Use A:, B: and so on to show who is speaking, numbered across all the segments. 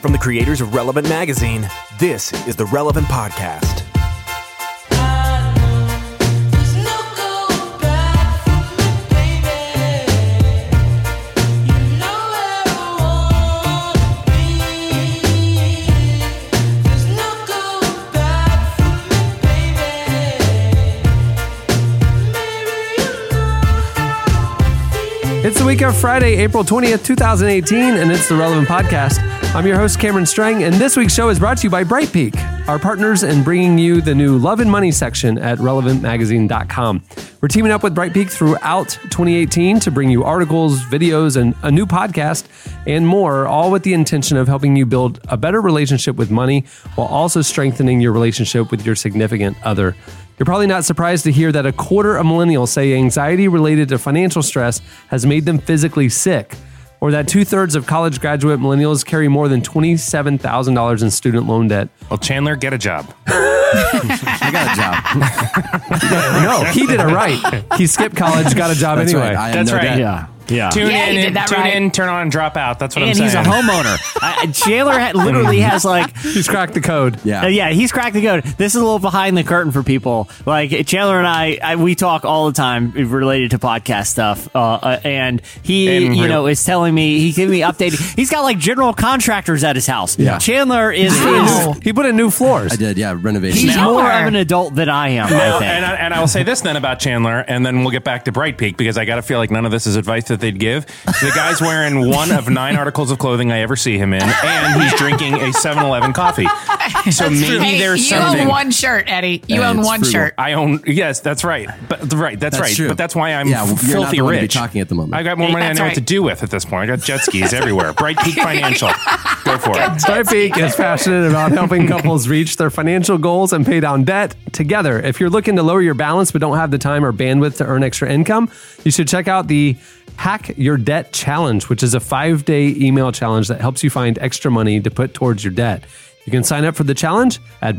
A: From the creators of Relevant Magazine, this is the Relevant Podcast.
B: It's the week of Friday, April 20th, 2018, and it's the Relevant Podcast. I'm your host, Cameron Strang, and this week's show is brought to you by Bright Peak, our partners in bringing you the new Love and Money section at relevantmagazine.com. We're teaming up with Bright Peak throughout 2018 to bring you articles, videos, and a new podcast and more, all with the intention of helping you build a better relationship with money while also strengthening your relationship with your significant other. You're probably not surprised to hear that a quarter of millennials say anxiety related to financial stress has made them physically sick, or that two thirds of college graduate millennials carry more than $27,000 in student loan debt.
C: Well, Chandler, get a job.
D: I got a job.
B: No, he did it right. He skipped college, got a job
D: That's
B: anyway.
D: right. I am
C: That's
D: no
C: right.
D: doubt.
E: Yeah. Yeah.
C: Tune
F: Yeah, he
C: in,
F: did
C: and-
F: that
C: tune
F: right.
C: in, turn on, and drop out. That's what I'm
E: And
C: saying.
E: he's a homeowner. I, Chandler had, literally has like,
B: He's cracked the code.
D: Um, Yeah.
E: uh, yeah, he's cracked the code. This is a little behind the curtain for people. Like Chandler and I, I we talk all the time related to podcast stuff, uh, uh, and he,
C: And
E: you
C: real-
E: know, is telling me he's giving me updated. He's got like general contractors at his house.
D: Yeah.
E: Chandler is, is
B: He put in new floors.
D: I did. Yeah. Renovation.
E: he's
F: Now-
E: more of an adult than I am. I think.
C: and, I, and I will say this then about Chandler, and then we'll get back to Bright Peak because I got to feel like none of this is advice that they'd give. The guy's wearing one of nine articles of clothing I ever see him in, and he's drinking a 7 Eleven coffee. So maybe
F: Hey,
C: there's
F: you
C: something.
F: own one shirt, Eddie. You
D: Hey,
F: own
D: it's
F: one
D: frugal.
F: shirt.
C: I own, yes, that's right. But Right, that's,
D: That's
C: right.
D: true.
C: But that's why I'm
D: Yeah,
C: f-
D: you're not
C: filthy
D: the one to be
C: rich.
D: talking at the moment.
C: I got more
F: Hey,
C: money than I
F: that's
C: know
F: right.
C: what to do with at this point. I got jet skis everywhere. Bright Peak Financial. Go for it.
B: Stripe Inc. is passionate about helping couples reach their financial goals and pay down debt together. If you're looking to lower your balance but don't have the time or bandwidth to earn extra income, you should check out the Hack Your Debt Challenge, which is a five day email challenge that helps you find extra money to put towards your debt. You can sign up for the challenge at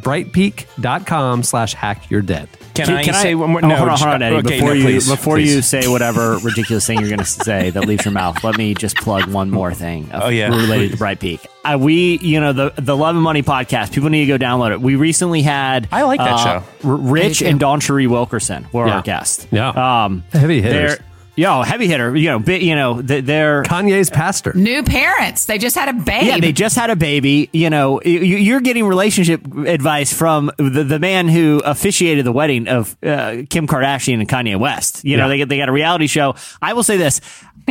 B: brightpeak.com slash hack your debt.
C: Can,
E: Can,
C: I
E: can
C: say
E: I,
C: one more?
E: Oh,
C: no,
E: hold on,
C: just-
E: hold on, Eddie.
C: okay,
E: before
C: no,
E: you
C: please,
E: before
C: please.
E: you say whatever ridiculous thing you're going to say that leaves your mouth, let me just plug one more thing. of-
C: Oh, yeah,
E: related to Bright Peak. Uh, we, you know, the the Love and Money podcast. People need to go download it. We recently had
C: I like that
E: uh,
C: show.
E: R- Rich
F: Me too.
E: and Don Cherie Wilkerson were
B: Yeah.
E: our guest.
B: Yeah.
E: um,
B: Heavy hitters.
E: they're- Yo, heavy hitter. You know, bit. You know, th- they're
B: Kanye's pastor.
F: New parents. They just had a baby.
E: yeah, they just had a baby. You know, y- y- you're getting relationship advice from the, the man who officiated the wedding of uh, Kim Kardashian and Kanye West. You know, they they they got a reality show. I will say this: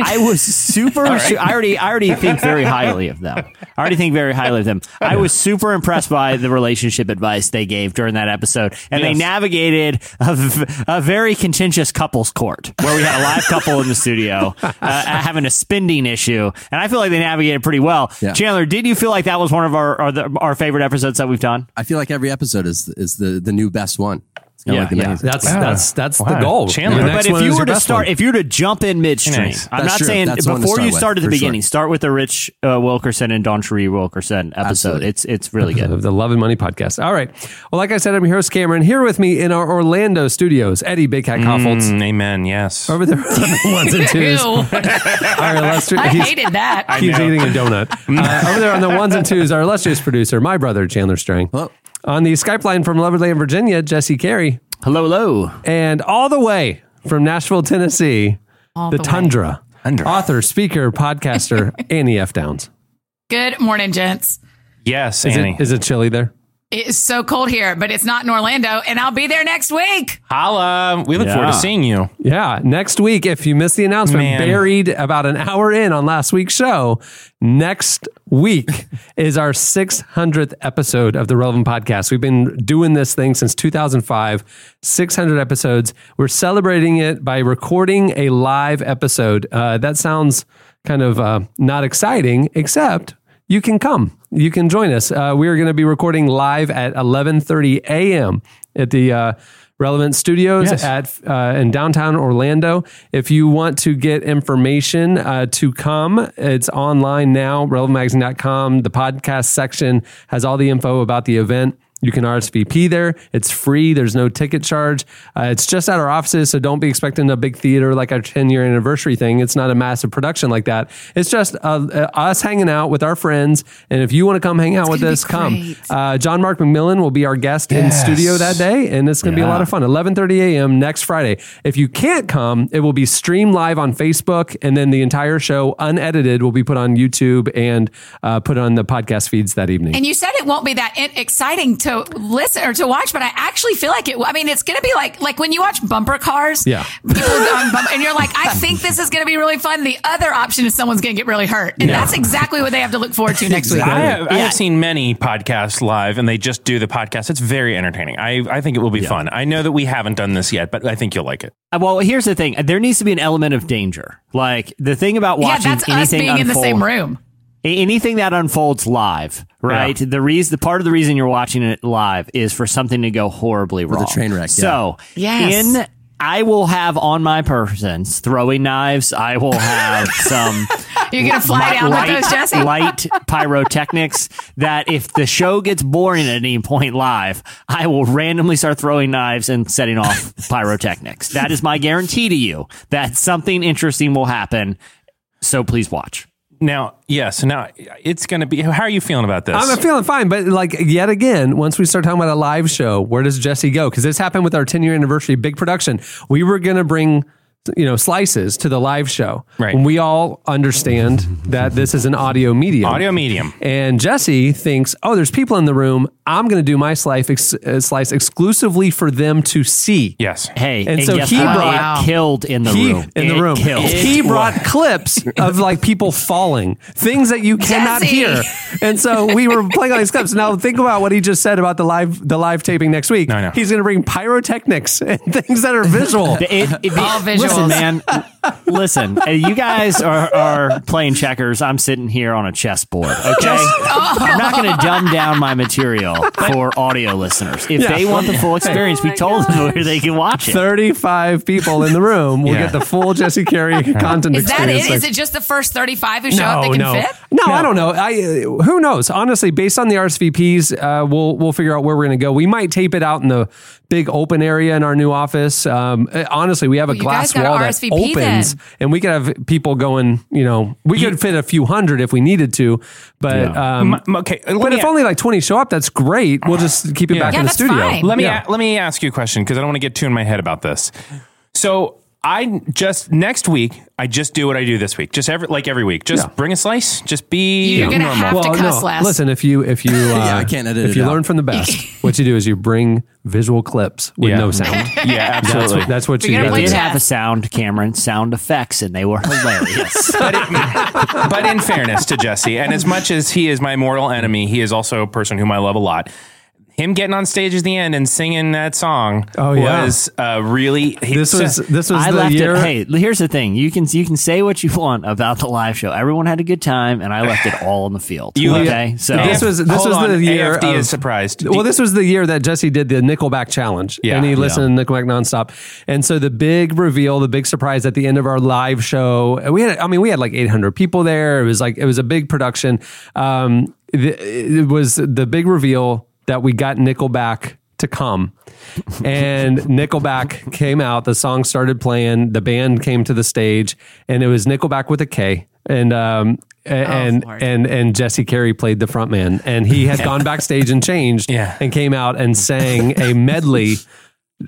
E: I was super. su- I already I already think very highly of them. I already think very highly of them. I was super impressed by the relationship advice they gave during that episode, and they
C: Yes.
E: navigated a, v- a very contentious couples court where we had a live couple in the studio uh, having a spending issue, and I feel like they navigated pretty well.
D: Yeah.
E: Chandler, did you feel like that was one of our our, the, our favorite episodes that we've done?
D: I feel like every episode is is the the new best one. It's kinda
E: Yeah,
D: like the
E: yeah.
D: magazine.
B: That's that's that's the
C: Wow.
B: goal.
C: Chandler.
B: The
C: But
B: next
E: but if
B: one
E: you
B: is
E: were
B: your
E: to
B: best
E: start,
B: one.
E: if you were to jump in midstream,
C: Nice.
E: I'm
D: That's
E: not
D: true.
E: saying
D: That's the one to
E: before
D: start
E: you
D: with,
E: start at the
D: for sure.
E: beginning. Start with the Rich uh, Wilkerson and Don Cherie Wilkerson episode.
D: Absolutely.
E: It's it's really good.
B: of the Love and Money podcast. All right. Well, like I said, I'm your host, Cameron, here with me in our Orlando studios, Eddie Big Hat Koffoltz.
C: Mm, amen. Yes.
E: Oh,
B: Over there, ones and
F: Ew.
B: twos. Our illustrious.
F: I
B: he's-
F: hated that.
B: He's
C: know.
B: eating a donut. Uh, over there on the ones and twos, our illustrious producer, my brother, Chandler Strang.
D: Hello.
B: On the Skype line from Loverland, Virginia, Jesse Carey.
E: Hello, hello.
B: And all the way from Nashville, Tennessee, the,
F: the way.
B: Tundra.
C: Tundra.
B: Author, speaker, podcaster, Annie F. Downs.
F: Good morning, gents.
C: yes,
B: Is
C: Annie.
B: it, is it chilly there?
F: It's so cold here, but it's not in Orlando, and I'll be there next week.
C: Holla. We look forward to
E: Yeah.
C: seeing you.
B: Yeah, next week, if you missed the announcement,
C: Man.
B: buried about an hour in on last week's show, next week is our 600th episode of the Relevant Podcast. We've been doing this thing since 2005, 600 episodes. We're celebrating it by recording a live episode. Uh, that sounds kind of uh, not exciting, except you can come. You can join us. Uh, we are going to be recording live at 11:30 a.m. at the uh, Relevant Studios at uh, in downtown Orlando. If you want to get information uh, to come, it's online now. Relevantmagazine.com. The podcast section has all the info about the event. You can RSVP there. It's free. There's no ticket charge. Uh, it's just at our offices, so don't be expecting a big theater like our 10 year anniversary thing. It's not a massive production like that. It's just uh, uh, us hanging out with our friends. And if you want to come hang out with
F: gonna be
B: us, come.
F: great.
B: Uh, John Mark McMillan will be our guest
C: Yes.
B: in studio that day, and it's going to be a lot of fun. 11:30 a.m. next Friday. If you can't come, it will be streamed live on Facebook, and then the entire show, unedited, will be put on YouTube and uh, put on the podcast feeds that evening.
F: And you said it won't be that in- exciting to listen or to watch, but I actually feel like it. I mean, it's going to be like like when you watch bumper cars,
B: Yeah.
F: people go on bump- and you're like, I think this is going to be really fun. The other option is someone's going to get really hurt, and that's exactly what they have to look forward to next week.
C: I have, I have seen many podcasts live, and they just do the podcast. It's very entertaining. I, I think it will be fun. I know that we haven't done this yet, but I think you'll like it.
E: Uh, Well, here's the thing. There needs to be an element of danger. Like the thing about
F: yeah,
E: watching
F: that's us
E: anything
F: being in the
E: unfold-
F: same room.
E: a- anything that unfolds live, right? The reason, the part of the reason you're watching it live is for something to go horribly wrong.
D: a train wreck, yeah.
E: So,
F: Yes.
E: in I will have on my persons throwing knives. I will have some.
F: You're going to fly
E: Light,
F: down with those, Jesse.
E: light pyrotechnics that if the show gets boring at any point live, I will randomly start throwing knives and setting off pyrotechnics. That is my guarantee to you that something interesting will happen. So please watch.
C: Now, yes, now it's going to be. How are you feeling about this?
B: I'm feeling fine, but like yet again, once we start talking about a live show, where does Jesse go? Because this happened with our 10 year anniversary big production. We were going to bring you know slices to the live show,
C: Right.
B: And we all understand that this is an audio medium.
C: Audio medium.
B: And Jesse thinks, oh, there's people in the room. I'm going to do my slice, ex- uh, slice exclusively for them to see.
C: Yes.
E: Hey,
B: And so
E: guess
B: he
E: what?
B: brought-
E: It killed in the
B: He,
E: room.
B: in the
E: It
B: room,
E: killed.
B: he brought clips of like people falling, things that you cannot
F: Jesse.
B: hear, and so we were playing all these clips. Now think about what he just said about the live the live taping next week.
C: I know.
B: He's going to bring pyrotechnics and things that are visual.
E: It- it-
F: All
E: listen,
F: visuals.
E: man. Listen, uh, you guys are, are playing checkers. I'm sitting here on a chessboard. Okay, I'm not going to dumb down my material for audio listeners. If they want the
B: Oh
E: full experience, we told them where they can watch it.
B: Thirty-five people in the room will
C: Yeah.
B: get the full Jesse Carey content
F: Is that
B: experience.
F: it? Is it just the first 35 who show up that can
B: no.
F: fit?
B: No, I don't know. I uh, who knows? Honestly, based on the RSVPs, uh, we'll we'll figure out where we're going to go. We might tape it out in the big open area in our new office. Um, uh, honestly, we have a
F: Well, you
B: glass
F: guys gotta
B: wall that
F: RSVP then.
B: opens, and we could have people going. You know, we could fit a few hundred if we needed to, but um,
C: M- okay. let
B: but
C: me
B: if
C: a-
B: only like twenty show up, that's great. We'll just keep it
C: Yeah.
B: back
C: Yeah,
B: in the
F: that's
B: studio.
F: fine.
C: Let me
B: Yeah.
C: a- let me ask you a question because I don't want to get too in my head about this. So I just next week I just do what I do this week. Just every like every week. Just
B: Yeah.
C: bring a slice. Just be
F: You're gonna
C: normal.
F: have to cuss less.
B: Listen, if you if you uh,
D: I can't edit
B: if
D: it
B: you
D: out.
B: learn from the best, what you do is you bring visual clips with
C: Yeah.
B: no sound.
C: yeah,
B: That's
C: absolutely.
B: what, that's what
F: We're
B: you
F: gonna
B: gotta
E: They
F: play
B: do.
E: did
F: Yeah.
E: have a sound, Cameron, sound effects, and they were hilarious.
C: but, it- but in fairness to Jesse, and as much as he is my mortal enemy, he is also a person whom I love a lot. Him getting on stage at the end and singing that song
B: Oh, yeah.
C: was uh, really. he-
B: This was this was
E: I
B: the
E: left
B: year.
E: it. Hey, here's the thing: you can you can say what you want about the live show. Everyone had a good time, and I left it all on the field.
C: You-
E: okay, so
B: this was this
C: Hold
B: was the
C: on,
B: year.
C: AFD
B: of-
C: is surprised.
B: Well, this was the year that Jesse did the Nickelback challenge,
C: Yeah.
B: and he
C: Yeah.
B: listened to Nickelback nonstop. And so the big reveal, the big surprise at the end of our live show, we had. I mean, we had like 800 people there. It was like it was a big production. Um, th- it was the big reveal that we got Nickelback to come. and Nickelback came out. The song started playing. The band came to the stage, and it was Nickelback with a K. And um, a-
C: Oh,
B: and
F: Lord.
B: and and Jesse Carey played the front man, and he had gone backstage and changed,
C: Yeah.
B: and came out and sang a medley.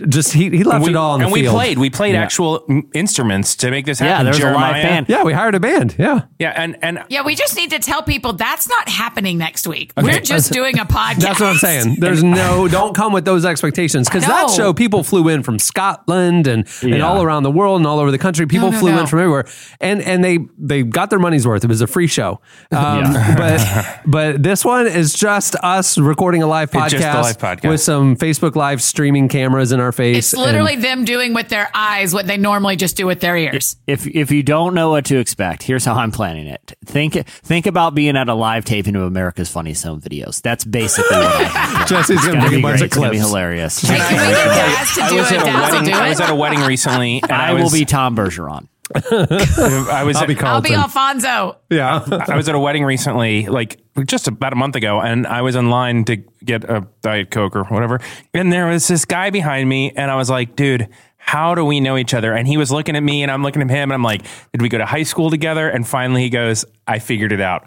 B: Just he he left
C: we,
B: it all in the
C: and we
B: field.
C: played. We played actual m- instruments to make this happen.
E: yeah, there was
C: Jeremiah.
E: a live band.
B: Yeah, we hired a band. Yeah,
C: Yeah, and and
F: Yeah, we just need to tell people that's not happening next week. We're just doing a podcast.
B: that's what I'm saying. There's no don't come with those expectations because that
F: No.
B: show people flew in from Scotland and and all around the world and all over the country. People
F: no,
B: flew in
F: no.
B: from everywhere, and and they they got their money's worth. It was a free show, um, but but this one is just us recording a live podcast,
C: It's just the live podcast.
B: with some Facebook live streaming cameras in our face.
F: It's
B: and-
F: literally them doing with their eyes what they normally just do with their ears.
E: if if you don't know what to expect, here's how I'm planning it. Think think about being at a live taping of America's Funniest Home Videos. That's basically what I have.
B: Jesse's gonna
E: It's
B: bring
E: be
B: a bunch
E: great.
B: of
E: It's gonna be
B: clips.
E: hilarious.
F: Hey, can we get Daz to
C: I
F: do
C: was
F: it?
C: at a
F: Daz will
C: wedding.
F: do
C: I was at
F: it.
C: a wedding recently. And I,
E: I will
C: was-
E: be Tom Bergeron.
C: I was
F: I'll be Alfonso.
B: Yeah.
C: I was at a wedding recently, like just about a month ago, and I was in line to get a Diet Coke or whatever. And there was this guy behind me, and I was like, dude, how do we know each other? And he was looking at me, and I'm looking at him, and I'm like, did we go to high school together? And finally, he goes, I figured it out.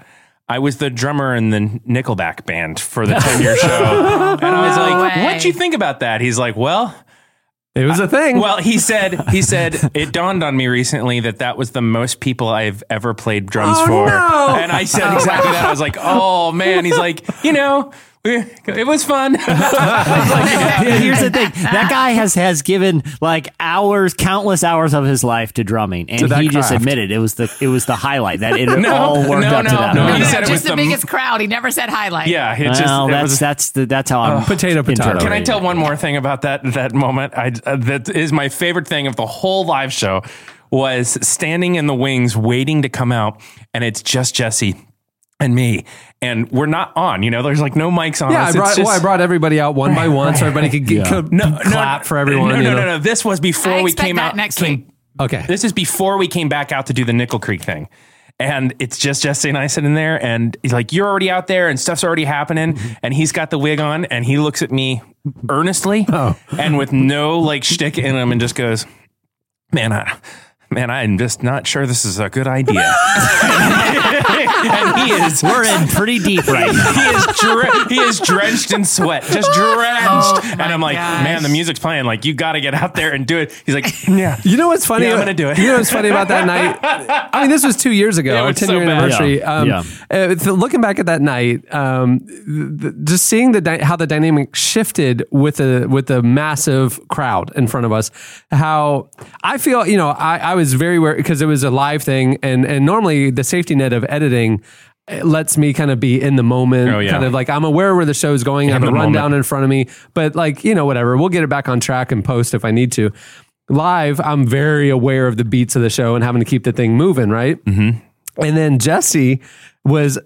C: I was the drummer in the Nickelback band for the 10 year show. And I was
F: No
C: like,
F: way.
C: what'd you think about that? He's like, well,
B: It was a thing.
C: well, he said he said it dawned on me recently that that was the most people I've ever played drums
B: Oh,
C: for,
B: no.
C: and I said exactly that. I was like, "Oh man," he's like, "You know, we, it was fun."
E: Yeah, here's the thing. That guy has has given like hours, countless hours of his life to drumming, and
B: To that
E: he just
B: craft.
E: admitted it was the it was the highlight that it
C: No,
E: all worked
C: no,
E: up
C: no,
E: to that.
C: no,
F: No,
C: He
F: no,
C: said it was
F: just the,
C: the m-
F: biggest crowd. He never said highlight.
C: yeah, it just
E: Well,
C: it
E: that's
C: was.
E: that's the, that's how I'm
B: Potato, potato.
E: interpreting
C: can I tell
E: it.
C: one more thing about that that moment? I uh, that is my favorite thing of the whole live show was standing in the wings waiting to come out, and it's just Jesse and me, and we're not on. You know, there's like no mics on.
B: yeah,
C: us.
B: I
C: It's
B: brought, well, I
C: just-
B: brought everybody out one by one so everybody could, get, could clap for everyone.
C: Uh, No,
B: you
C: no,
B: know?
C: no, no. This was before
F: I
C: we
F: expect
C: came
F: that
C: out.
F: next
C: came-
F: week.
B: Okay.
C: This is before we came back out to do the Nickel Creek thing. And it's just Jesse and I sitting there, and he's like, You're already out there, and stuff's already happening.
B: Mm-hmm.
C: And he's got the wig on, and he looks at me earnestly
B: Oh.
C: and with no like shtick in him, and just goes, Man, I. Man, I'm just not sure this is a good idea. and he is
E: We're in pretty deep right now.
C: he is dre- he is drenched in sweat, just drenched. and I'm like,
F: gosh.
C: man, the music's playing. Like, you got to get out there and do it. He's like, yeah.
B: You know what's funny?
C: Yeah, I'm gonna do it.
B: You know what's funny about that night? I mean, this was two years ago,
C: Yeah, it
B: our
C: was
B: 10
C: so
B: year
C: bad.
B: anniversary.
E: Yeah.
B: Um,
E: Yeah.
B: uh, th- looking back at that night, um, th- th- just seeing the dy- how the dynamic shifted with the with the massive crowd in front of us. How I feel, you know, I, I was very aware because it was a live thing, and and normally the safety net of editing. uh, lets me kind of be in the moment,
C: Oh, yeah.
B: kind of like I'm aware where the show's going. I have
C: In
B: a
C: the
B: rundown
C: moment.
B: in front of me, but like you know, whatever. We'll get it back on track and post if I need to. Live, I'm very aware of the beats of the show and having to keep the thing moving, right?
C: Mm-hmm.
B: And then Jesse was,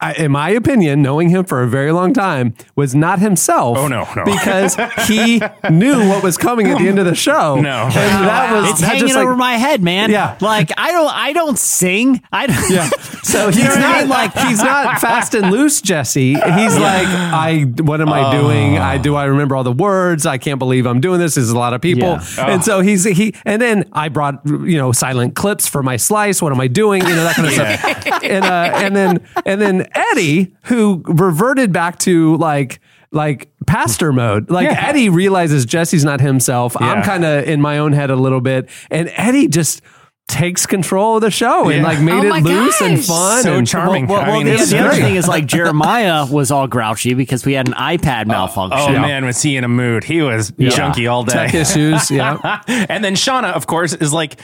B: I- in my opinion, knowing him for a very long time, was not himself.
C: Oh, no, no.
B: Because he knew what was coming at the end of the show.
C: No.
B: and that was
E: It's
B: that
E: hanging
B: just like,
E: over my head, man.
B: Yeah.
E: like I don't I don't sing. I don't. Yeah.
B: So he's not like he's not fast and loose, Jesse. He's like, I what am I doing? I do I remember all the words? I can't believe I'm doing this. There's a lot of people,
E: Yeah.
C: Oh.
B: and so he's he. And then I brought you know silent clips for my slice. What am I doing? You know that kind of stuff. And uh, and then and then Eddie, who reverted back to like. Like pastor mode. Like
C: Yeah.
B: Eddie realizes Jesse's not himself. I'm
C: Yeah.
B: kind of in my own head a little bit. And Eddie just takes control of the show and
C: Yeah.
B: like made
F: Oh my
B: it loose and
F: gosh.
B: fun.
C: So
B: and,
C: charming.
E: Well,
C: I
E: well
C: mean,
E: the,
C: it's
E: the other
C: great.
E: thing is like Jeremiah was all grouchy because we had an iPad malfunction.
C: Oh man, was he in a mood? He was junky all
B: tech
C: day.
B: issues. Yeah.
C: and then Shauna, of course, is like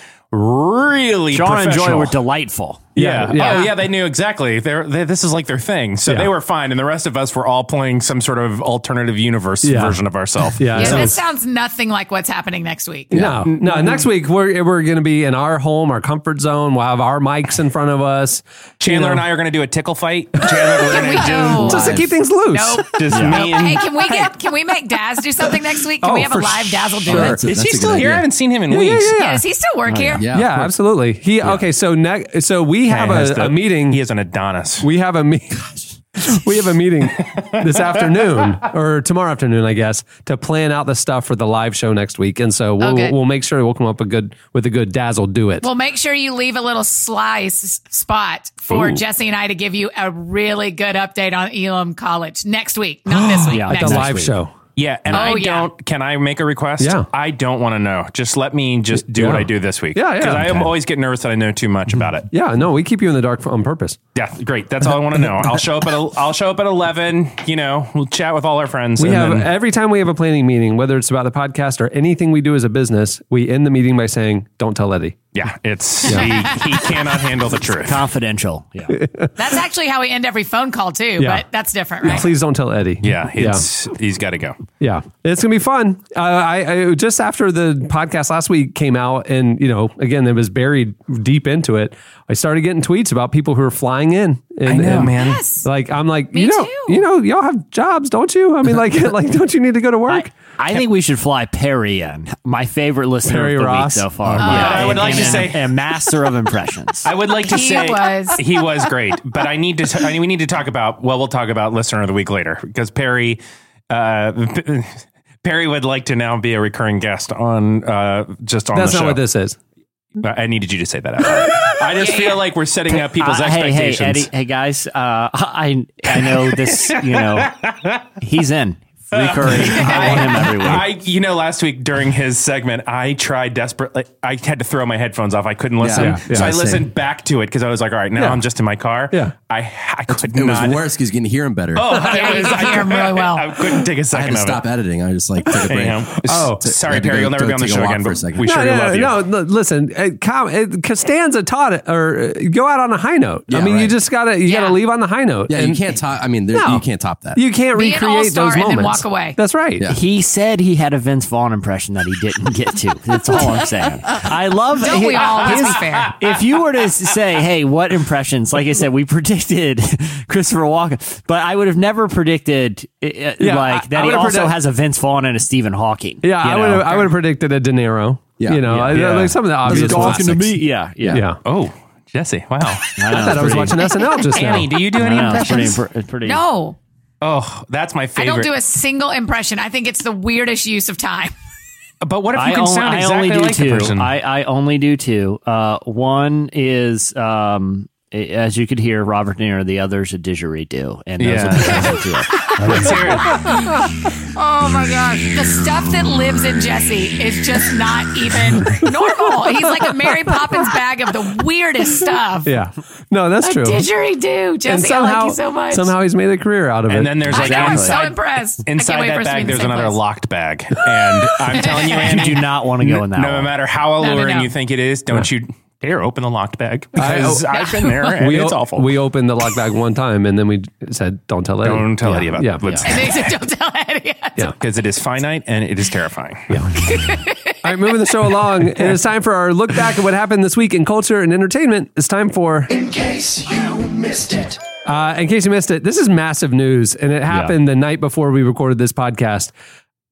C: really
E: John and Joy
C: professional.
E: were delightful.
C: Yeah.
B: Yeah.
C: Oh, yeah. They knew exactly. They're, they, this is like their thing. So they were fine. And the rest of us were all playing some sort of alternative universe
B: Yeah.
C: version of ourselves.
B: Yeah.
F: Yeah,
B: So-
F: that sounds nothing like what's happening next week.
B: No, no. Next week we're we're gonna be in our home, our comfort zone. We'll have our mics in front of us.
C: Chandler and I are going to do a tickle fight. Chandler, we're
F: Can
C: going
F: we
C: to
F: go?
C: do
B: Just to keep things loose.
F: Nope.
C: just me and
F: Hey, can we get? Can we make Daz do something next week? Can
B: Oh,
F: we have a
B: for
F: live Dazzle do
B: sure.
F: it?
D: That's a-
C: Is he
D: that's a good
C: still here?
D: idea.
C: I haven't seen him in weeks.
B: yeah,
F: Yeah, does he still work here?
B: Yeah,
D: Yeah. of course.
B: absolutely. He okay. So next, so we have
C: has
B: a,
C: the-
B: a meeting.
C: He is an Adonis.
B: we have a meeting. We have a meeting this afternoon or tomorrow afternoon, I guess, to plan out the stuff for the live show next week. And so we'll
F: Okay.
B: we'll make sure we'll come up a good with a good dazzle. Do it.
F: Well, make sure you leave a little slice spot for
C: Ooh.
F: Jesse and I to give you a really good update on Elam College next week, not this week.
E: Yeah,
B: at the
F: next week.
B: live show.
C: Yeah, and
F: Oh,
C: I
F: yeah.
C: don't. Can I make a request?
B: Yeah.
C: I don't want to know. Just let me just do what
B: Yeah.
C: I do this week.
B: Yeah, yeah.
C: Because I am
B: Okay.
C: always get nervous that I know too much about it.
B: Yeah, no, we keep you in the dark on purpose.
C: Yeah, great. That's all I want to know. I'll show up at el- I'll show up at eleven. You know, we'll chat with all our friends.
B: We
C: and
B: have
C: then-
B: every time we have a planning meeting, whether it's about the podcast or anything we do as a business, we end the meeting by saying, "Don't tell Eddie."
C: yeah, it's He, he cannot handle the truth.
E: Confidential. Yeah.
F: That's actually how we end every phone call too,
B: Yeah.
F: but that's different, right?
B: Please don't tell Eddie.
C: Yeah, it's he's got to go.
B: yeah, yeah. It's gonna be fun. Uh, I, I just after the podcast last week came out, and you know, again, it was buried deep into it. I started getting tweets about people who are flying in And,
C: know,
B: and,
C: man.
F: Yes.
B: Like I'm like
F: Me
B: you know
F: too.
B: you know y'all have jobs, don't you? I mean, like like don't you need to go to work?
E: I, I think we should fly Perry in. My favorite listener
B: Perry
E: of the
B: Ross?
E: week so far.
C: my God. Oh, I would
E: and-
C: like to say-
E: and- a master of impressions.
C: I would like to
F: He
C: say
F: was.
C: he was great, but I need to. T- I mean, we need to talk about. Well, we'll talk about listener of the week later because Perry, uh, P- Perry would like to now be a recurring guest on uh, just on
B: That's
C: the
B: not
C: show.
B: what this is.
C: Uh, I needed you to say that. Out loud. I just feel like we're setting up people's
E: Uh, hey, hey,
C: expectations.
E: Eddie, hey guys. Uh, I I know this. You know, he's in recurring. I want him every week.
C: I, you know, last week during his segment, I tried desperately. I had to throw my headphones off. I couldn't listen,
D: Yeah,
B: yeah,
C: so I
D: same.
C: listened back to it because I was like, "All right, now I'm just in my car."
B: Yeah.
C: I I could
D: It
C: not.
D: was worse because you can hear him better.
C: Oh,
F: Yeah, you
C: it was-
F: could hear him really well.
C: I couldn't take a
D: I had
C: second
D: to
C: of
D: stop
C: it.
D: editing. I just like took a break.
C: Damn. Oh,
D: T-
C: sorry,
D: had to
C: Perry.
D: go-
C: You'll never
D: go
C: be on the
D: take a
C: show
D: walk
C: again,
D: for a
C: but
D: second.
C: we
D: No,
C: sure do
B: no,
C: love you.
B: no, no, listen. uh, Com, uh, Costanza taught it, or uh, go out on a high note. I
D: Yeah,
B: mean, you
D: right.
B: just gotta you
F: Yeah.
B: gotta leave on the high note.
D: Yeah,
B: and
D: you can't top. I mean, there,
B: No.
D: you can't top that.
B: You can't
F: Be an
B: recreate
F: all-star
B: those
F: and then
B: moments.
F: walk away.
B: That's right.
D: Yeah.
E: He said he had a Vince Vaughn impression that he didn't get to. That's all I'm saying. I love.
F: Don't we all? Let's be fair.
E: If you were to s- say, "Hey, what impressions?" Like I said, we predicted Christopher Walken, but I would have never predicted uh, uh,
B: Yeah,
E: like
B: I- I
E: that. he
B: would've
E: also
B: predict-
E: has a Vince Vaughn and a Stephen Hawking.
B: Yeah,
E: you
B: I
E: know?
B: would have I would have predicted a De Niro.
D: Yeah.
B: You know,
D: Yeah.
B: I-
C: Yeah.
B: like some of the obvious
D: talking to
B: ones.
D: me.
E: Yeah, yeah.
B: Yeah.
C: Oh, Jesse. Wow.
E: I
B: I thought I was watching SNL just now.
C: Annie, do you do any
E: know, it's pretty,
C: impressions?
E: impre- it's pretty.
F: No,
C: Oh, that's my
F: I
C: favorite.
F: don't do a single impression. I think it's the weirdest use of time.
C: But what if you
E: I,
C: can
E: on-
C: sound
E: I
C: exactly
E: only do
C: like
E: two.
C: the person?
E: I, I only do two. Uh, one is, um, a- as you could hear, Robert De Niro. The other's a didgeridoo, and those
C: Yeah.
E: are the only two.
C: Let's hear it.
F: Oh my gosh. The stuff that lives in Jesse is just not even normal. He's like a Mary Poppins bag of the weirdest stuff.
B: Yeah. No,
F: Oh,
B: that's true.
F: Didgeridoo, Jesse. I like you so much.
B: somehow he's made a career out of it.
C: And then there's
F: I
C: like
F: know, I'm so
C: inside,
F: impressed. I
C: inside
F: can't wait for
C: that
F: us to be
C: bag,
F: in the
C: there's
F: same
C: another
F: place.
C: locked bag. And I'm telling you, Annie,
E: You do not want to go in that.
C: no
E: one.
C: matter how
F: no,
C: alluring
F: no.
C: you think it is, don't you dare open the locked bag because I,
B: I-
C: have been there and
B: we
C: it's
B: o-
C: awful.
B: We opened the lock bag one time and then we said, Don't tell Eddie.
C: Don't tell Eddie about
B: Yeah.
C: that. Let's-
F: And they said, Don't tell Eddie.
C: because it is finite and it is terrifying.
B: All right, moving the show along. And it's time for our look back at what happened this week in culture and entertainment. It's time for
G: In case you missed it.
B: Uh, in case you missed it, this is massive news, and it happened the night before we recorded this podcast.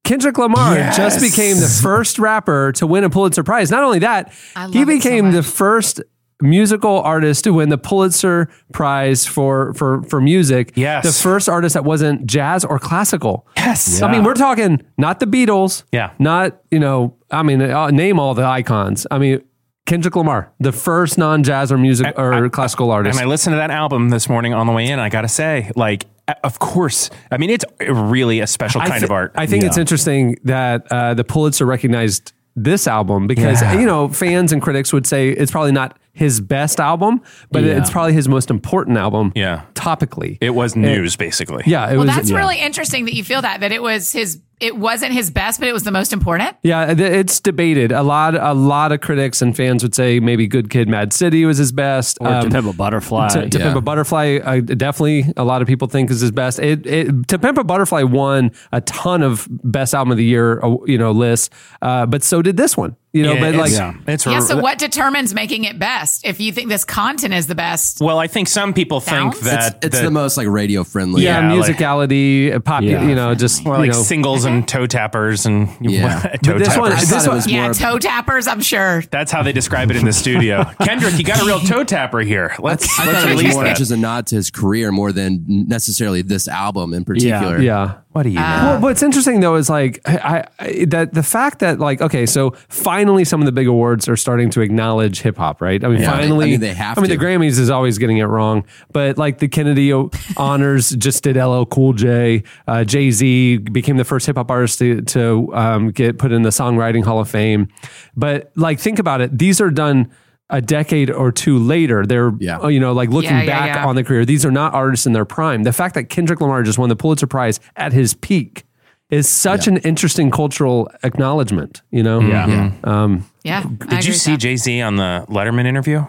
B: Kendrick Lamar just became the first rapper to win a Pulitzer Prize. Not only that,
F: love
B: he
F: it so
B: became the
F: much.
B: first musical artist to win the Pulitzer Prize for for for music.
C: Yes.
B: the first artist that wasn't jazz or classical.
C: Yes.
B: I mean we're talking not the Beatles.
C: Yeah.
B: not you know. I mean, uh, name all the icons. I mean. Kendrick Lamar, the first non-jazz or music or classical artist.
C: And I listened to that album this morning on the way in. I got to say, like, a- of course. I mean, it's really a special kind
B: I thi-
C: of art.
B: I think it's interesting that uh, the Pulitzer recognized this album because
C: Yeah.
B: you know fans and critics would say it's probably not his best album, but it's probably his most important album.
C: Yeah.
B: topically.
C: it was news, basically.
B: yeah, it
F: Well,
B: was.
F: that's
B: yeah.
F: really interesting that you feel that, that it was his, it wasn't his best, but it was the most important.
B: Yeah, th- it's debated. A lot, a lot of critics and fans would say maybe "Good Kid, Mad City" was his best.
E: Or
B: Um,
E: to pimp a butterfly.
B: to, to
D: yeah.
B: Pimp a Butterfly, uh, definitely a lot of people think is his best. It, it To Pimp a Butterfly won a ton of best album of the year, uh, you know, lists, uh, but so did this one, you know.
C: Yeah,
B: but like,
C: it's, it's
F: Yeah,
C: r-
F: so what determines making it best? If you think this content is the best,
C: Well, I think some people think
F: Sounds?
C: that
D: It's, it's the, most like radio friendly.
B: yeah,
C: Yeah, like-
B: musicality, uh pop,
E: Yeah.
B: you know, just
C: well,
B: you
C: like
B: know,
C: singles and
F: Mm-hmm.
C: toe tappers and
D: Yeah.
C: toe
B: But this one-
D: I
B: this
C: tappers.
D: thought it
B: one-
D: was
F: yeah,
D: more.
F: toe tappers, I'm sure.
C: That's how they describe it in the studio. Kendrick, you got a real toe tapper here. Let's
D: I
C: let's
D: thought it was
C: release
D: more
C: that.
D: just a nod to his career more than necessarily this album in particular.
B: yeah.
C: what do
D: Uh,
C: you?
B: Well, what's interesting though is like I, I that the fact that like okay, so finally some of the big awards are starting to acknowledge hip hop, right? I mean,
D: Yeah.
B: finally
D: I mean, they have
B: I mean,
D: to.
B: the Grammys is always getting it wrong, but like the Kennedy o- honors just did LL Cool J, uh, Jay Z became the first hip hop artist to, to um, get put in the Songwriting Hall of Fame. But like, think about it; these are done. A decade or two later, they're
D: Yeah.
B: you know like looking
F: Yeah, yeah,
B: back
F: yeah.
B: on the career. These are not artists in their prime. The fact that Kendrick Lamar just won the Pulitzer Prize at his peak is such an interesting cultural acknowledgement. You know,
C: Mm-hmm.
E: Yeah.
F: Yeah.
C: Did you see Jay Z on the Letterman interview?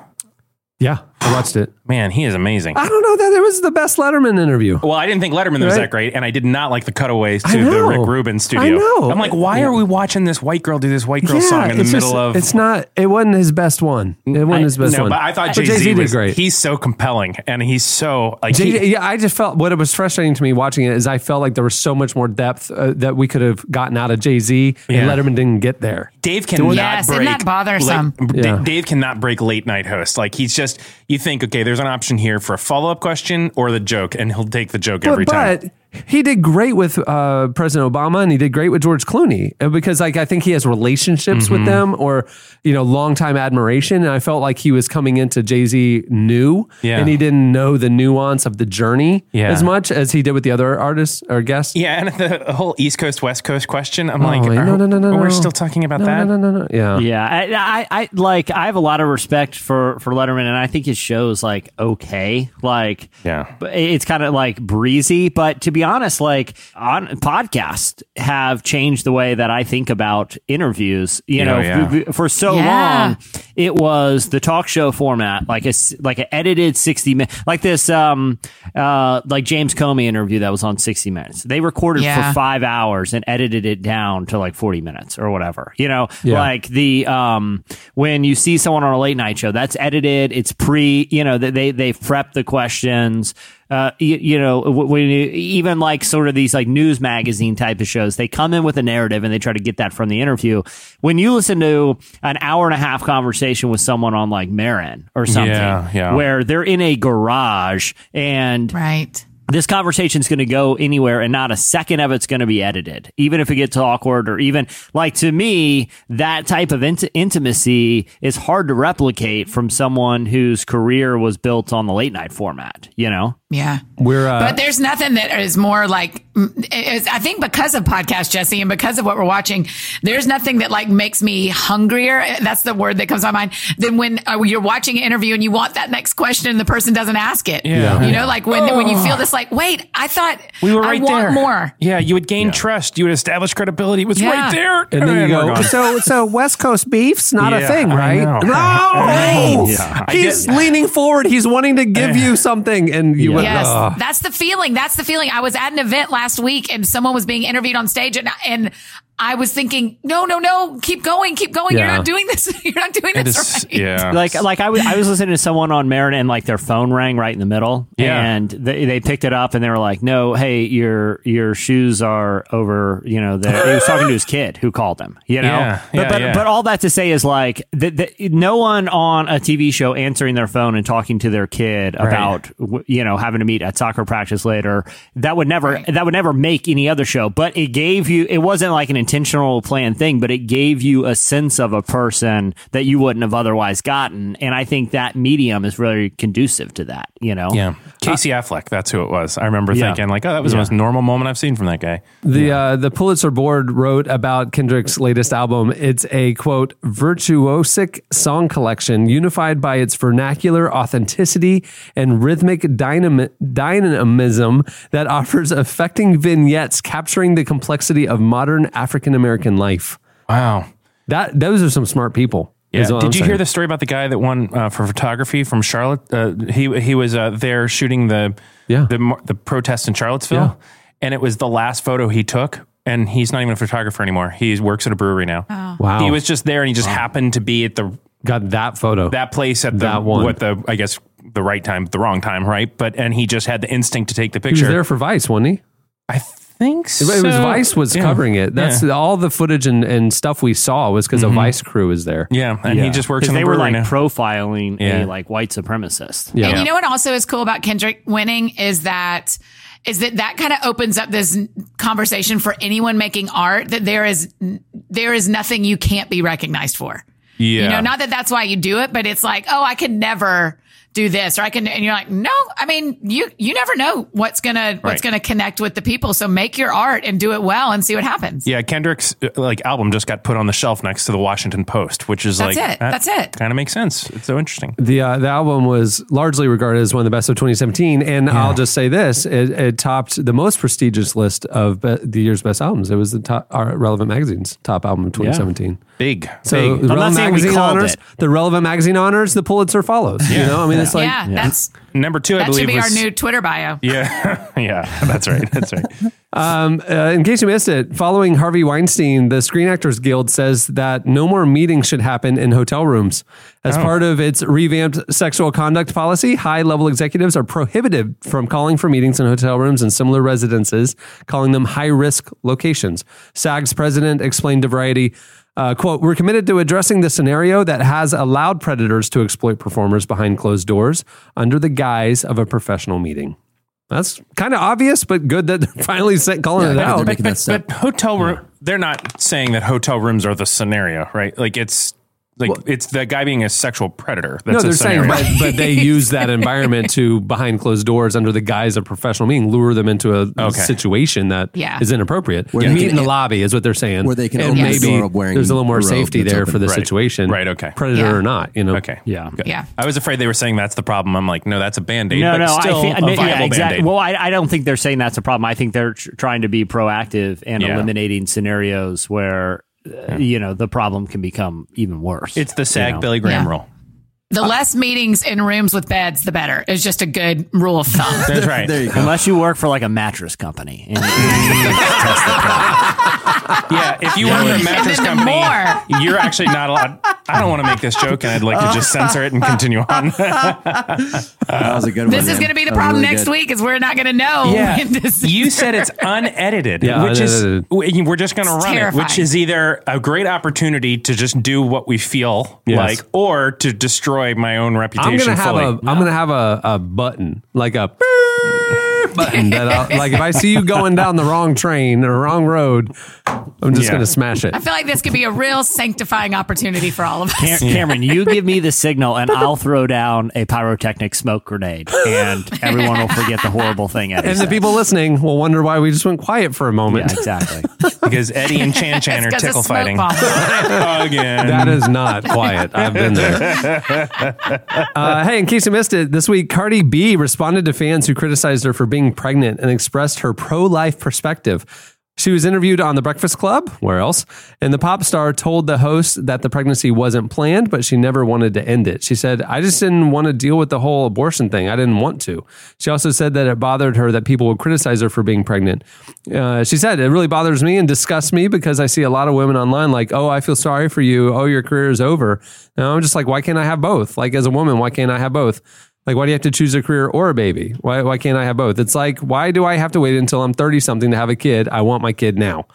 B: yeah. I watched it.
C: Man, he is amazing.
B: I don't know that it was the best Letterman interview.
C: Well, I didn't think Letterman was
B: Right.
C: that great, and I did not like the cutaways
B: I
C: to the
B: know.
C: Rick Rubin studio.
B: I know.
C: am like, why are we watching this white girl do this white girl song in the
B: it's
C: middle
B: just-
C: of?
B: it's not. It wasn't his best one. It wasn't
C: I-
B: his best
C: no,
B: one.
C: but I thought
B: But
C: Jay Z
B: did
C: was
B: great.
C: He's so compelling, and he's so like
B: J-
C: he-
B: yeah, I just felt what it was frustrating to me watching it is I felt like there was so much more depth uh, that we could have gotten out of Jay Z
C: Yeah.
B: and Letterman didn't get there.
C: Dave cannot
F: Yes,
C: break.
F: isn't that bothersome?
C: late- D-
B: Yeah.
C: Dave cannot break late night host. Like he's just. You think okay, there's an option here for a follow up question or the joke, and he'll take the joke every time.
B: but he did great with uh, President Obama and he did great with George Clooney And because like I think he has relationships with
C: Mm-hmm.
B: them or you know longtime admiration and I felt like he was coming into Jay Z new
C: Yeah.
B: and he didn't know the nuance of the journey
C: Yeah.
B: as much as he did with the other artists or guests.
C: Yeah, and the whole East Coast West Coast question. I'm like,
B: Oh,
C: are-
B: no, no, no, no,
C: we're
B: no.
C: still talking about
B: No,
C: that.
B: No, no, no, no. Yeah.
E: Yeah, I, I, I like. I have a lot of respect for for Letterman, and I think his show's like okay, like
C: Yeah.
E: but it- it's kind of like breezy. But to be honest, like on podcasts have changed the way that I think about interviews. You
C: Oh,
E: know,
C: yeah.
E: f- f- for so
F: Yeah.
E: long it was the talk show format, like a s- like an edited sixty minutes, like this, um, uh, like James Comey interview that was on sixty minutes. They recorded
F: Yeah.
E: for five hours and edited it down to like forty minutes or whatever. You know,
B: Yeah.
E: like the um, when you see someone on a late night show, that's edited. It's pre, you know, they they, they prep the questions. Uh, you, you know, w- when you, even like sort of these like news magazine type of shows, they come in with a narrative and they try to get that from the interview. When you listen to an hour and a half conversation with someone on like Marin or something,
C: Yeah, yeah.
E: where they're in a garage and
F: Right.
E: this conversation's going to go anywhere and not a second of it's going to be edited even if it gets awkward or even like to me that type of int- intimacy is hard to replicate from someone whose career was built on the late night format you know
F: Yeah.
B: We're uh,
F: But there's nothing that is more like mm, it's, I think because of podcast Jesse and because of what we're watching, there's nothing that like makes me hungrier. That's the word that comes to my mind. Than when uh, you're watching an interview and you want that next question and the person doesn't ask it.
C: Yeah. Oh.
F: You know, like when when you feel this, like, wait, I thought
C: We were right
F: I want
C: there.
F: more.
C: Yeah, you would gain trust. You would establish credibility. It was
F: Yeah.
C: right there.
B: and then you
C: we're
B: go.
C: gone.
B: So, so West Coast beef's not
C: Yeah,
B: a thing,
C: I
B: right?
C: know.
B: No,
C: Yeah. I
B: he's
C: get-
B: leaning forward. He's wanting to give you something, and you went.
F: Yes,
B: "Ugh."
F: that's the feeling. That's the feeling. I was at an event last week and someone was being interviewed on stage and and I was thinking, no, no, no, keep going, keep going. You're
B: Yeah.
F: not doing this. You're not doing
C: It
F: this
C: is-
F: right.
C: yeah.
E: like like I was I was listening to someone on Marin and like their phone rang right in the middle
C: Yeah.
E: and they, they picked it up and they were like no hey your your shoes are over you know the, he was talking to his kid who called him you know
C: Yeah,
E: but
C: yeah,
E: but,
C: yeah.
E: but all that to say is like that that no one on a TV show answering their phone and talking to their kid about w- you know having to meet at soccer practice later that would never that would never make any other show but it gave you it wasn't like an intentional planned thing but it gave you a sense of a person that you wouldn't have otherwise gotten and i think that medium is really conducive to that you know
C: yeah. Casey
B: Uh,
C: Affleck, that's who it was. I remember
E: Yeah.
C: thinking, like, oh, that was the most normal moment I've seen from that guy.
B: The uh, the Pulitzer board wrote about Kendrick's latest album. It's a quote virtuosic song collection unified by its vernacular authenticity and rhythmic dynam- dynamism that offers affecting vignettes capturing the complexity of modern African American life.
C: Wow.
B: That those are some smart people.
C: Yeah.
B: is
C: Did
B: what
C: you
B: I'm
C: hear
B: saying.
C: the story about the guy that won uh, for photography from Charlotte? Uh, he he was uh, there shooting the
B: Yeah.
C: the mar- the protest in Charlottesville,
B: Yeah.
C: and it was the last photo he took. And he's not even a photographer anymore. He works at a brewery now.
F: Oh.
B: Wow.
C: He was just there, and he just happened to be at the
B: Got that photo.
C: that place at the
B: That one.
C: what the I guess the right time, the wrong time, right? But and he just had the instinct to take the
B: he
C: picture.
B: was there for Vice, wasn't he?
C: I think so.
B: It was Vice was
C: Yeah.
B: covering it. That's
C: yeah, Mm-hmm.
B: all the footage and, and stuff we saw was because a Vice crew is there.
C: yeah. and he just works in
E: 'Cause
C: the
E: they were
C: brewery
E: like
C: now.
E: profiling
C: Yeah.
E: a like white supremacist
B: Yeah.
F: And you know what also is cool about Kendrick winning is that is that that kind of opens up this conversation for anyone making art that there is there is nothing you can't be recognized for.
C: yeah,
F: You know, not that that's why you do it, but it's like, oh, I could never do this, or I can. And you're like, no, I mean, you you never know what's gonna
C: Right.
F: what's gonna connect with the people. So make your art and do it well and see what happens.
C: Yeah, Kendrick's uh, like album just got put on the shelf next to the Washington Post, which is
F: That's
C: like
F: it. That's it.
C: Kind of makes sense. It's so interesting.
B: The uh, the album was largely regarded as one of the best of 2017, and I'll just say this: it, it topped the most uh, prestigious list of be- the year's best albums. It was the top our relevant magazine's top album of 2017.
C: Big.
B: So
C: big.
B: the
E: not
B: relevant
E: saying we
B: magazine
E: called
B: honors,
E: it.
B: the relevant magazine honors, the Pulitzer follows. You know, I mean, it's like
F: yeah, that's
C: Number two, I
F: that
C: believe
F: should be
C: was
F: our new Twitter bio.
C: yeah, yeah. That's right. That's right.
B: Uh, in case you missed it, following Harvey Weinstein, the Screen Actors Guild says that no more meetings should happen in hotel rooms.
D: Oh.
B: As part of its revamped sexual conduct policy, high level executives are prohibited from calling for meetings in hotel rooms and similar residences, calling them high risk locations. SAG's president explained to Variety. Uh, quote, we're committed to addressing the scenario that has allowed predators to exploit performers behind closed doors under the guise of a professional meeting. That's kind of obvious, but good that they're finally set calling
D: Yeah,
B: it
D: good
B: out.
D: they're making that
C: But,
D: step.
C: but hotel room, they're not saying that hotel rooms are the scenario, right? Like it's like it's the guy being a sexual predator. That's
B: No,
C: a
B: they're saying,
C: scenario.
B: but, but they use that environment to behind closed doors under the guise of professional meeting, lure them into a
C: Okay.
B: situation that is
F: Yeah.
B: inappropriate.
D: Where they
B: Meet
D: can-
B: in the lobby is what they're saying.
D: Where they can
B: and
D: open
F: the
B: maybe
D: door of wearing
B: there's a little
D: a
B: more
D: robe
B: safety
D: that's
B: there
D: open.
B: for the
D: Right.
B: situation,
C: Right, okay.
B: predator
F: Yeah.
B: or not, you know.
C: okay,
B: yeah.
C: Good.
F: Yeah.
C: I was afraid they were saying that's the problem. I'm like, no, that's a band aid.
E: No,
C: but
E: no,
C: still
E: I think,
C: a viable
E: yeah, exactly.
C: Band-Aid.
E: Well, I, I don't think they're saying that's a problem. I think they're tr- trying to be proactive and
C: Yeah.
E: eliminating scenarios where uh, you know the problem can become even worse.
C: it's the SAG
E: you know.
C: Billy Graham
F: Yeah.
C: rule.
F: The less meetings in rooms with beds, the better. It's just a good rule of thumb.
C: That's right.
D: There you go.
E: Unless you work for like a mattress company, and,
C: Yeah, if you own a mattress
F: And then the
C: company,
F: more.
C: you're actually not allowed. I don't want to make this joke, and I'd like to just censor it and continue on.
D: That was a good one.
F: This is
D: man.
F: going to be the
D: That was
F: problem
D: really
F: next
D: good.
F: week is we're not going to know. when Oh, this is
C: you said it's unedited,
B: Yeah,
C: which is
B: unedited.
C: we- we're just going to
F: It's
C: run it, which
F: terrifying.
C: is either a great opportunity to just do what we feel
B: Yes.
C: like, or to destroy my own reputation.
B: I'm gonna have
C: fully.
B: a am gonna have a, a button like a beep button that I'll, like if I see you going down the wrong train or wrong road, I'm just
C: Yeah.
B: gonna smash it.
F: I feel like this could be a real sanctifying opportunity for all of us.
E: Cam- Cameron, you give me the signal, and I'll throw down a pyrotechnic smoke grenade, and everyone will forget the horrible thing. Eddie
B: And the
E: said.
B: people listening will wonder why we just went quiet for a
E: yeah,
B: moment.
E: exactly.
C: because Eddie and Chan Chan are
F: It's 'cause of
C: tickle
F: smoke
C: fighting
F: bomb.
C: again.
B: That is not quiet. I've been there. Uh, hey, in case you missed it, this week Cardi B responded to fans who criticized her for being pregnant and expressed her pro life perspective. She was interviewed on The Breakfast Club, where else? And the pop star told the host that the pregnancy wasn't planned, but she never wanted to end it. She said, I just didn't want to deal with the whole abortion thing. I didn't want to. She also said that it bothered her that people would criticize her for being pregnant. Uh, she said, It really bothers me and disgusts me because I see a lot of women online like, oh, I feel sorry for you. Oh, your career is over. And I'm just like, why can't I have both? Like, as a woman, why can't I have both? Like, why do you have to choose a career or a baby? Why, why can't I have both? It's like, why do I have to wait until I'm 30 something to have a kid? I want my kid now.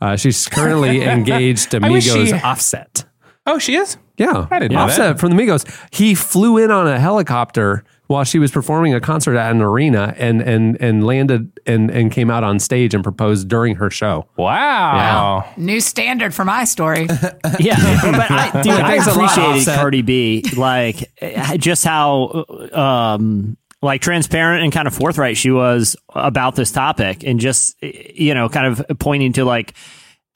B: Uh, she's currently engaged to
C: I wish
B: Migos
C: she-
B: Offset.
C: Oh, she is.
B: Yeah.
C: I didn't know
B: Offset
C: that.
B: from the Migos. He flew in on a helicopter while she was performing a concert at an arena and and and landed and and came out on stage and proposed during her show.
C: Wow.
F: New standard for my story.
E: Yeah, but I, dude, I
B: thanks a lot,
E: appreciated
B: Offset.
E: Cardi B, like eh, just how um, like transparent and kind of forthright she was about this topic, and just eh, you know, kind of pointing to like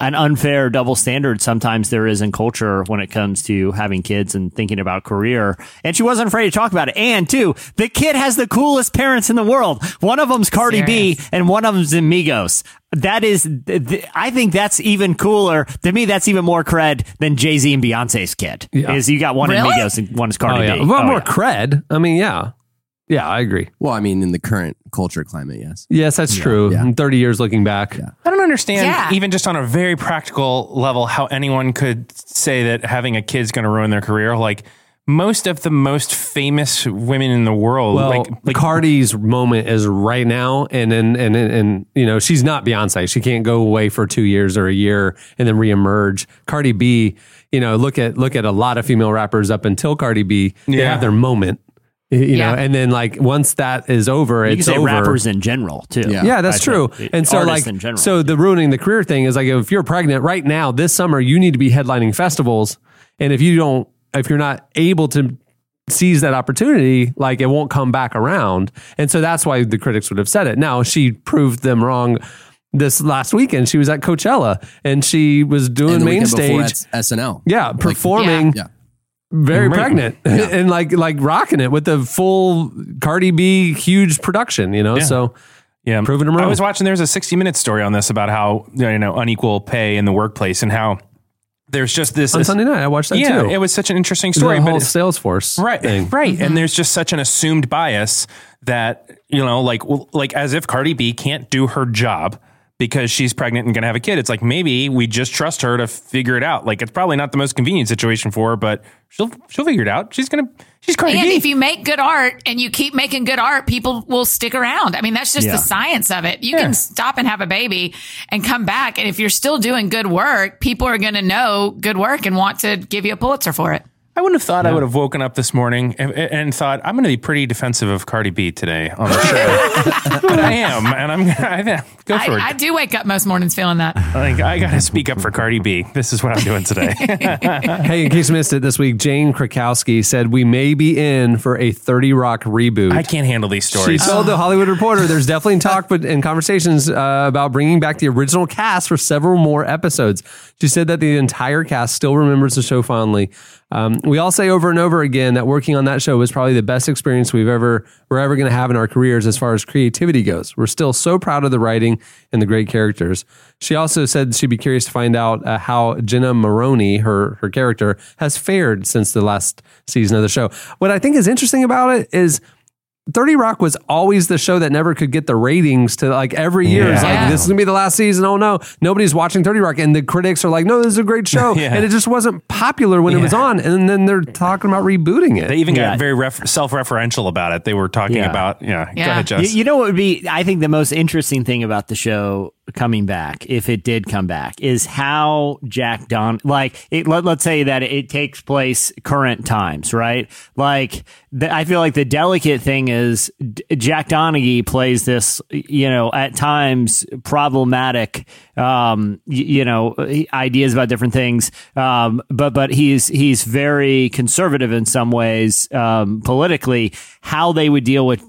E: an unfair double standard sometimes there is in culture when it comes to having kids and thinking about career. And she wasn't afraid to talk about it. And two, the kid has the coolest parents in the world. One of them's Cardi B, and one of them's Amigos. That is, th- th- I think that's even cooler. To me, that's even more cred than Jay Z and Beyonce's kid.
B: Yeah.
E: Is you got one
F: Really?
E: Amigos and one is
B: Oh,
E: Cardi
B: yeah.
E: B.
B: Well,
E: Oh,
B: more
E: yeah.
B: cred. I mean, yeah. Yeah, I agree.
D: Well, I mean, in the current culture climate, yes.
B: Yes, that's true.
D: Yeah.
B: In 30 years looking back.
C: I don't understand,
F: Yeah.
C: even just on a very practical level, how anyone could say that having a kid's going to ruin their career. Like most of the most famous women in the world,
B: Well,
C: like, like
B: Cardi's moment is right now, and then and, and and you know she's not Beyonce. She can't go away for two years or a year and then reemerge. Cardi B, you know, look at look at a lot of female rappers up until Cardi B, they
C: Yeah.
B: have their moment, you
F: Yeah.
B: know, and then like once that is over,
E: You can
B: it's
E: say
B: over.
E: rappers in general too.
D: Yeah.
B: yeah, that's
E: I
B: true.
E: think,
B: And so,
E: artists
B: like,
E: in general.
B: so the ruining the career thing is like if you're pregnant right now this summer, you need to be headlining festivals, and if you don't, if you're not able to seize that opportunity, like it won't come back around. And so that's why the critics would have said it. Now she proved them wrong. This last weekend, she was at Coachella and she was doing
D: And the
B: main
D: weekend before,
B: stage.
D: that's SNL.
B: Yeah, performing
D: Yeah.
B: very pregnant and like like rocking it with the full Cardi B huge production, you know. So
C: Yeah,
B: Proving 'em
C: I
B: wrong.
C: was watching. There was a 60 Minutes story on this about how you know unequal pay in the workplace and how there's just this
B: On Sunday night, I watched that
C: yeah,
B: too.
C: it was such an interesting
B: the
C: story. but
B: whole
C: it's-
B: Salesforce
C: right
B: thing.
C: right and there's just such an assumed bias that you know like well, like as if cardi b can't do her job because she's pregnant and going to have a kid it's like maybe we just trust her to figure it out like it's probably not the most convenient situation for her but she'll she'll figure it out she's going to she's cardi
F: And
C: b
F: if you make good art and you keep making good art, people will stick around. I mean, that's just
E: Yeah.
F: the science of it. You
C: Yeah.
F: can stop and have a baby and come back. And if you're still doing good work, people are going to know good work and want to give you a Pulitzer for it.
C: i wouldn't have thought i would have woken up this morning and, and thought i'm going to be pretty defensive of cardi b today on the show but i am and i'm gonna go for it
F: I, I do wake up most mornings feeling that.
C: I think i gotta speak up for cardi b this is what i'm doing today
B: Hey, in case you missed it this week, Jane Krakowski said we may be in for a 30 Rock reboot.
C: i can't handle these
B: she
C: stories
B: told the Hollywood Reporter there's definitely talk but, and conversations uh, about bringing back the original cast for several more episodes. She said that the entire cast still remembers the show fondly. Um, we all say over and over again that working on that show was probably the best experience we've ever we're ever going to have in our careers as far as creativity goes. We're still so proud of the writing and the great characters. She also said she'd be curious to find out uh, how Jenna Maroney, her her character, has fared since the last season of the show. What I think is interesting about it is 30 Rock was always the show that never could get the ratings to like every year. It's like,
F: Yeah.
B: this is going to be the last season. Oh no, nobody's watching 30 Rock. And the critics are like, no, this is a great show.
C: Yeah.
B: And it just wasn't popular when it was
C: Yeah.
B: on. And then they're talking about rebooting it.
C: They even
E: Yeah.
C: got very ref- self-referential about it. They were talking
E: Yeah.
C: about yeah. Go
F: Yeah.
C: ahead,
E: You,
C: Jess.
E: you know what would be, I think, the most interesting thing about the show coming back, if it did come back, is how Jack Don, like, it, let, let's say that it takes place current times, right? Like, the, I feel like the delicate thing is D- Jack Donaghy plays this, you know, at times problematic, um, y- you know, ideas about different things. Um, but, but he's, he's very conservative in some ways, um, politically, how they would deal with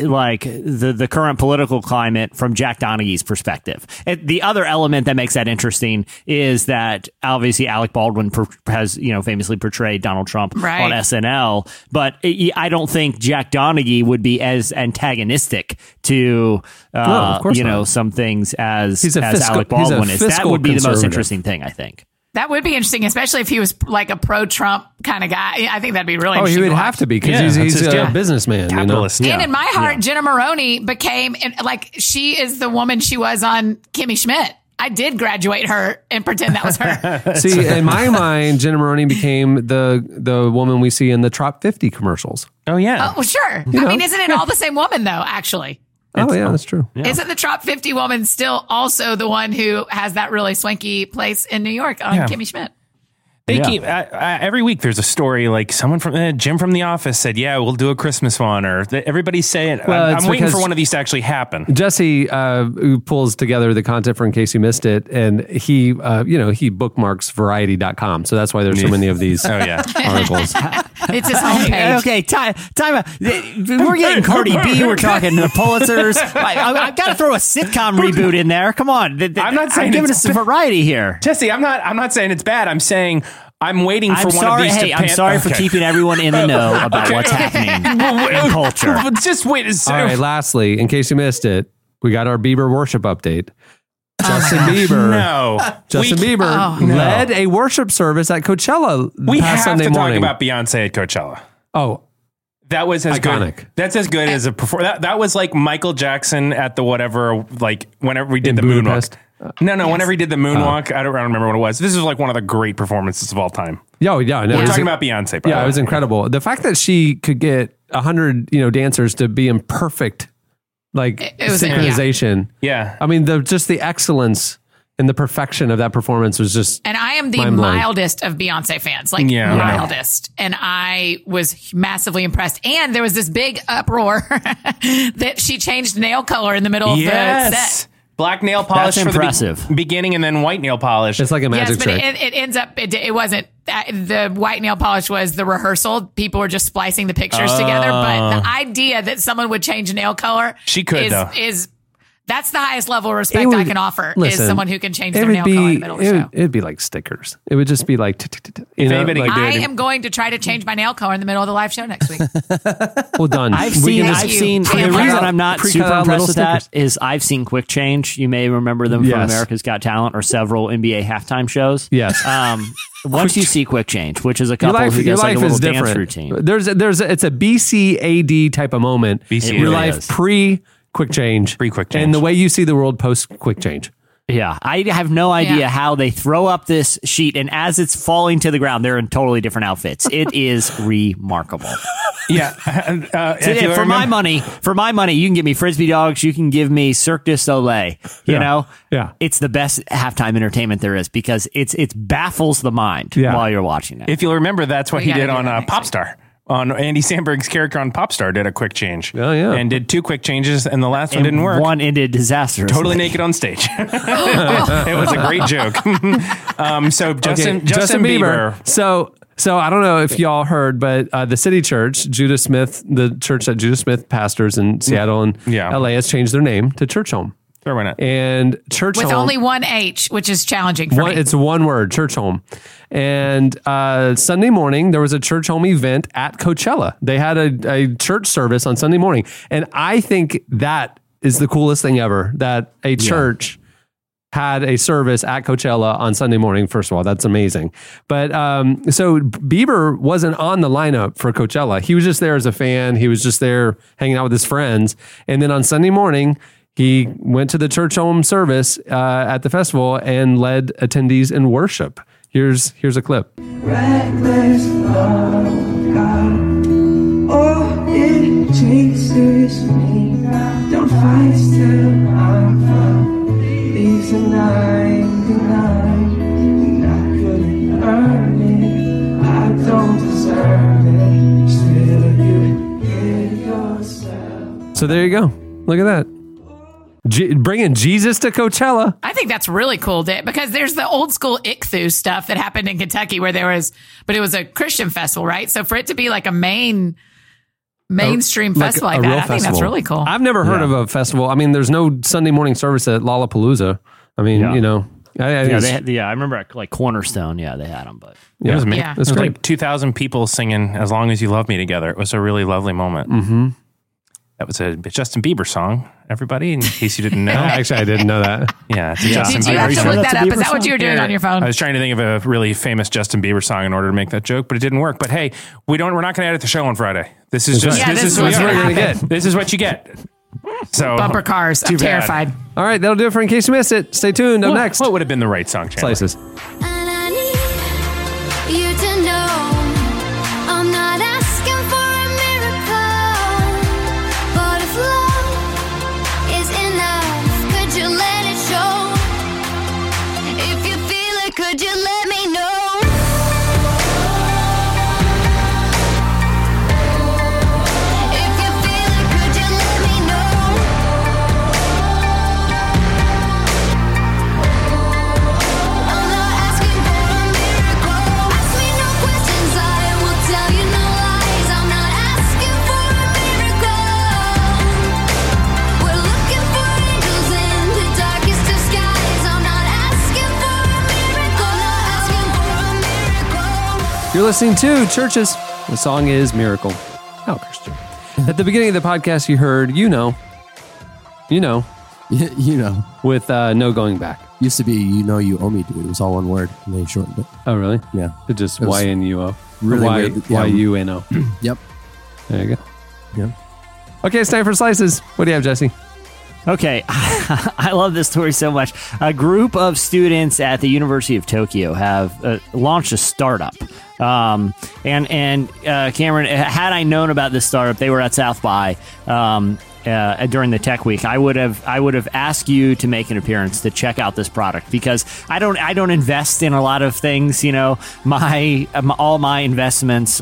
E: like the the current political climate from Jack Donaghy's perspective. And the other element that makes that interesting is that obviously Alec Baldwin per- has you know famously portrayed Donald Trump
F: Right.
E: on SNL, but it, I don't think Jack Donaghy would be as antagonistic to uh,
B: No, Oh, of course
E: you know
B: not.
E: some things as
B: He's a
E: as
B: fiscal-
E: Alec
B: he's a
E: Baldwin is. That
B: fiscal
E: would be the most
B: conservative.
E: interesting thing, I think.
F: That would be interesting, especially if he was like a pro Trump kind of guy. I think that'd be really
B: oh, he
F: interesting.
B: would
F: watch.
B: have to be because
C: Yeah,
B: he's,
C: that's
B: he's
C: his
B: a
C: deal.
B: businessman. you know?
C: Capitalist.
F: And in my heart, Jenna Maroney became and, like she is the woman she was on Kimmy Schmidt. I did graduate her and pretend that was her.
B: See, in my mind, Jenna Maroney became the the woman we see in the Trop 50 commercials.
C: oh yeah.
F: well, sure. I mean, isn't it all the same woman though? Actually,
B: oh, yeah, that's true.
F: isn't the top fifty woman still also the one who has that really swanky place in New York on Kimmy Schmidt?
C: They keep I, I, every week. There's a story like someone from uh, Jim from the office said, "Yeah, we'll do a Christmas one." Or th- everybody's saying,
B: Well,
C: "I'm,
B: it's
C: I'm waiting for
B: because-
C: one of these to actually happen."
B: Jesse uh, who pulls together the content for in case you missed it, and he, uh, you know, he bookmarks variety.com. So that's why there's so many of these
C: Oh yeah.
B: articles.
F: It's his homepage.
E: Okay, time, time out. We're getting Cardi B. We're talking the Pulitzers. I, I, I've got to throw a sitcom reboot in there. Come on, Th- th-
C: I'm not saying
E: giving
C: it's
E: us some variety here.
C: Jesse, I'm not. I'm not saying it's bad. I'm saying I'm waiting for
E: I'm
C: one
E: sorry.
C: of these
E: Hey,
C: to.
E: I'm
C: pan-
E: sorry for
C: Okay.
E: keeping everyone in the know about
C: Okay.
E: what's happening
C: Well, wait-
E: in culture.
C: Well, Just wait. A
B: All
C: second.
B: right. Lastly, in case you missed it, we got our Bieber worship update.
F: Oh
B: Justin Bieber.
C: No,
B: Justin
C: we,
B: Bieber led a worship service at Coachella
C: We have
B: past Sunday
C: to talk
B: morning.
C: about Beyonce at Coachella.
B: oh,
C: That was as
B: Iconic.
C: Good, that's as good as a perform. That, that was like Michael Jackson at the whatever, like whenever we did
B: In
C: the
B: Budapest? Uh,
C: moonwalk. No, no, whenever he did the moonwalk, I, don't, I don't remember what it was. This is like one of the great performances of all time.
B: yeah, yeah. No,
C: We're
B: it was-
C: talking about Beyonce. By the
B: yeah,
C: way.
B: it was incredible. The fact that she could get hundred, you know, dancers to be in perfect like
F: it was- yeah.
B: synchronization.
C: Yeah.
B: I mean, the just the excellence and the perfection of that performance was just.
F: And I am the
B: Mind blowing.
F: mildest of Beyonce fans, like
C: Yeah.
F: mildest. And I was massively impressed. And there was this big uproar that she changed nail color in the middle of the set.
C: yes. Black nail polish
E: That's
C: for the
E: impressive.
C: be- beginning, and then white nail polish.
B: It's like a magic
F: yes, but
B: trick.
F: it, it ends up. It, it wasn't that- the white nail polish was the rehearsal. People were just splicing
B: Oh.
F: the pictures together. But the idea that someone would change nail color,
C: She could,
F: is,
C: though.
F: is That's the highest level of respect I
B: would-
F: can offer
B: listen,
F: is someone who can change
B: it
F: their
B: would
F: nail
B: be,
F: color in the middle of the
B: it
F: show.
B: would, it'd be like stickers. It would just be like, t- t- t- t- you know,
C: anybody
B: like,
C: could-
F: I
C: Dude.
F: am going to try to change my nail color in the middle of the live show next week.
B: well done.
E: I've
B: We
E: seen.
B: can
F: just-
E: I've
F: You
E: seen.
F: pre-
E: The
F: cut
E: reason
F: out-
E: I'm not
B: pre-cut
E: super
B: out uh, little
E: impressed with that is I've seen Quick Change. You may remember them from
B: Yes.
E: America's Got Talent or several NBA halftime shows.
B: Yes.
E: Um, once you see Quick Change, which is a
B: your
E: couple
B: life,
E: who
B: your
E: does like
B: life
E: a little
B: is
E: dance
B: different.
E: routine.
B: There's, there's, it's a BCAD type of moment.
C: BCAD.
B: Your
C: It
E: really
B: life
E: is.
B: pre quick change,
C: Pre quick
B: and
C: change.
B: the way you see the world post quick change.
E: Yeah, I have no idea
F: Yeah.
E: how they throw up this sheet, and as it's falling to the ground, they're in totally different outfits. It is remarkable.
C: Yeah. Uh, uh, if
E: Yeah,
C: you
E: for my
C: remember-
E: money, for my money, you can give me frisbee dogs. You can give me Cirque du Soleil. You
B: Yeah.
E: know,
B: Yeah.
E: it's the best halftime entertainment there is because it's it baffles the mind
B: Yeah.
E: while you're watching it.
C: If you'll remember, that's what
F: We
C: he
F: gotta
C: did
F: do
C: on
F: that
C: uh,
F: next week.
C: Popstar. On Andy Sandberg's character on Popstar did a quick change.
B: Oh, yeah.
C: And did two quick changes, and the last one didn't work.
E: One ended disastrously.
C: Totally naked on stage. it was a great joke. um, so Justin,
B: Okay,
C: Justin, Bieber.
B: So, so I don't know if y'all heard, but uh, the city church, Judah Smith, the church that Judah Smith pastors in Seattle and
C: Yeah.
B: LA, has changed their name to Church Home.
C: Sure, why not?
B: And Church
F: With
B: Home
F: only one H, which is challenging for
B: One,
F: me.
B: it's one word, church home. And uh, Sunday morning, there was a church home event at Coachella. They had a, a church service on Sunday morning. And I think that is the coolest thing ever that a church had a service at Coachella on Sunday morning. First of all, that's amazing. But um, so Bieber wasn't on the lineup for Coachella. He was just there as a fan. He was just there hanging out with his friends. And then on Sunday morning, he went to the church home service uh, at the festival and led attendees in worship. Here's here's a clip.
H: Reckless love, God. Oh, it chases me. Don't fight till I'm found. These are 99. And I couldn't earn it. I don't deserve it. Still, you give yourself.
B: So there you go. Look at that. Je- bringing Jesus to Coachella.
F: I think that's really cool, Dick, because there's the old school ichthu stuff that happened in Kentucky where there was, but it was a Christian festival, right? So for it to be like a main, mainstream festival
B: a
F: like,
B: real
F: that, I think that's
B: festival.
F: really cool.
B: I've never heard of a festival. I mean, there's no Sunday morning service at Lollapalooza. I mean,
E: Yeah.
B: you know, I, I
E: Yeah,
B: it's-
E: they had, yeah, I remember at, like Cornerstone. Yeah, they had them, but
B: yeah.
C: It was amazing.
F: Yeah.
C: It was
B: great.
C: like 2,000 people singing As Long As You Love Me together. It was a really lovely moment. Mm-hmm. That was a Justin Bieber song, everybody, in case you didn't know.
B: Oh, Actually, I didn't know that.
C: yeah. it's a Justin
F: Did you
C: Bieber
F: have to
C: song.
F: look that up?
E: Bieber
F: Is that what you were doing on your phone?
C: I was trying to think of a really famous Justin Bieber song in order to make that joke, but it didn't work. But hey, we don't. We're not going to edit the show on Friday. This is just.
F: right. Yeah,
C: this,
F: this
C: is,
F: is what's
C: what
F: gonna
C: you're
F: happen.
C: get. This is what you get. So
F: Bumper cars. I'm
C: too bad.
F: terrified.
B: All right, that'll do it for in case you missed it. Stay tuned. Up
C: What-
B: next,
C: What would have been the right song? Chandler?
B: slices.
I: And I need you to know I'm not asking for a miracle. But if love is enough, could you let it show? If you feel it, could you let me know? If you feel it, could you let me know? I'm not asking for a miracle. Ask me no questions, I will tell you no lies. I'm not asking for a miracle. We're looking for angels in the darkest of skies. I'm not asking for a miracle. I'm not asking for a miracle.
B: You're listening to Churches. The song is Miracle. Oh, Christian. At the beginning of the podcast, you heard you know, you know,
D: you know,
B: with uh, no going back.
D: used to be you know you owe me, dude. It was all one word, and they shortened it.
B: Oh, really?
D: Yeah.
B: It just
D: It was
B: Y N U O.
D: really
B: Y
D: weird, yeah.
B: Y U N O.
D: Yep.
B: There you go.
D: Yeah.
B: Okay, it's time for slices. What do you have, Jesse?
E: Okay, I love this story so much. A group of students at the University of Tokyo have uh, launched a startup. Um, and and uh, Cameron, had I known about this startup, they were at South by um, uh, during the Tech Week. I would have I would have asked you to make an appearance to check out this product because I don't I don't invest in a lot of things. You know, my um, all my investments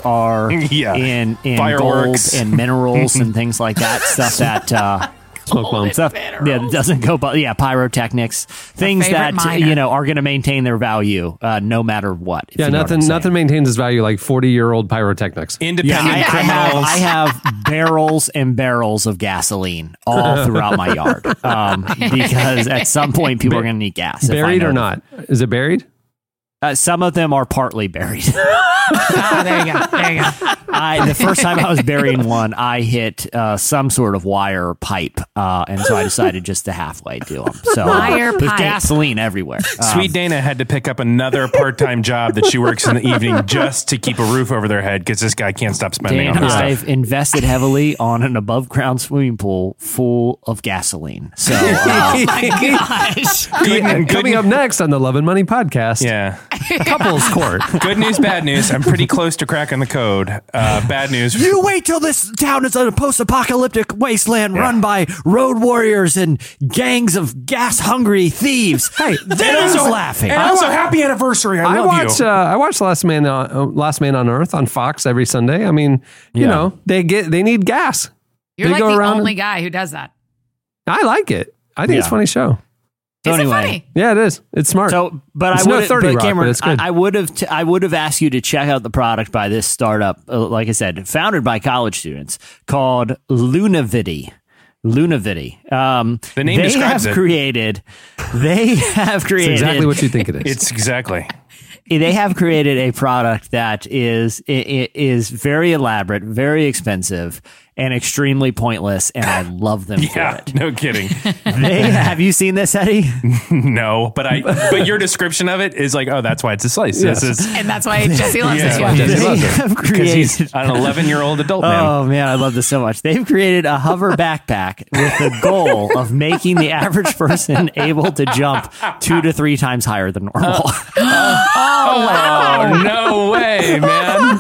E: are
C: Yeah.
E: in in
C: Fireworks.
E: gold and minerals and things like that. Stuff that. Uh,
B: smoke bombs.
E: stuff. Yeah, that doesn't go. But yeah, pyrotechnics, things
F: favorite
E: that
F: minor.
E: you know are going to maintain their value uh, no matter what. if
B: Yeah,
E: you know what
B: nothing
E: I'm saying.
B: nothing maintains its value like 40 year old pyrotechnics.
E: Yeah,
C: Independent
E: I, I have,
C: criminals.
E: I have barrels and barrels of gasoline all throughout my yard um, because at some point people are going to need gas. if I
B: buried
E: know
B: or
E: them.
B: not? Is it buried?
E: Uh, some of them are partly buried.
F: Ah, there you go. There you go.
E: I, the first time I was burying one, I hit uh, some sort of wire pipe, uh, and so I decided just to halfway do them. So uh,
F: Wire
E: there's
F: pipe.
E: gasoline everywhere. Um,
C: Sweet Dana had to pick up another part-time job that she works in the evening just to keep a roof over their head because this guy can't stop spending
E: Dan,
C: on this stuff.
E: I've invested heavily on an above ground swimming pool full of gasoline. So uh,
C: Oh Good, good,
B: Coming up next on the Love and Money podcast,
C: yeah.
B: couples court.
C: Good news, bad news. I'm pretty close to cracking the code. Uh, bad news.
E: You wait till this town is a post apocalyptic wasteland run by road warriors and gangs of gas hungry thieves. Hey, then who's laughing?
C: And also, happy anniversary. I,
B: I
C: love
B: watch
C: you.
B: uh, I watch Last Man on uh, Last Man on Earth on Fox every Sunday. I mean, you
E: Yeah.
B: know, they get they need gas.
F: You're
B: They
F: like
B: go
F: the
B: around
F: only guy who does that.
B: I like it. I think it's a
E: Yeah.
B: funny show.
E: So
F: Is it
E: anyway.
F: funny?
B: Yeah, it is. It's smart.
E: So, but
B: It's
E: I
B: no
E: would
B: 30 Rock,
E: but
B: but
E: Cameron,
B: it's good.
E: I would have t- I would have asked you to check out the product by this startup, uh, like I said, founded by college students called Lunavity. Lunavity. Um,
C: The name
E: they
C: describes
E: have
C: it.
E: created. They have
B: it's
E: created
B: exactly what you think it is.
C: It's exactly.
E: they have created a product that is i- i- is very elaborate, very expensive, and extremely pointless. And I love them for
C: Yeah,
E: it.
C: no kidding.
E: They, have you seen this, Eddie?
C: No, but I. But your description of it is like, oh, that's why it's a slice. This is
F: And that's why Jesse loves
C: Yeah.
F: it.
C: Yeah.
E: they
B: love
E: have
C: because
E: created.
C: he's an 11 year old adult now.
E: Oh man, I love this so much. They've created a hover backpack with the goal of making the average person able to jump two to three times higher than normal.
C: Oh, no way, man!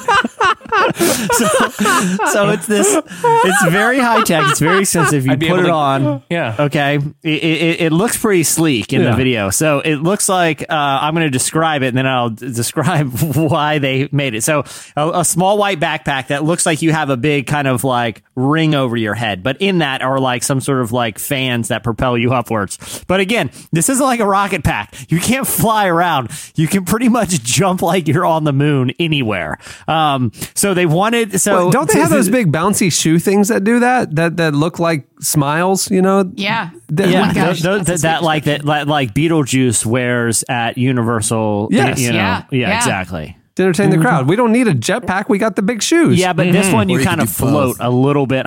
E: so it's this. It's very high tech. It's very expensive. You
C: I'd be
E: put
C: able
E: it
C: to-
E: on.
C: Yeah.
E: Okay. It, it, it looks pretty sleek in
B: Yeah.
E: the video. So it looks like uh, I'm going to describe it, and then I'll d- describe why they made it. So a, a small white backpack that looks like you have a big kind of like ring over your head, but in that are like some sort of like fans that propel you upwards. But again, this isn't like a rocket pack. You can't fly around. You can pretty much jump like you're on the moon anywhere. Um, so they wanted. So
B: Well, don't they have those big bouncy shoe things that do that? That that look like smiles, you know?
F: Yeah.
B: That-
E: yeah,
F: my gosh,
E: tho- tho-
F: that's a
E: that like that like, like Beetlejuice wears at Universal.
B: Yes.
E: you know,
F: Yeah,
E: yeah,
F: yeah.
E: exactly.
B: To entertain the crowd. We don't need a jetpack. We got the big shoes.
E: Yeah, but
B: Mm-hmm.
E: this one
D: Or
E: you
D: you
E: kind
D: could
E: of
D: do
E: float
D: both.
E: a little bit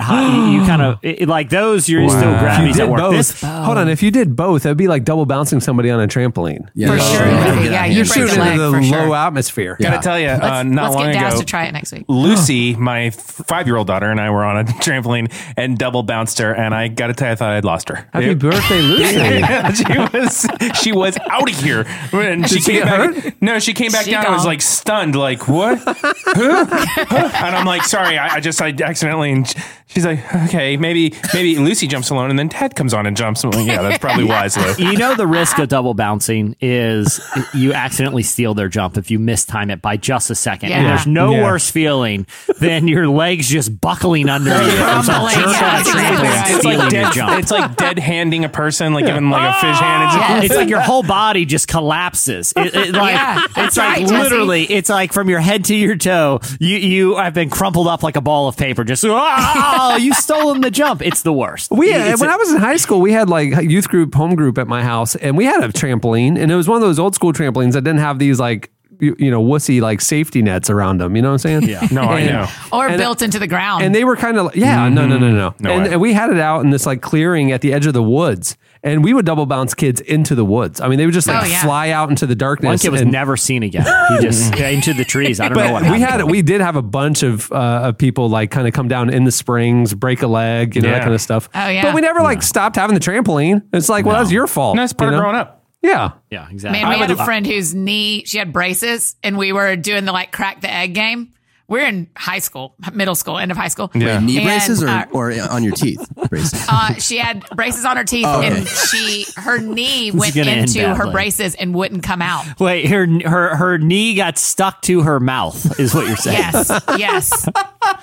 E: high. you kind of it- like those. You're still
B: If you
E: gravity
B: did
E: at work.
B: both,
E: This,
B: hold on. If you did both, that'd be like double bouncing somebody on a trampoline.
D: Yeah,
F: For
D: that's
F: sure.
D: true.
F: Yeah,
D: Get out of
F: you
D: here.
F: should-
B: Shoot
F: Break a
B: into
F: leg,
B: the
F: for
B: low
F: sure.
B: atmost,here
C: Gotta tell you, uh, not
F: Let's
C: long
F: get Daz
C: ago,
F: to try it next week.
C: Lucy, my five year old daughter, and I were on a trampoline and double bounced her, and I gotta tell you, I thought I'd lost her.
B: Happy
C: It-
B: birthday, Lucy.
C: she was she was out of here. And she
B: Did she get
C: came back.
B: hurt?
C: No, she came back
F: She
C: down and was
F: gone.
C: like stunned, like what? Huh? Huh? and I'm like, sorry, I, I just I accidentally. And sh- she's like, okay, maybe maybe Lucy jumps alone, and then Ted comes on and jumps. I'm like, yeah, that's probably wise. Lou.
E: you know the risk of double bouncing is you accidentally steal their jump if you mistime it by just a second. And
F: Yeah.
E: there's no
C: Yeah.
E: worse feeling than your legs just buckling under you. from some
F: Crumbling.
E: jerk
F: Yeah,
E: on a
F: that's
E: trampoline
F: exactly right.
C: It's
E: stealing
C: like
E: your
C: dead.
E: jump.
C: It's like dead handing a person, like giving them like a fish hand. It's like,
E: it's like your whole body just collapses. It, it, like,
F: Yeah, that's
E: it's like
F: right, Jesse.
E: literally, it's like from your head to your toe, you you have been crumpled up like a ball of paper. Just oh, you stolen the jump. It's the worst.
B: We uh,
E: It's
B: when
E: a-
B: I was in high school, we had like youth group, home group at my house, and we had a trampoline, and it was one of those old school trampolines that didn't have these like you, you know wussy like safety nets around them. You know what I'm saying? Yeah.
C: no, I know.
F: Or
B: And-
F: built into the ground.
B: And they were kind of like, yeah, no, no, no, no.
C: No
B: and,
C: way.
B: and we had it out in this like clearing at the edge of the woods, and we would double bounce kids into the woods. I mean, they would just like
F: Oh, yeah.
B: fly out into the darkness.
E: one kid was
B: and-
E: never seen again. He just into the trees. I don't know what
B: But we
E: happened.
B: had we did have a bunch of uh, of people like kind of come down in the springs, break a leg, you know that
C: Yeah.
B: kind of stuff.
F: Oh, yeah.
B: But we never like stopped having the trampoline. It's like, well, that's your fault.
C: No, it's part
B: you
C: of
B: know?
C: growing up.
B: Yeah.
E: yeah, exactly.
F: Man, we
E: I
F: had
E: would-
F: a friend whose knee, she had braces, and we were doing the like crack the egg game We're in high school, middle school, end of high school.
C: Yeah.
D: Knee
F: And,
D: braces or,
F: uh,
D: or on your teeth braces?
F: Uh, she had braces on her teeth,
D: Oh, okay.
F: and she her knee went
E: gonna end
F: into her
E: badly.
F: braces and wouldn't come out.
E: Wait, her her her knee got stuck to her mouth is what you're saying.
F: Yes, yes.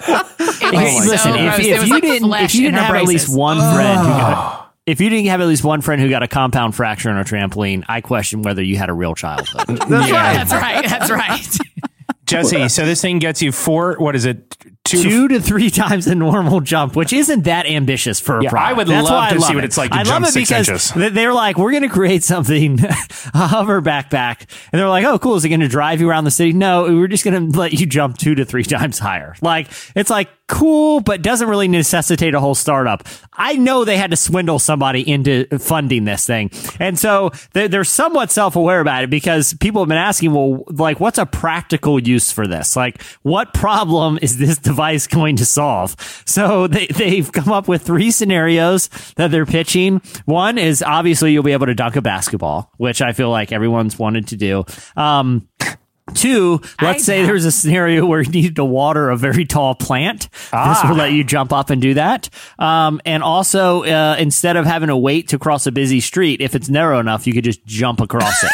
F: It
E: Hey,
F: was
E: listen,
F: so
E: if,
F: gross.
E: if
F: It was
E: you
F: like
E: didn't
F: flesh
E: if you
F: in
E: didn't
F: her
E: have at least
F: braces.
E: one friend who got if you didn't have at least one friend who got a compound fracture on a trampoline, I question whether you had a real childhood.
B: That's right.
F: That's right. That's right.
C: Jesse, so this thing gets you four, what is it? Two, to
E: Two to three times the normal jump, which isn't that ambitious for a
C: Yeah,
E: product.
C: I would
E: That's
C: love
E: why I
C: to see
E: it.
C: what it's like to
E: I
C: jump
E: love it
C: six
E: because
C: inches.
E: th- they're like, we're going to create something, a hoverback back, and they're like, oh, cool. Is it going to drive you around the city? No, we're just going to let you jump two to three times higher. Like, it's like cool, but doesn't really necessitate a whole startup. I know they had to swindle somebody into funding this thing, and so they're, they're somewhat self aware about it because people have been asking, well, like, what's a practical use for this? Like, what problem is this device going to solve? So they, they've come up with three scenarios that they're pitching. One is obviously you'll be able to dunk a basketball, which I feel like everyone's wanted to do. Um, Two, let's say there was a scenario where you needed to water a very tall plant. This will let you jump up and do that. Um, and also, uh, instead of having to wait to cross a busy street, if it's narrow enough, you could just jump across it.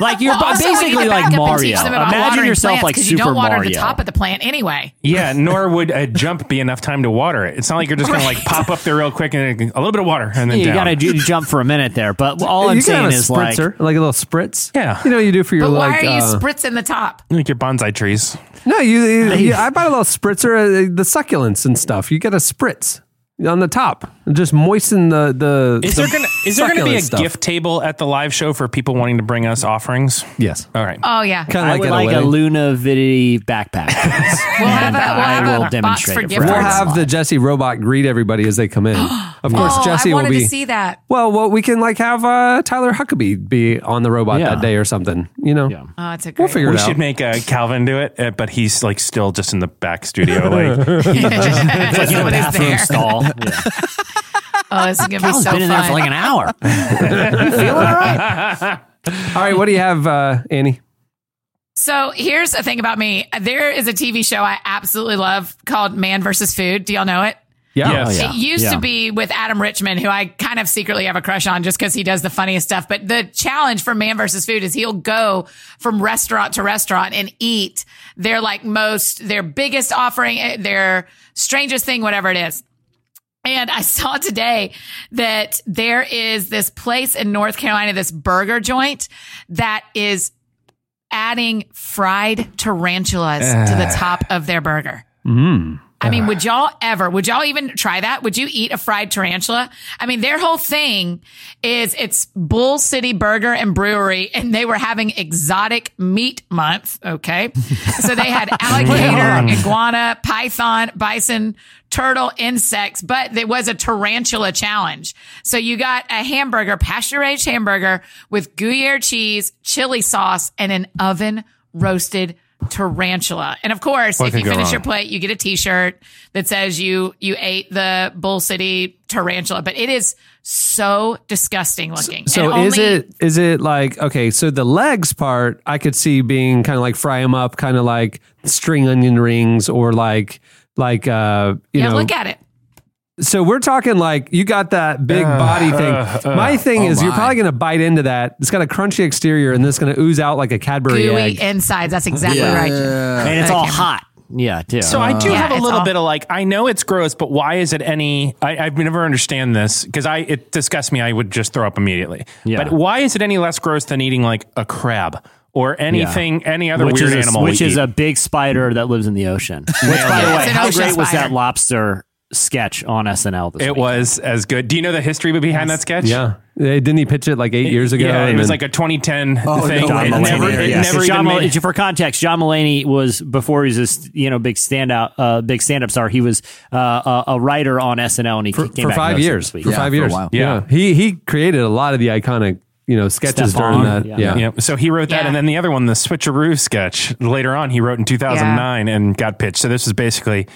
E: like you're
F: Well, also, we need
E: basically
F: to
E: like
F: back up and
E: Mario.
F: teach them about
E: Imagine
F: watering
E: yourself
F: plants,
E: like
F: 'cause
E: Super
F: you don't water
E: Mario.
F: the top of the plant anyway.
C: Yeah, nor would a jump be enough time to water it. It's not like you're just going to like
F: Right.
C: pop up there real quick and then a little bit of water and then
E: you
C: down.
E: got to jump for a minute there, but all I'm
B: you can
E: saying
B: have a
E: is like
B: spritzer, like, a little spritz.
C: Yeah.
B: you know you do for your
F: But
B: like.
F: why are you
B: uh,
F: spritzing the top?
C: like your bonsai trees.
B: no, you, you, you- I bought a little spritzer, uh, the succulents and stuff. You get a spritz on the top and just moisten the the.
C: Is
B: the
C: there gonna is there gonna be a
B: succulent stuff.
C: gift table at the live show for people wanting to bring us offerings?
B: Yes,
C: All right.
F: Oh yeah,
B: kind
E: I
B: of
E: would
B: like,
E: like
B: at
E: a
B: a wedding.
E: Luna Vidity backpack.
F: we'll have a,
E: I
F: we'll have
E: will
F: a box
E: demonstrate
F: for
E: it
F: gift
E: for
B: We'll
E: Right.
F: cards.
B: have the Jesse robot greet everybody as they come in. Of course,
F: Oh,
B: Jesse
F: I
B: will
F: wanted
B: be.
F: to see that.
B: well, well, we can like have uh, Tyler Huckabee be on the robot
E: Yeah.
B: that day or something. You know, yeah.
F: Oh, it's a great.
B: we'll figure
C: we
B: it out.
C: should make uh, Calvin do it, uh, but he's like still just in the back studio. Like,
F: Someone is
E: bathroom
F: there.
E: stall.
F: Oh, it's gonna be
E: It's
F: so
E: been in there for
F: fun.
E: like an hour.
B: All right, what do you have, uh, Annie?
F: So here's the thing about me. There is a TV show I absolutely love called Man versus Food. Do y'all know it?
C: Yes.
E: Yeah,
F: It used
E: yeah.
F: to be with Adam Richman, who I kind of secretly have a crush on just because he does the funniest stuff. But the challenge for Man versus Food is he'll go from restaurant to restaurant and eat their like most, their biggest offering, eh, their strangest thing, whatever it is. And I saw today that there is this place in North Carolina, this burger joint that is adding fried tarantulas to the top of their burger. I mean, would y'all ever, would y'all even try that? Would you eat a fried tarantula? I mean, their whole thing is it's Bull City Burger and Brewery, and they were having exotic meat month. Okay. So they had alligator, Mm-hmm. iguana, python, bison, turtle, insects, but there was a tarantula challenge. So you got a hamburger, pasture aged hamburger with Gruyere cheese, chili sauce, and an oven roasted tarantula. And of course, if
C: could
F: you
C: go
F: finish your
C: wrong?
F: plate, you get a t-shirt that says you you ate the Bull City tarantula. But it is so disgusting looking.
B: So
F: And
B: is
F: only-
B: it is it like okay? So the legs part I could see being kind of like fry them up, kind of like string onion rings or like like uh you
F: Yeah,
B: know.
F: look at it.
B: so we're talking like you got that big
C: Uh,
B: body thing. my thing
C: oh
B: is you're
D: my.
B: probably gonna bite into that. It's got a crunchy exterior and this gonna ooze out like a Cadbury
F: Gooey
B: egg.
F: insides. That's exactly right.
E: and it's all hot. Yeah, too.
C: so I do
F: Yeah,
C: have a
F: it's
C: little
F: all-
C: bit of like I know it's gross, but why is it any? I, I've never understand this because I it disgusts me. I would just throw up immediately.
E: Yeah.
C: But why is it any less gross than eating like a crab or anything, any other
E: which
C: weird
E: is a,
C: animal? we
E: which is
C: eat?
E: a big spider that lives in the ocean. Which, by the
F: It's
E: way,
F: an
E: how
F: ocean
E: great was
F: spider.
E: that lobster sketch on SNL? This
C: It
E: week?
C: was as good. Do you know the history behind that sketch?
B: Yeah, they didn't he pitch it like eight years ago?
C: Yeah, it
B: and
C: was
B: then-
C: like a 2010
D: Oh,
C: thing.
D: no way.
C: it
D: John
C: never,
D: Mulaney,
C: it
D: yes.
C: never
E: It's
C: even
E: John Mul-
C: made.
E: for context, John Mulaney was before he was this you know big standout, uh, big stand up star. He was uh, a, a writer on SNL, and he
B: for,
E: came
B: for
E: back
B: five
E: and hosted
B: years.
E: This week.
B: For
D: Yeah,
B: five
D: for a
B: years.
D: while.
C: Yeah.
B: he he created a lot of the iconic you know sketches during
E: Stefan,
B: that.
E: yeah.
B: Yeah.
C: Yeah, so he wrote that,
F: Yeah.
C: and then the other one, the Switcheroo sketch, later on, he wrote in 2009 and got pitched. So this is basically.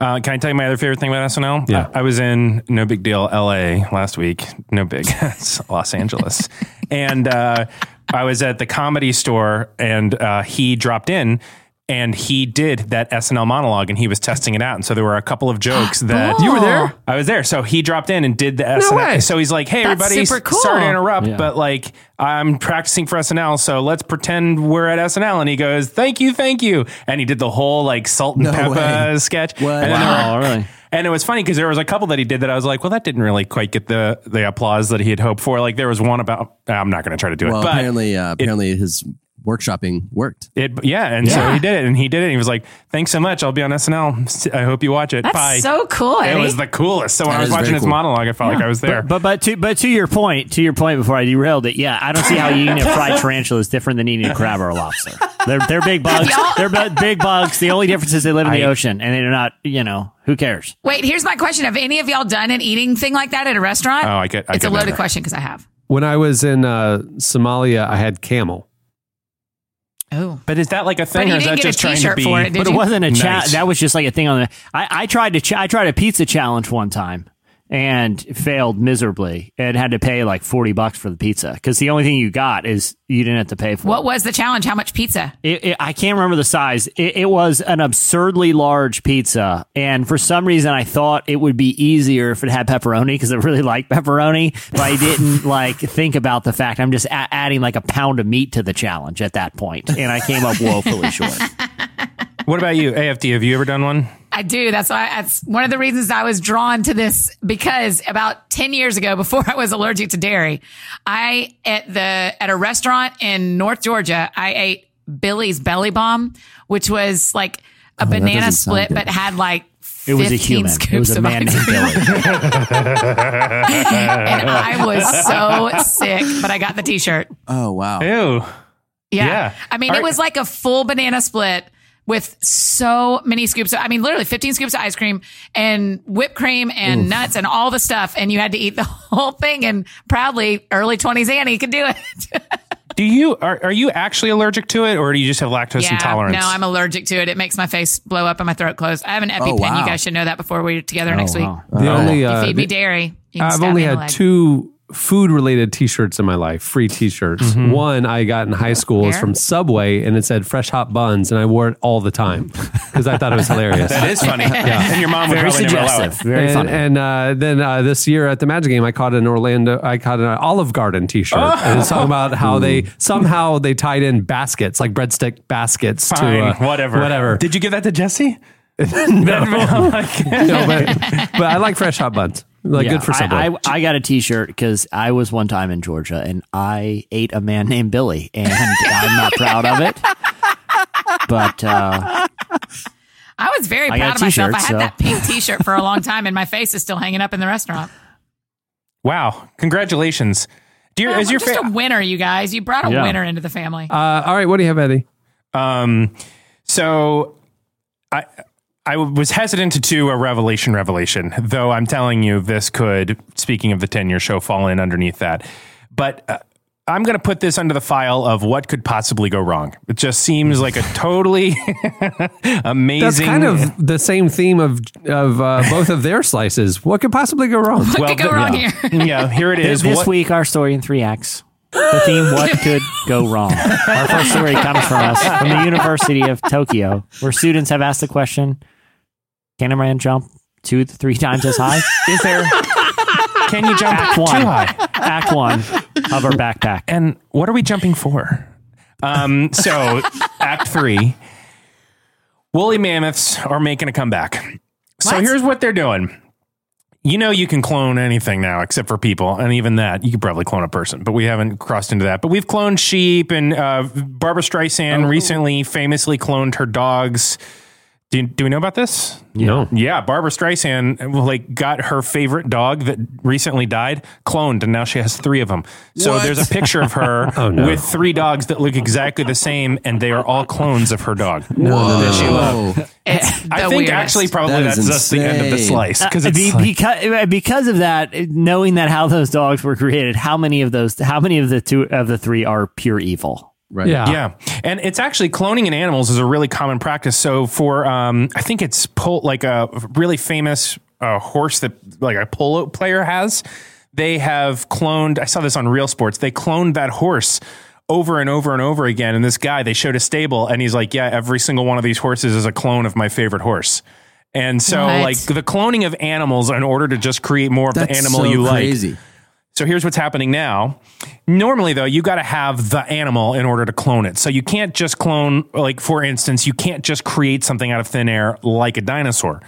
C: Uh, can I tell you my other favorite thing about SNL?
B: Yeah.
C: I, I was in No Big Deal LA last week. No big, it's Los Angeles, and uh, I was at the comedy store, and uh, he dropped in. and he did that SNL monologue and he was testing it out. And so there were a couple of jokes that
F: Oh. You were there?
C: I was there. So he dropped in and did the SNL.
B: way.
C: So he's like, "Hey,
F: That's
C: everybody,
F: super
C: s- sorry to
F: cool.
C: interrupt, but like I'm practicing for SNL, so let's pretend we're at SNL." And he goes, "Thank you, thank you," and he did the whole like salt and
D: No
C: pepper
D: way.
C: sketch.
D: What?
C: And then there
E: Wow,
C: were-
E: really?
C: and it was funny because there was a couple that he did that I was like, well, that didn't really quite get the the applause that he had hoped for. Like there was one about I'm not going to try to do
D: Well,
C: it, but
D: apparently, uh, apparently his workshopping worked.
C: it yeah, and so he did it, and he did it, and he was like, thanks so much, I'll be on SNL. I hope you watch it.
F: That's
C: Bye.
F: so cool. eh?
C: It
F: Eddie.
C: was the coolest. So when I
D: That
C: was
D: is very
C: watching his
D: cool.
C: monologue, I felt like I was there.
E: But but to but to your point, to your point before I derailed it, yeah, I don't see how eating a fried tarantula is different than eating a crab or a lobster. They're they're big bugs. They're bu- big bugs. The only difference is they live in the
C: I-
E: ocean and they're not. You know who cares?
F: Wait, here's my question. Have any of y'all done an eating thing like that at a restaurant?
C: Oh, I get- I
F: it's
C: get
F: a loaded
C: that.
F: question because I have.
B: When I was in uh, Somalia, I had camel.
F: Oh.
C: But is that like a
F: But
C: thing,
F: you
C: or is
F: didn't
C: that
F: get a
C: just trying to
F: t-shirt
C: be?
F: for it, did
E: But it
F: you?
E: wasn't a
C: Nice.
E: challenge. That was just like a thing on the. I, I tried to ch- I tried a pizza challenge one time and failed miserably and had to pay like forty bucks for the pizza because the only thing you got is you didn't have to pay for. it.
F: What was the challenge? How much pizza?
E: It, it, I can't remember the size. It, it was an absurdly large pizza, and for some reason, I thought it would be easier if it had pepperoni because I really like pepperoni. But I didn't like think about the fact I'm just a- adding like a pound of meat to the challenge at that point, and I came up woefully short.
C: What about you, AFD? Have you ever done one?
F: I do. That's why that's one of the reasons I was drawn to this because about 10 years ago, before I was allergic to dairy, I at the at a restaurant in North Georgia, I ate Billy's Belly Bomb, which was
E: Oh,
F: like a banana
D: doesn't sound
F: split,
D: good.
F: but had like
E: It was a
F: 15
E: human.
F: Scoops
E: It was a
F: of
E: man named
F: ice cream.
E: Billy.
F: and I was so sick, but I got the T-shirt.
D: Oh wow!
C: Ew.
F: Yeah.
C: Yeah.
F: I mean,
C: All
F: it
C: right.
F: was like a full banana split with so many scoops. Of, I mean, literally 15 scoops of ice cream and whipped cream and nuts and all the stuff. And you had to eat the whole thing. And proudly, early 20s Annie could do it.
C: Do you are, are you actually allergic to it, or do you just have lactose intolerance?
F: No, I'm allergic to it. It makes my face blow up and my throat close. I have an EpiPen. You
D: wow.
F: guys should know that before we're together next week.
E: wow.
D: Oh.
B: The only
F: You
B: uh,
F: feed me dairy. You can
B: I've
F: stab
B: only
F: me in the
B: had
F: leg.
B: two food related t shirts in my life, free t shirts.
E: Mm-hmm.
B: One I got in high school is
F: Fair.
B: from Subway and it said fresh hot buns, and I wore it all the time because I thought it was hilarious.
C: That is funny. And your mom would
E: Very
C: probably never allow it.
E: suggestive. Very
B: and,
E: funny.
B: and uh, then uh, this year at the Magic Game, I caught an Orlando, I caught an Olive Garden T-shirt,
C: Oh.
B: and it's talking about how they somehow they tied in baskets, like breadstick baskets,
C: Fine,
B: to uh,
C: whatever.
B: whatever.
C: Did you give that to Jesse? no.
B: No, but, but I like fresh hot buns, like
E: Yeah,
B: good for
E: I-
B: Subway.
E: I, I got a T-shirt because I was one time in Georgia and I ate a man named Billy, and I'm not proud of it. But uh,
F: I was very
E: I got
F: proud
E: a
F: of myself.
E: t-shirt,
F: I had
E: so-
F: that pink T-shirt for a long time, and my face is still hanging up in the restaurant.
C: wow. Congratulations. Dear,
F: Well,
C: is your
F: just
C: fa-
F: a winner, you guys. You brought a
E: Yeah.
F: winner into the family.
B: uh, all right, what do you have, Eddie?
C: Um, so I I was hesitant to do a revelation revelation, though I'm telling you this could, speaking of the 10 year show, fall in underneath that. But uh, I'm going to put this under the file of what could possibly go wrong. It just seems like a totally amazing.
B: That's kind of the same theme of of uh, both of their slices. What could possibly go wrong?
F: what could go
C: the-
F: wrong
C: yeah.
F: here?
C: Yeah, here it is.
E: this
C: What-
E: week, our story in three acts. The theme: What could go wrong? Our first story comes from us from the University of Tokyo, where students have asked the question: Can a man jump two to three times as high?
C: is there? Can you jump
E: Act
C: too
E: one.
C: high?
E: Act one of our backpack.
C: And what are we jumping for? Um, so, Act Three, woolly mammoths are making a comeback. So
F: What?
C: here's what they're doing. You know, you can clone anything now except for people, and even that you could probably clone a person, but we haven't crossed into that. But we've cloned sheep, and uh, Barbara Streisand recently famously cloned her dogs. Do, do we know about this?
B: No.
C: Yeah, Barbara Streisand like got her favorite dog that recently died cloned, and now she has three of them. So there's a picture of her
B: no.
C: with three dogs that look exactly the same, and they are all clones of her dog.
D: Whoa!
F: It's the
C: I think
F: weirdest.
C: actually probably
D: That
C: that's
D: is
C: just the end of the
D: insane.
C: slice because
E: Uh,
C: it's
E: be-
C: like-
E: because because of that, knowing that how those dogs were created, how many of those, how many of the two of the three are pure evil?
D: Right.
C: yeah, and it's actually cloning in animals is a really common practice. So for um, I think it's pol- like a really famous uh, horse that like a polo player has. They have cloned. I saw this on Real Sports. They cloned that horse over and over and over again. And this guy, they showed a stable, and he's like, "Yeah, every single one of these horses is a clone of my favorite horse." And so,
F: What?
C: like the cloning of animals in order to just create more of the animal
D: so
C: you like.
D: crazy.
C: So here's what's happening now. Normally, though, you got to have the animal in order to clone it. So you can't just clone, like, for instance, you can't just create something out of thin air like a dinosaur.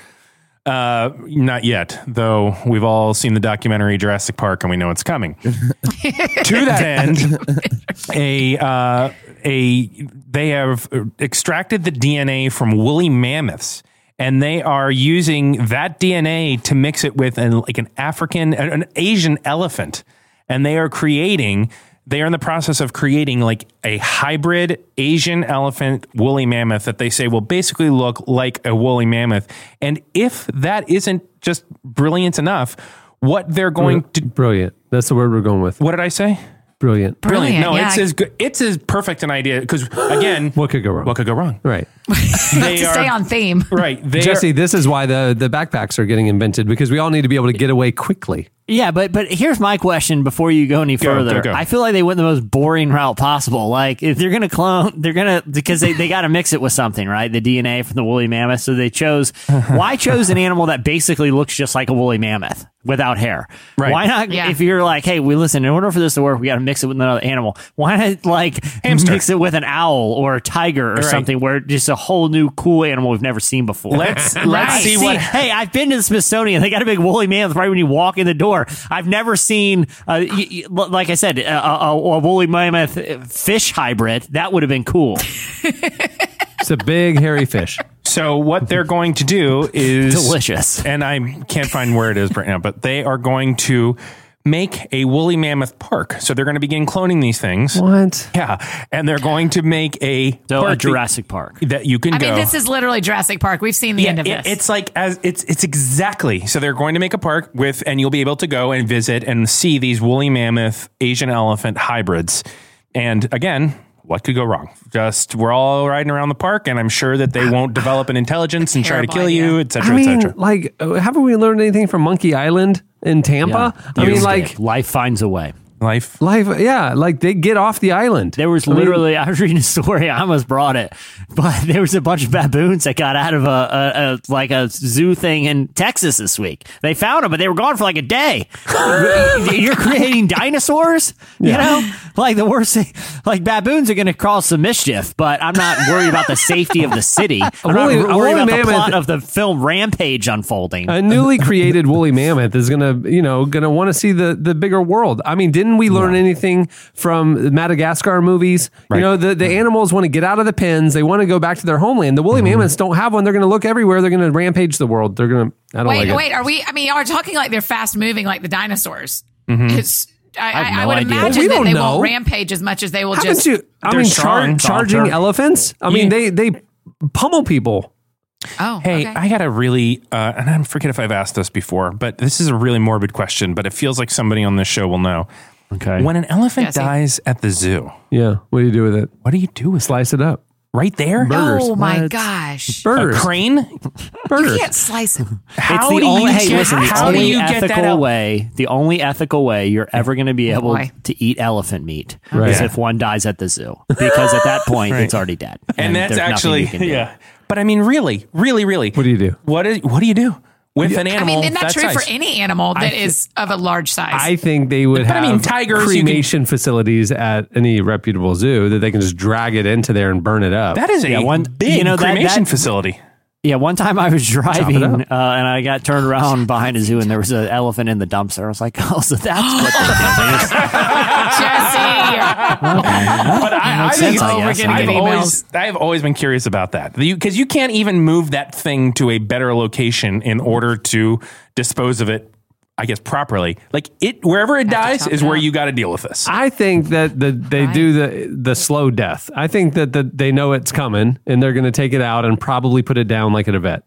C: Uh, not yet, though we've all seen the documentary Jurassic Park and we know it's coming. to that end, a uh, a they have extracted the DNA from woolly mammoths, and they are using that DNA to mix it with an like an African, an, an Asian elephant, and they are creating. They are in the process of creating like a hybrid Asian elephant woolly mammoth that they say will basically look like a woolly mammoth. And if that isn't just brilliant enough, what they're going
B: Uh,
C: to
B: Brilliant. That's the word we're going with.
C: what did I say?
B: Brilliant.
C: Brilliant.
F: Brilliant,
C: No,
F: yeah.
C: it's as good. It's as perfect an idea because again,
B: What could go wrong?
C: what could go wrong?
B: Right.
C: They
F: to
C: are
F: stay on theme.
C: right. They
B: Jesse,
C: are,
B: this is why the, the backpacks are getting invented because we all need to be able to get away quickly.
E: Yeah, but but here's my question before you go any
C: Go, go,
E: further.
C: go.
E: I feel like they went the most boring route possible. Like if they're gonna clone, they're gonna because they, they got to mix it with something, right? The DNA from the woolly mammoth. So they chose why chose an animal that basically looks just like a woolly mammoth without hair?
C: Right.
E: Why not?
F: Yeah.
E: If you're like, hey, we listen. In order for this to work, we got to mix it with another animal. Why not like
C: Hamster.
E: mix it with an owl or a tiger or something? Where just a whole new cool animal we've never seen before.
C: let's let's
E: Right.
C: see what
E: Hey, I've been to the Smithsonian. They got a big woolly mammoth right when you walk in the door. I've never seen, uh, y- y- l- like I said, a, a, a woolly mammoth uh, fish hybrid. That would have been cool.
B: It's a big hairy fish.
C: So what they're going to do is
E: Delicious.
C: and I can't find where it is right now, but they are going to make a woolly mammoth park. So they're going to begin cloning these things.
B: What?
C: Yeah, and they're going to make a
E: So
C: park
E: a Jurassic Park.
C: that you can
F: I
C: go.
F: mean, this is literally Jurassic Park. We've seen the end of
C: it-
F: this.
C: It's like as it's it's exactly. So they're going to make a park with, and you'll be able to go and visit and see these woolly mammoth Asian elephant hybrids. And again, what could go wrong? Just we're all riding around the park, and I'm sure that they won't develop an intelligence and try to
F: Ah, Terrible
C: kill
F: idea.
C: you, etc.,
B: I
C: cetera,
B: mean,
C: etc. Cetera.
B: like, uh, haven't we learned anything from Monkey Island in Tampa? I mean,
E: Used
B: like,
E: it. life finds a way.
C: Life.
B: life, yeah, like they get off the island.
E: There was
B: I mean,
E: literally, I, was reading a story. I almost brought it, but there was a bunch of baboons that got out of a, a, a like a zoo thing in Texas this week. They found them, but they were gone for like a day. You're creating dinosaurs, you know? Like the worst thing, like baboons are going to cause some mischief, but I'm not worried about the safety of the city. I'm not
B: woolly- a
E: worried about
B: woolly
E: the plot
B: mammoth-
E: of the film Rampage unfolding.
B: a newly created woolly mammoth is gonna you know gonna want to see the the bigger world i mean didn't we learn anything from the madagascar movies you know the, the animals want to get out of the pens they want to go back to their homeland the woolly mammoths don't have one they're gonna look everywhere they're gonna rampage the world they're gonna i don't
F: wait,
B: like
F: wait.
B: it
F: Are we? I mean, are talking like they're fast moving, like the dinosaurs?
C: Mm-hmm.
F: It's. I,
E: have
F: I, I
E: no
F: would
E: idea. Well,
F: imagine
B: we
F: that
B: don't
F: they
B: know.
F: won't rampage as much as they will
B: haven't
F: just.
B: you i
C: They're
B: mean
C: strong,
B: char- charging
C: softer.
B: elephants i mean they they pummel people
F: Oh,
C: Hey,
F: okay.
C: I got a really, uh, and I forget if I've asked this before, but this is a really morbid question, but it feels like somebody on this show will know.
E: okay.
C: When an elephant
F: Jesse.
C: dies at the zoo,
B: yeah what do you do with it
C: what do you do with
B: slice it up
C: right there? Oh,
F: oh my
B: What?
F: gosh!
C: A
B: burgers
C: crane?
F: You
B: burgers
F: can't slice it.
C: How
E: it's
C: do
E: the only,
C: you
E: hey,
C: get-
E: listen, the
C: how do
E: only
C: you get that
E: ethical
C: out?
E: way, the only ethical way you're ever going to be able
F: boy.
E: to eat elephant meat
B: Right.
E: is
B: Yeah.
E: if one dies at the zoo, because at that point it's already dead,
C: and that's
E: there's nothing
C: actually
E: you can do.
C: yeah. But I mean, really, really, really. What
B: do you do?
C: What is, What do you do with an
F: I
C: animal?
F: mean, isn't that
C: that
F: true
C: size?
F: for any animal that is of a large size?
B: I think they would
C: But I
B: have
C: mean, tigers, you can-
B: cremation facilities at any reputable zoo that they can just drag it into there and burn it up.
C: That is a
E: Yeah, one-
C: big
E: you know, that-
C: cremation
E: that-
C: facility.
E: Yeah, one time I was driving
B: up.
E: uh, and I got turned around behind a zoo and there was an elephant in the dumpster. I was like, oh, so that's what they did. They just-
F: Jesse,
C: But I, I
E: makes
C: think
E: sense, I Oh, we're guess. gonna
C: I've
E: get
C: always I've always been curious about that because you, can't even move that thing to a better location in order to dispose of it. I guess properly, like it wherever it
F: Have to
C: dies
F: chop
C: is
F: it
C: where
F: up.
C: you got to deal with this.
B: I think that the, they do the the slow death. I think that the, they know it's coming and they're going to take it out and probably put it down like at a vet.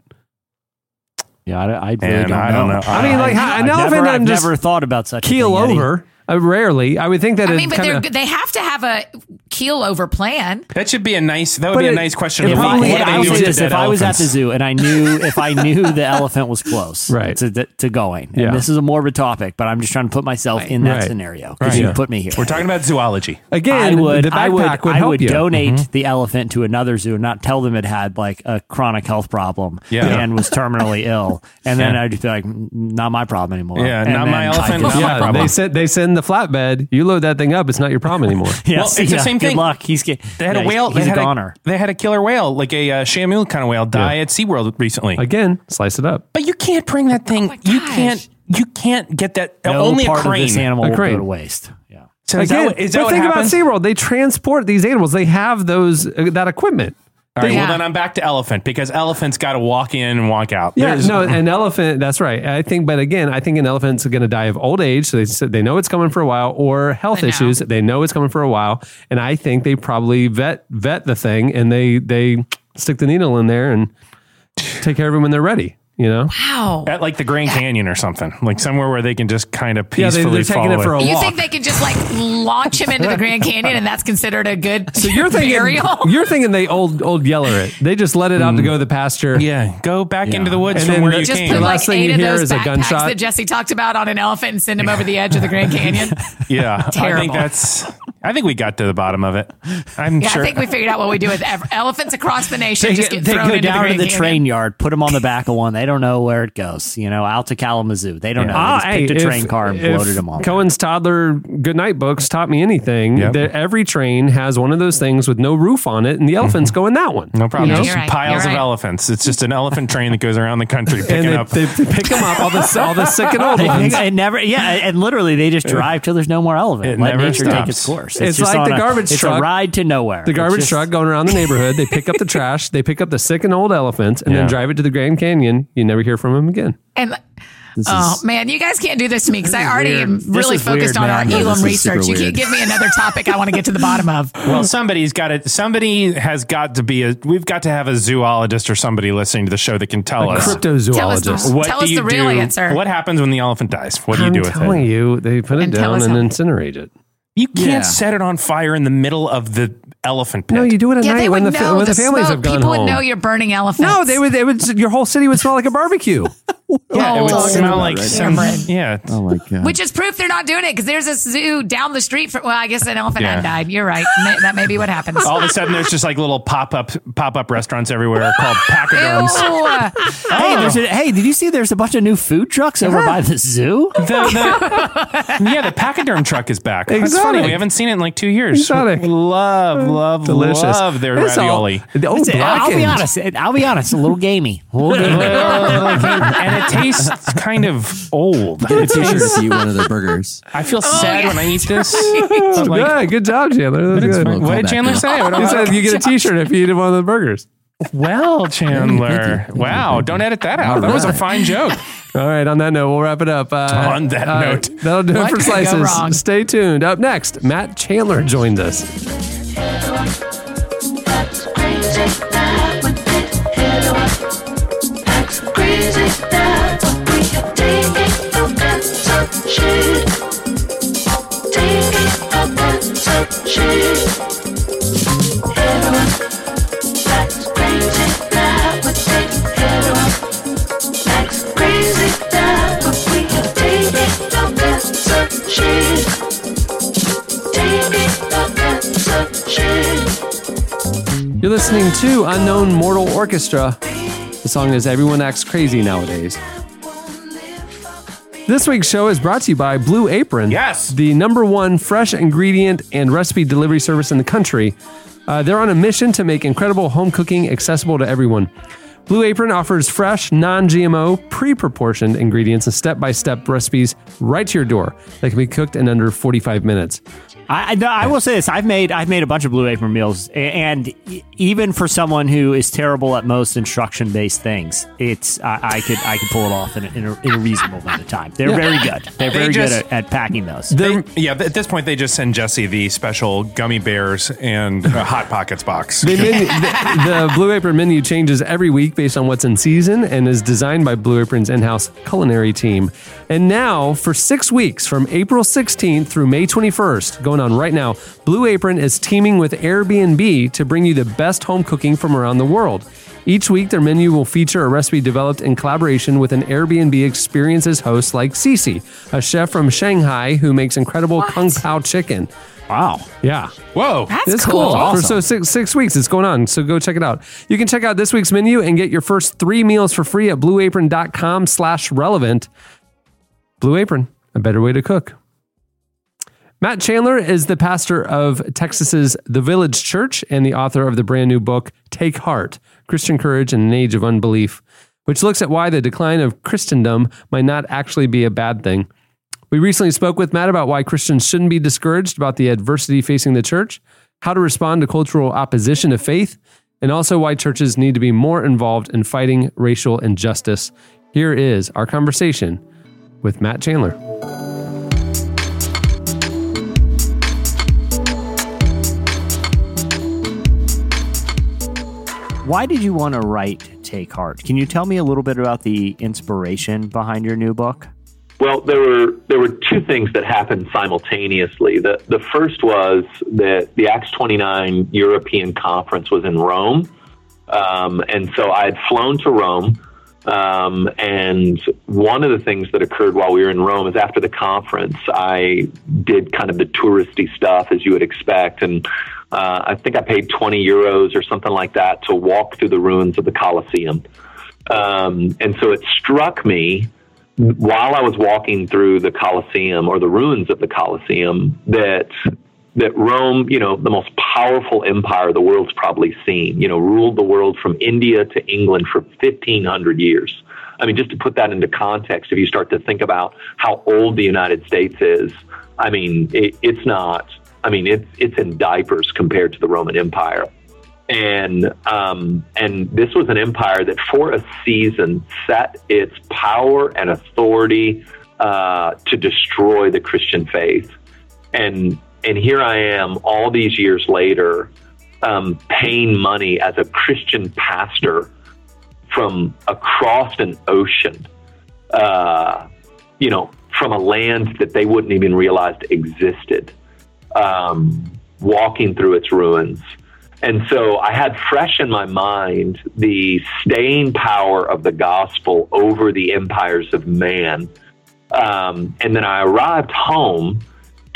E: yeah, I, I really
C: And
E: don't,
C: I don't know.
B: I mean, like, how- an
E: I've
B: elephant
E: never,
B: doesn't
E: I've
B: just
E: never thought about such a
B: Keel
E: thing, Eddie.
B: over. Uh, rarely, I would think that.
F: I
B: it
F: mean, but
B: kinda,
F: they're, they have to have a keel over plan.
C: That should be a nice. That would
B: But
C: be
B: it-
C: a nice question.
B: it
C: to
B: probably-
C: follow.
B: What
E: If
C: do
E: I,
C: they
E: was
C: do
E: at
C: with
E: this-
C: dead
E: if I was at the
C: elephants?
E: zoo and I knew if I knew the elephant was close
B: Right.
E: to, to going, and
B: Yeah.
E: this is a morbid topic, but I'm just trying to put myself in that
B: Right.
E: scenario
C: Right.
E: because you
C: Yeah.
E: put me here.
C: We're talking about zoology.
B: again.
E: I would,
B: the backpack
E: I would,
B: would
E: I
B: help
E: would
B: you.
E: donate
C: Mm-hmm.
E: the elephant to another zoo, not tell them it had like a chronic health problem
C: Yeah.
E: and was terminally ill, and then
C: Yeah.
E: I'd just be like, "Mm, not my problem anymore.
C: Yeah,
E: And
C: not
E: then
C: my
E: I
C: elephant,
E: just-
C: not my
E: Yeah,
B: Yeah,
C: problem.
B: they send they send the flatbed. You load that thing up. It's not your problem anymore.
E: yeah,
C: Well,
E: see,
C: it's the
E: yeah,
C: same
E: good
C: thing.
E: luck. He's get,
C: They had
E: yeah,
C: a whale.
E: He's,
C: they
E: he's
C: had
E: a goner.
C: A, they had a killer whale, like a uh, Shamu kind of whale, die at SeaWorld recently.
B: Again, slice it up.
C: but you can't bring that thing.
F: Oh my
C: you
F: gosh.
C: can't. You can't get that. uh,
E: no
C: only
E: part
C: a crane.
E: of this animal
B: A
E: will go
B: crane.
E: to waste. Yeah.
C: So is that
B: Again,
C: what- is that
B: but
C: what
B: think
C: happens?
B: about SeaWorld. They transport these animals. They have those uh, that equipment.
C: All right,
F: Yeah.
C: well then I'm back to elephant because elephants got to walk in and walk out.
B: Yeah,
C: There's-
B: no, an elephant. That's right. I think, but again, I think an elephant's going to die of old age. So they said they know it's coming for a while, or health
F: I know.
B: issues. They know it's coming for a while, and I think they probably vet vet the thing and they they stick the needle in there and take care of them when they're ready. You know,
F: Wow.
C: at like the Grand Canyon or something, like somewhere where they can just kind of
B: yeah, they,
C: peacefully
B: they're
C: follow
B: taking it for a
F: You
B: walk.
F: think they could just like launch him into the Grand Canyon and that's considered a good
B: so you're thinking
F: burial?
B: you're thinking they old old yeller it. They just let it out to go to the pasture.
C: yeah, go back into the woods
B: And
C: from
B: then
C: where
B: the-
C: you
F: just
C: came.
F: put
B: The
F: like
B: last thing
F: eight
B: you
F: of
B: hear
F: those
B: is a
F: backpacks
B: gunshot.
F: that Jesse talked about on an elephant and send him over the edge of the Grand Canyon.
C: yeah, I
F: Terrible.
C: think that's. I think we got to the bottom of it. I'm
F: Yeah,
C: sure.
F: I think we figured out what we do with ev- elephants across the nation.
E: They,
F: just
E: get-
F: get
E: they
F: thrown
E: go
F: into
E: down
F: the
E: to
F: Grand
E: the
F: Canyon.
E: train yard, put them on the back of one. They don't know where it goes. You know, out to Kalamazoo. They don't know. They
B: Ah,
E: just picked
B: hey,
E: a
B: if-
E: train car and
B: if
E: loaded them all.
B: Cohen's toddler goodnight books taught me anything.
C: Yep.
B: That every train has one of those things with no roof on it, and the elephants go in that one.
C: no problem.
F: Yeah,
C: Just
F: you're right,
C: piles
F: you're
C: of
F: right.
C: elephants. It's just an elephant train that goes around the country
B: And
C: picking
B: they,
C: up.
B: they, they pick them up, all the, all the sick and old
E: They
B: ones.
E: think it never, yeah, and literally they just drive till there's no more elephant.
C: It
E: Let
C: never
E: nature take
C: stops.
E: its course.
B: It's
E: just
B: like the
E: on a-
B: garbage
E: It's
B: truck.
E: a ride to nowhere.
B: The
E: It's
B: garbage
E: just-
B: truck going around the neighborhood. They pick up the trash. They pick up the sick and old elephants, and
C: Yeah.
B: then drive it to the Grand Canyon. You never hear from them again.
F: And oh man, you guys can't do this to me because I already
E: weird.
F: am
E: This
F: really
E: is
F: focused
E: weird,
F: on
E: man.
F: our
E: Yeah,
D: this
F: Elam
D: is
F: research.
D: super
F: You can't
D: weird.
F: give me another topic. I want to get to the bottom of.
C: well, somebody's got to. Somebody has got to be a. We've got to have a zoologist or somebody listening to the show that can tell us.
F: Tell us
B: Cryptozoologist.
F: the,
C: What
F: tell
C: do
F: us
C: you
F: the real
C: do-
F: answer.
C: What happens when the elephant dies? What do you
B: I'm
C: do with
B: telling
C: it?
B: you, they put it
F: And tell
B: down
F: us
B: and
F: how-
B: incinerate it.
C: You can't
D: Yeah.
C: set it on fire in the middle of the elephant pit.
B: No, you do it at
F: yeah,
B: night
F: they
B: when
F: would
B: the, fa-
F: know
B: when
F: the,
B: the families
F: smoke.
B: have gone
F: People
B: home.
F: would know you're burning elephants.
B: no, they would. They would. Your whole city would smell like a barbecue.
C: Yeah, it
F: Oh,
C: would smell
D: about
C: like
D: right
C: some.
F: now.
C: Yeah,
D: Oh my god!
F: Which is proof they're not doing it because there's a zoo down the street from. Well, I guess an elephant
C: Yeah.
F: had died. You're right. May, that may be what happens.
C: all of a sudden there's just like little pop up pop up restaurants everywhere called pachyderms.
F: Ew.
E: Hey, there's
B: Oh.
E: a, hey, did you see? There's a bunch of new food trucks
B: Uh-huh.
E: over by the zoo.
C: The, the- yeah, the pachyderm truck is back. That's
B: Exotic.
C: funny. We haven't seen it in like two years.
B: Exotic.
C: Love,
D: Uh,
C: love,
B: Delicious.
C: love their
B: It's all-
C: ravioli.
B: oh,
E: It's- I'll be
B: blackened.
E: honest. it- I'll be honest. A little gamey. A little gamey.
C: Uh, and it tastes kind of old.
D: Get a T-shirt if you eat one of their burgers.
C: I feel sad when I eat this. But, like,
B: yeah, good job, Chandler. That was good.
D: fine.
C: what did
D: Callback.
C: Chandler say? What
B: He
C: am I-
B: said you get a T-shirt if you eat one of the burgers.
C: well, Chandler.
D: Thank you.
C: Wow, don't edit that out.
D: All
C: That was a
D: right.
C: fine joke.
B: All right. On that note, we'll wrap it up. Uh,
C: On that note.
B: that'll do
F: What
B: it for
F: could go wrong?
B: slices. Stay tuned. Up next, Matt Chandler joins us. You're listening to Unknown Mortal Orchestra. The song is "Everyone Acts Crazy Nowadays." This week's show is brought to you by Blue Apron.
C: Yes.
B: The number one fresh ingredient and recipe delivery service in the country. Uh, they're on a mission to make incredible home cooking accessible to everyone. Blue Apron offers fresh, non GMO, pre proportioned ingredients and step by step recipes right to your door that can be cooked in under 45 minutes.
E: I I- no, I will say this: I've made I've made a bunch of blue apron meals, a- and e- even for someone who is terrible at most instruction based things, it's I, I could I could pull it off in a, in a, in a reasonable amount of time. They're very good. They're
C: They
E: very
C: just-
E: good at, at packing those.
C: They, yeah, at this point, they just send Jesse the special gummy bears and uh, Hot Pockets box.
B: The, menu, the, the Blue Apron menu changes every week based on what's in season and is designed by Blue Apron's in house culinary team. And now, for six weeks from April 16th through May 21st, going on right now, Blue Apron is teaming with Airbnb to bring you the best home cooking from around the world. Each week, their menu will feature a recipe developed in collaboration with an Airbnb experiences host like Cece, a chef from Shanghai who makes incredible Kung Pao chicken.
E: Wow.
B: Yeah.
C: Whoa.
F: That's
B: It's
F: cool.
B: cool. For so six, six weeks, it's going on. So go check it out. You can check out this week's menu and get your first three meals for free at blueapron.com slash relevant. Blue Apron, a better way to cook. Matt Chandler is the pastor of Texas's The Village Church and the author of the brand new book, Take Heart Christian Courage in an Age of Unbelief, which looks at why the decline of Christendom might not actually be a bad thing. We recently spoke with Matt about why Christians shouldn't be discouraged about the adversity facing the church, how to respond to cultural opposition to faith, and also why churches need to be more involved in fighting racial injustice. Here is our conversation with Matt Chandler.
E: Why did you want to write Take Heart? Can you tell me a little bit about the inspiration behind your new book?
J: Well, there were there were two things that happened simultaneously. The the first was that the Acts 29 European Conference was in Rome, um, and so I had flown to Rome. Um, and one of the things that occurred while we were in Rome is after the conference, I did kind of the touristy stuff as you would expect, and uh, I think I paid 20 euros or something like that to walk through the ruins of the Colosseum. Um, and so it struck me while I was walking through the Colosseum or the ruins of the Colosseum that that Rome, you know, the most powerful empire the world's probably seen, you know, ruled the world from India to England for 1500 years. I mean, just to put that into context, if you start to think about how old the United States is, I mean, it, it's not, I mean, it's, it's in diapers compared to the Roman Empire and um, and this was an empire that for a season set its power and authority uh, to destroy the Christian faith, and and here I am all these years later, um, paying money as a Christian pastor from across an ocean, uh, you know, from a land that they wouldn't even realize existed um, walking through its ruins. And so I had fresh in my mind the staying power of the gospel over the empires of man. Um, and then I arrived home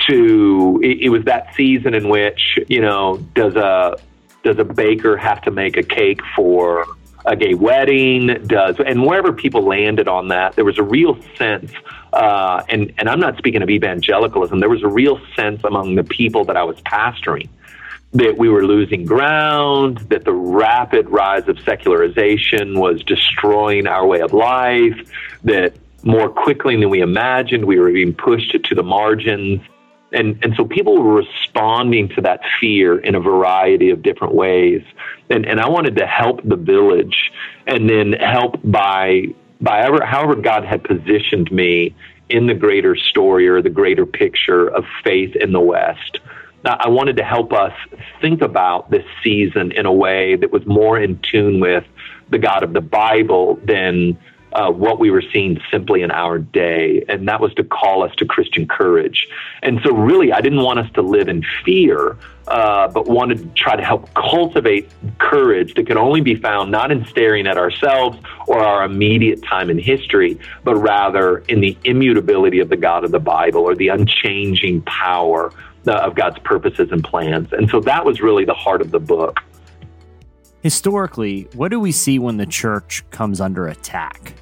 J: to it, it was that season in which you know does a does a baker have to make a cake for a gay wedding does and wherever people landed on that there was a real sense uh, and and I'm not speaking of evangelicalism there was a real sense among the people that I was pastoring that we were losing ground, that the rapid rise of secularization was destroying our way of life, that more quickly than we imagined, we were being pushed to the margins. And, and so people were responding to that fear in a variety of different ways. And, and I wanted to help the village and then help by, by however, however God had positioned me in the greater story or the greater picture of faith in the West. Now, I wanted to help us think about this season in a way that was more in tune with the God of the Bible than uh, what we were seeing simply in our day. And that was to call us to Christian courage. And so, really, I didn't want us to live in fear, uh, but wanted to try to help cultivate courage that could only be found not in staring at ourselves or our immediate time in history, but rather in the immutability of the God of the Bible or the unchanging power uh, of God's purposes and plans. And so that was really the heart of the book.
E: Historically, what do we see when the church comes under attack?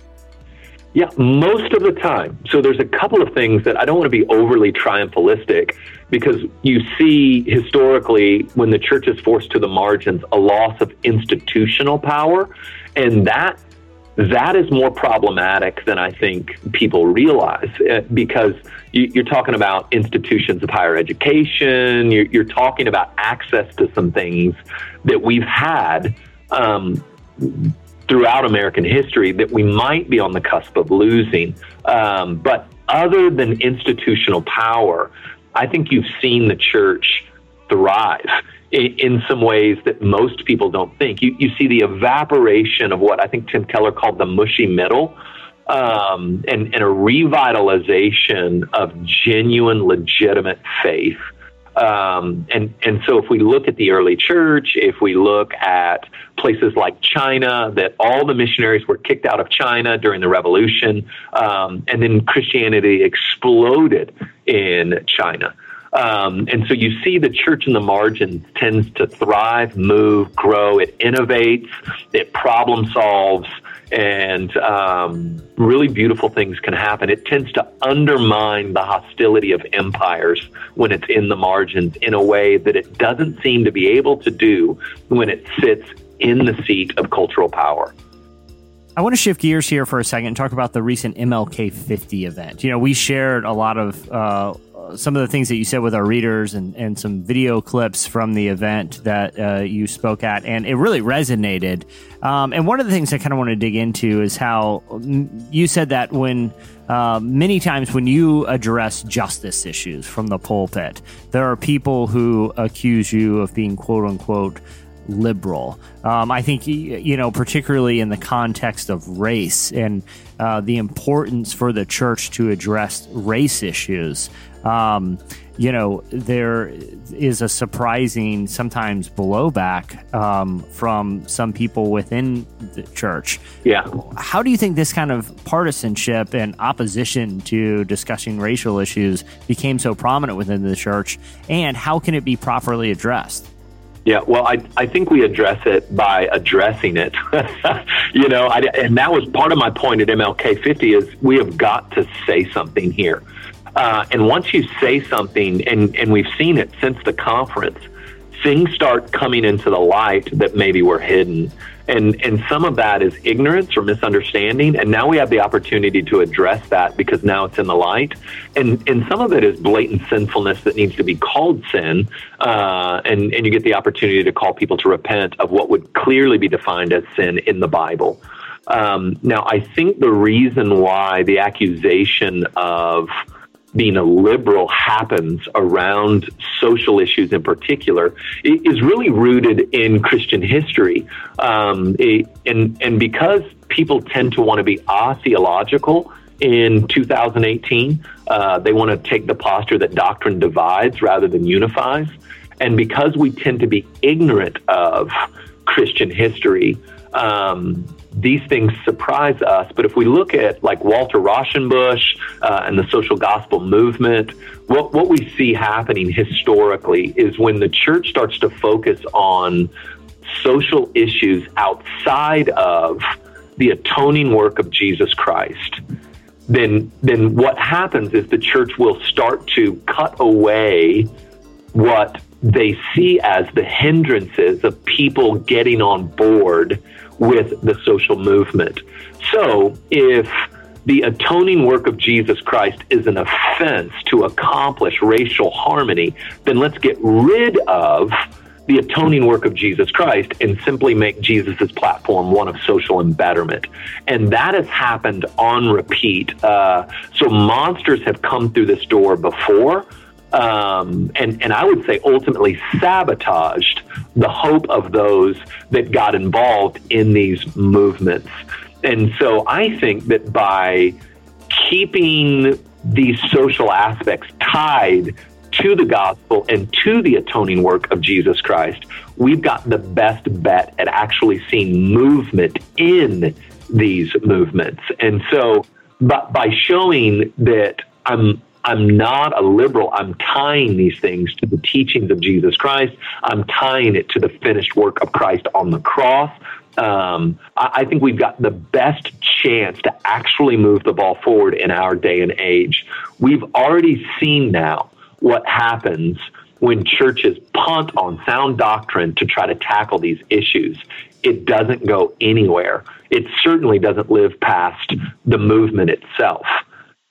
J: Yeah, most of the time. So there's a couple of things that I don't want to be overly triumphalistic because you see historically when the church is forced to the margins a loss of institutional power and that that is more problematic than I think people realize eh, because you, you're talking about institutions of higher education, you're, you're talking about access to some things that we've had um, throughout American history that we might be on the cusp of losing. Um, but other than institutional power, I think you've seen the church thrive in, in some ways that most people don't think. You, you see the evaporation of what I think Tim Keller called the mushy middle. Um, and, and a revitalization of genuine, legitimate faith. Um, and, and so, if we look at the early church, if we look at places like China, that all the missionaries were kicked out of China during the revolution, um, and then Christianity exploded in China. Um, and so you see the church in the margins tends to thrive, move, grow. It innovates, it problem solves, and um, really beautiful things can happen. It tends to undermine the hostility of empires when it's in the margins in a way that it doesn't seem to be able to do when it sits in the seat of cultural power.
E: I want to shift gears here for a second and talk about the recent MLK 50 event. You know, we shared a lot of uh, some of the things that you said with our readers and, and some video clips from the event that uh, you spoke at, and it really resonated. Um, and one of the things I kind of want to dig into is how mm, you said that when uh, many times when you address justice issues from the pulpit, there are people who accuse you of being quote unquote liberal. Um, I think y- you know, particularly in the context of race and uh, the importance for the church to address race issues. Um, you know, there is a surprising, sometimes blowback um, from some people within the church.
J: Yeah.
E: How do you think this kind of partisanship and opposition to discussing racial issues became so prominent within the church? And how can it be properly addressed?
J: Yeah, well, I, I think we address it by addressing it. you know, I, and that was part of my point at MLK 50 is we have got to say something here. Uh, and once you say something, and, and we've seen it since the conference, things start coming into the light that maybe were hidden. And, and some of that is ignorance or misunderstanding. And now we have the opportunity to address that because now it's in the light. And, and some of it is blatant sinfulness that needs to be called sin. Uh, and, and you get the opportunity to call people to repent of what would clearly be defined as sin in the Bible. Um, now, I think the reason why the accusation of being a liberal happens around social issues in particular i- is really rooted in Christian history. Um, it- and, and because people tend to want to be atheological in 2018, uh, they want to take the posture that doctrine divides rather than unifies. And because we tend to be ignorant of Christian history, um, these things surprise us. But if we look at like Walter Rauschenbusch uh, and the social gospel movement, what, what we see happening historically is when the church starts to focus on social issues outside of the atoning work of Jesus Christ, then, then what happens is the church will start to cut away what they see as the hindrances of people getting on board with the social movement. So if the atoning work of Jesus Christ is an offense to accomplish racial harmony, then let's get rid of the atoning work of Jesus Christ and simply make Jesus' platform one of social embetterment. And that has happened on repeat. Uh, so monsters have come through this door before um, and, and I would say ultimately sabotaged the hope of those that got involved in these movements. And so I think that by keeping these social aspects tied to the gospel and to the atoning work of Jesus Christ, we've got the best bet at actually seeing movement in these movements. And so but by showing that I'm I'm not a liberal. I'm tying these things to the teachings of Jesus Christ. I'm tying it to the finished work of Christ on the cross. Um, I, I think we've got the best chance to actually move the ball forward in our day and age. We've already seen now what happens when churches punt on sound doctrine to try to tackle these issues. it doesn't go anywhere. It certainly doesn't live past the movement itself.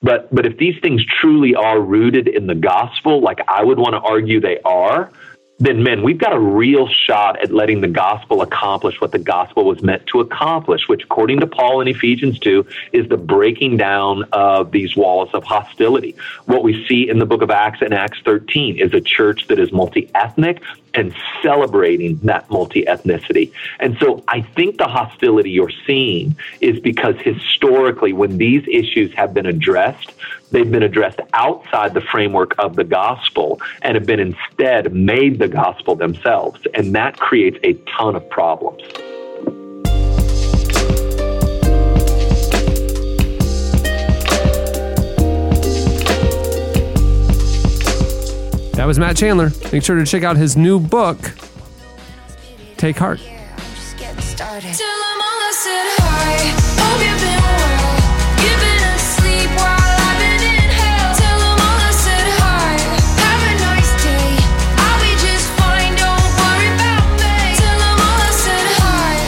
J: But but if these things truly are rooted in the gospel, like I would want to argue they are, then men, we've got a real shot at letting the gospel accomplish what the gospel was meant to accomplish, which according to Paul in Ephesians 2 is the breaking down of these walls of hostility. What we see in the book of Acts and Acts 13 is a church that is multi-ethnic and celebrating that multi-ethnicity. And so I think the hostility you're seeing is because historically when these issues have been addressed, they've been addressed outside the framework of the gospel and have been instead made the gospel themselves. And that creates a ton of problems.
B: That was Matt Chandler. Make sure to check out his new book, Take Heart.
I: Till I'm almost at high. Hope you've been well. You've been asleep while I've been in hell. Till I'm almost at high. Have a nice day. I'll be just fine. Don't worry about me. Till I'm almost at high.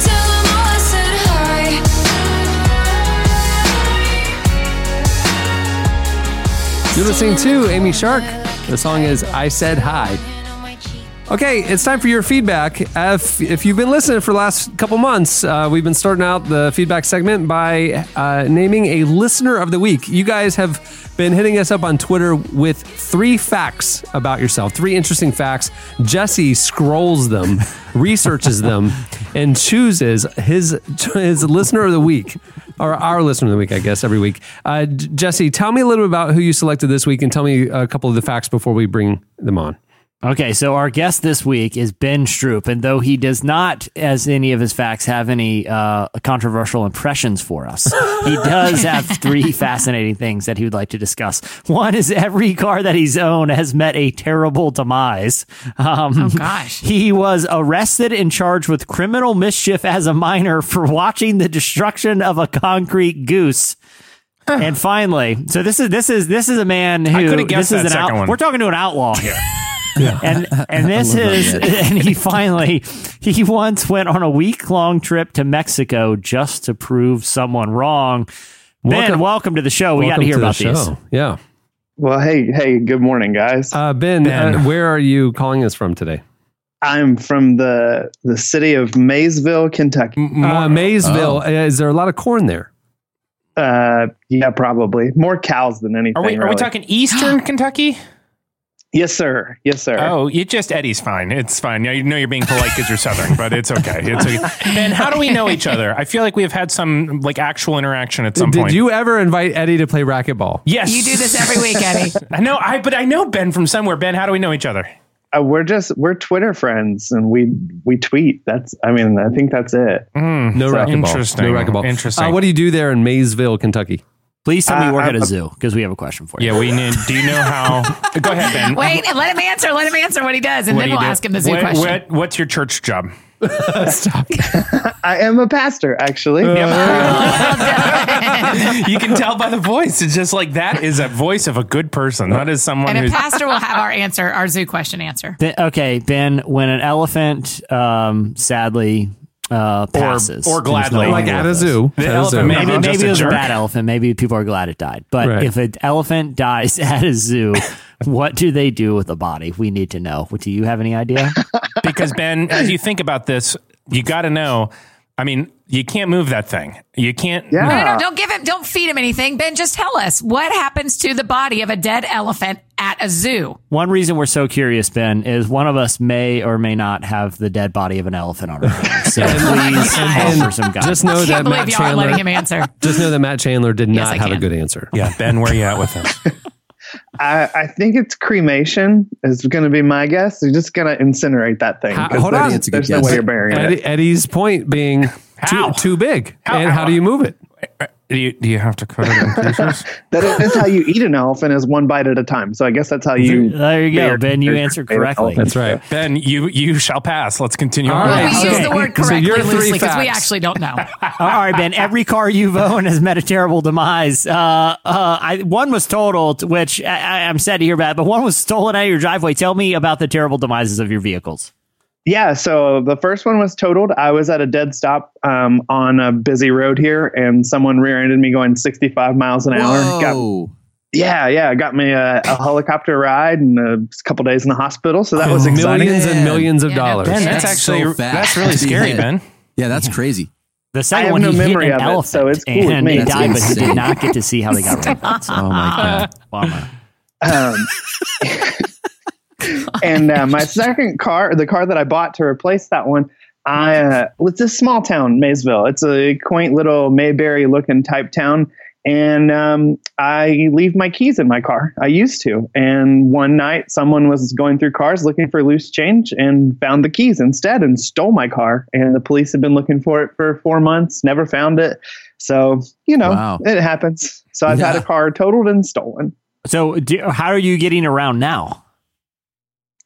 I: Till I'm almost at
B: You're listening to Amy Shark. The song is I Said Hi. Okay, it's time for your feedback. If, if you've been listening for the last couple months, uh, we've been starting out the feedback segment by uh, naming a listener of the week. You guys have been hitting us up on Twitter with three facts about yourself, three interesting facts. Jesse scrolls them, researches them, and chooses his his listener of the week, or our listener of the week, I guess, every week. Uh, J- Jesse, tell me a little bit about who you selected this week, and tell me a couple of the facts before we bring them on.
E: Okay, so our guest this week is Ben Stroop, and though he does not, as any of his facts, have any uh, controversial impressions for us, he does have three fascinating things that he would like to discuss. One is every car that he's owned has met a terrible demise. Um, oh gosh! He was arrested and charged with criminal mischief as a minor for watching the destruction of a concrete goose. And finally, so this is this is this is a man who
C: I could've guessed
E: this is
C: that
E: an
C: second one.
E: We're talking to an outlaw here. And and
C: I
E: this
C: love that
E: is
C: bit.
E: and he finally he once went on a week long trip to Mexico just to prove someone wrong. ben,
K: Welcome-
E: welcome to the show. We got to hear about these.
B: Yeah.
K: Well, hey, hey, good morning, guys.
B: Uh, ben, uh, where are you calling us from today?
K: I'm from the the city of Maysville, Kentucky.
B: Uh, Maysville.
C: oh.
B: Uh, Is there a lot of corn there?
K: Uh, yeah, probably more cows than anything.
C: Are we, are we
K: really.
C: talking Eastern Kentucky?
K: Yes, sir. Yes, sir.
C: Oh, you just Eddie's fine. It's fine. Yeah, You know you're being polite because you're Southern, but it's okay. It's okay. Ben, how do we know each other? I feel like we have had some like actual interaction at some
B: Did
C: point.
B: you ever invite Eddie to play racquetball?
C: Yes,
K: You do this every week, Eddie.
C: I know. I but I know Ben from somewhere. Ben, how do we know each other?
K: Uh, we're just we're Twitter friends, and we we tweet. That's I mean I think that's it.
B: No
K: So-
B: racquetball. No racquetball. Uh, what do you do there in Maysville, Kentucky?
E: Please
K: tell me you work Uh, at a I'm-
E: zoo because we have a question for
C: you. Yeah, we need. Do you know how? Go ahead, Ben.
F: Wait, let him answer. Let him answer what he does, and
C: What do
F: then
C: you
F: we'll
C: do?
F: ask him the zoo
C: What-
F: question.
C: what- what's your church job?
K: I am a pastor, actually.
F: Oh,
C: you can tell by the voice. It's just like that is a voice of a good person. That is someone
F: and a
C: who's
F: pastor will have our answer, our zoo question answer.
E: Ben, okay, Ben, when an elephant um, sadly uh, passes
C: or
E: there's
C: gladly.
E: no
C: Like
E: longer
C: at
E: with
C: a
E: us.
C: zoo. The At a elephant zoo. may
E: Maybe,
C: be
E: maybe
C: just
E: it
C: a
E: was a
C: jerk.
E: bad elephant. Maybe people are glad it died. But
C: Right.
E: if an elephant dies at a zoo, what do they do with the body? We need to know. Do you have any idea?
C: because Ben, as you think about this, you got to know. I mean, you can't move that thing. You can't.
F: No, no, no, don't give him, don't feed him anything. Ben, just tell us what happens to the body of a dead elephant at a zoo.
E: One reason we're so curious, Ben, is one of us may or may not have the dead body of an elephant on our hands. So please offer some guidance.
B: just know that Matt Chandler. Just know that Matt Chandler did
E: Yes,
B: not
E: I
B: have a
E: can.
B: good answer.
C: Yeah, Ben, where you at with him?
K: I, I think it's cremation is going to be my guess. You're just going to incinerate that thing. 'cause
B: hold
K: there's,
B: on.
K: there's no way you're burying
B: Eddie-
K: it.
C: Oh,
B: Eddie's point being too, too big. and how do you move it?
C: Uh, Do you, do you have to cut it in pieces?
J: That is that's how you eat an elephant is one bite at a time. So I guess that's how you.
E: There you go,
J: bear-
E: Ben. You
J: bear-
E: answered
J: bear
E: correctly.
J: elephant.
C: right. Ben, you you shall pass. Let's continue.
E: All
C: on.
E: right,
F: We use the word
E: So
F: correctly
E: your three
F: loosely because we
E: facts.
F: actually don't know.
E: All right, Ben. Every car you've owned has met a terrible demise. Uh, uh, I, one was totaled, which I, I, I'm sad to hear about, but one was stolen out of your driveway. Tell me about the terrible demises of your vehicles.
J: Yeah, so the first one was totaled. I was at a dead stop um, on a busy road here, and someone rear-ended me going 65 miles an hour. Got, yeah, yeah, got me a, a helicopter ride and a couple days in the hospital. So that was exciting.
B: millions and millions of dollars.
J: Ben,
C: that's actually- that's really
D: Yeah.
C: scary, Ben.
D: Yeah, that's crazy.
E: The
J: I
E: second
J: have
E: one,
J: no
E: he hit
J: memory
E: an
J: of it,
E: elephant,
J: so it's cool with
E: and
J: me.
E: he
J: That's
E: died, but he did
J: insane.
E: not get to see how they got robbed.
D: Oh my
E: Bummer.
J: Um, and uh, my second car, the car that I bought to replace that one, I uh, it's a small town, Maysville. It's a quaint little Mayberry-looking type town, and um, I leave my keys in my car. I used to, and one night someone was going through cars looking for loose change and found the keys instead and stole my car. And the police have been looking for it for four months, never found it. So you know,
D: Wow.
J: it happens. So I've had
D: Yeah.
J: a car totaled and stolen.
E: So, do, how are you getting around now?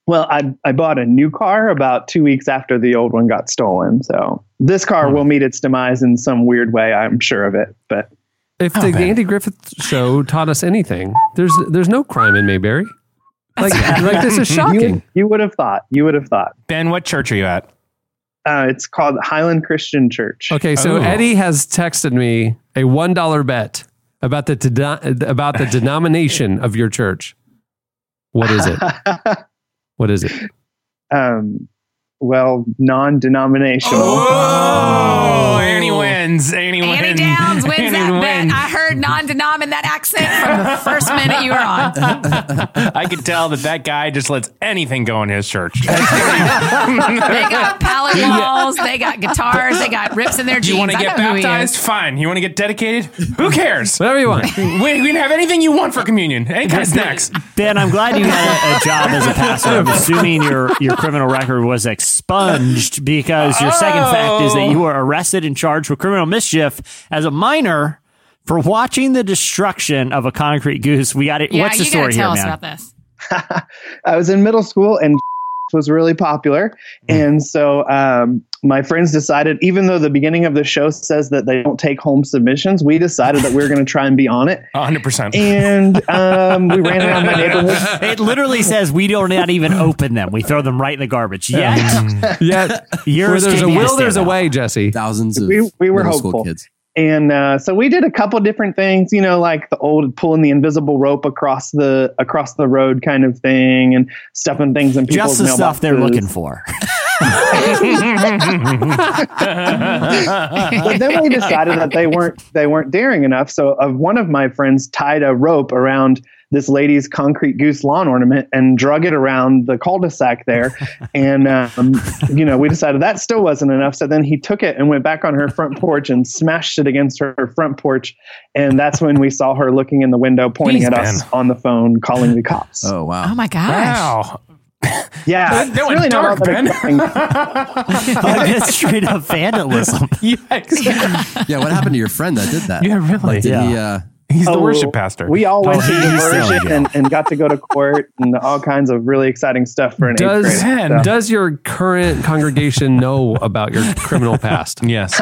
J: Well, I, I bought a new car about two weeks after the old one got stolen. So this car will meet its demise in some weird way. I'm sure of it. But
B: If the, the Andy Griffith Show taught us anything, there's there's no crime in Mayberry. Like, like this is
J: You,
B: shocking.
J: you would have thought. You would have thought.
C: Ben, what church are you at?
J: Uh, it's called Highland Christian Church.
B: Okay, so
C: Oh.
B: Eddie has texted me a one dollar bet about the teda- about the denomination of your church. What is it? What is it?
J: Um, well, non-denominational.
C: Oh, Annie wins. Annie wins.
F: Annie Downs wins
C: Annie
F: that
C: wins.
F: bet. I heard non-denom in that accent from the first minute you were on.
C: I could tell that that guy just lets anything go in his church.
F: They got pallet walls. They got guitars. They got rips in their
C: Do
F: jeans.
C: you want to
F: I
C: get
F: know who he
C: baptized?
F: is.
C: Fine. You want to get dedicated? Who cares?
B: Whatever you want.
C: we, we can have anything you want for communion. Any kind of snacks.
E: Ben, I'm glad you had a, a job as a pastor. I'm assuming your, your criminal record was expunged because your second fact is that you were arrested and charged with criminal mischief as a minor for watching the destruction of a concrete goose. We got it.
F: Yeah,
E: What's the
F: you
E: story
F: gotta tell
E: here,
F: us
E: man?
F: about this.
J: I was in middle school and was really popular. And so um, my friends decided, even though the beginning of the show says that they don't take home submissions, we decided that we were going to try and be on it.
C: 100%.
J: And um, we ran around my neighborhood.
E: It literally says we do not even open them. We throw them right in the garbage. Yet,
B: Yet, where
E: yours
B: there's
E: came
B: a
E: to
B: will,
E: stand
B: there's a
E: out.
B: way, Jesse.
D: Thousands of
J: We- we were
D: middle school
J: hopeful.
D: kids.
J: and uh, so we did a couple different things you know like the old pulling the invisible rope across the across the road kind of thing and stuffing things in
E: Just
J: people's
E: the stuff they're
J: mailboxes.
E: looking for.
J: but then we decided that they weren't they weren't daring enough so uh, one of my friends tied a rope around this lady's concrete goose lawn ornament and drug it around the cul-de-sac there and um, you know we decided that still wasn't enough so then he took it and went back on her front porch and smashed it against her front porch and that's when we saw her looking in the window pointing
C: Jeez,
J: at us
C: Ben.
J: on the phone calling the cops
D: Oh wow.
F: Oh my gosh.
C: Wow.
J: yeah
C: That went dark, Ben.
E: Like, that's straight up vandalism.
C: Yikes.
D: Yeah, what happened to your friend that did that?
C: Yeah, really.
D: Like, did he,
E: Yeah.
D: uh,
C: He's the
J: Oh,
C: worship pastor.
J: We all went through
E: he- he's selling
J: diversion
E: you.
J: and, and got to go to court and all kinds of really exciting stuff for an eighth
B: Does
J: grade.
B: does your current congregation know about your criminal past?
C: yes.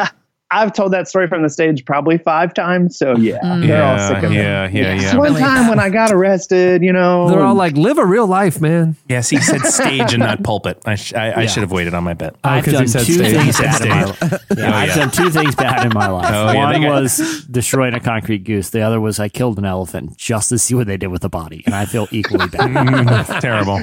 J: I've told that story from the stage probably five times, so yeah,
C: Mm.
J: they're all sick
C: Yeah,
J: of it.
C: yeah, yeah, yeah.
F: Yeah.
J: It's One time when I got arrested, you know,
B: They're all like, live a real life, man.
C: Yes, he said stage and not pulpit. I, sh- I, I should have waited on my bet.
E: I've
B: 'cause he
E: done two
B: said stage.
E: things
C: He
E: bad
C: Oh, said
E: in my life. Yeah,
C: Oh,
E: I've
C: yeah.
E: done two things bad in my life.
C: Oh, yeah, they
E: One
C: got-
E: was destroying a concrete goose. The other was I killed an elephant just to see what they did with the body, and I feel equally bad.
C: Mm, that's terrible.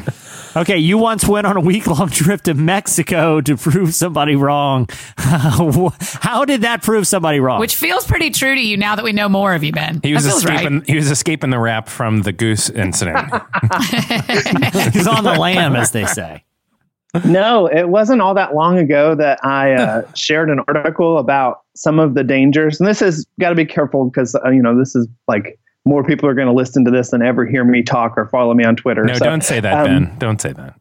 E: okay, you once went on a week long trip to Mexico to prove somebody wrong. How did that prove somebody wrong?
F: Which feels pretty true to you now that we know more of you, Ben.
C: He was
F: that feels
C: escaping.
F: right.
C: He was escaping the rap from the goose incident.
E: is on the lamb, as they say.
J: no, it wasn't all that long ago that I uh, shared an article about some of the dangers, and this has got to be careful because uh, you know this is like more people are going to listen to this than ever hear me talk or follow me on Twitter.
C: no,
J: so,
C: don't say that,
J: um,
C: Ben. Don't say that.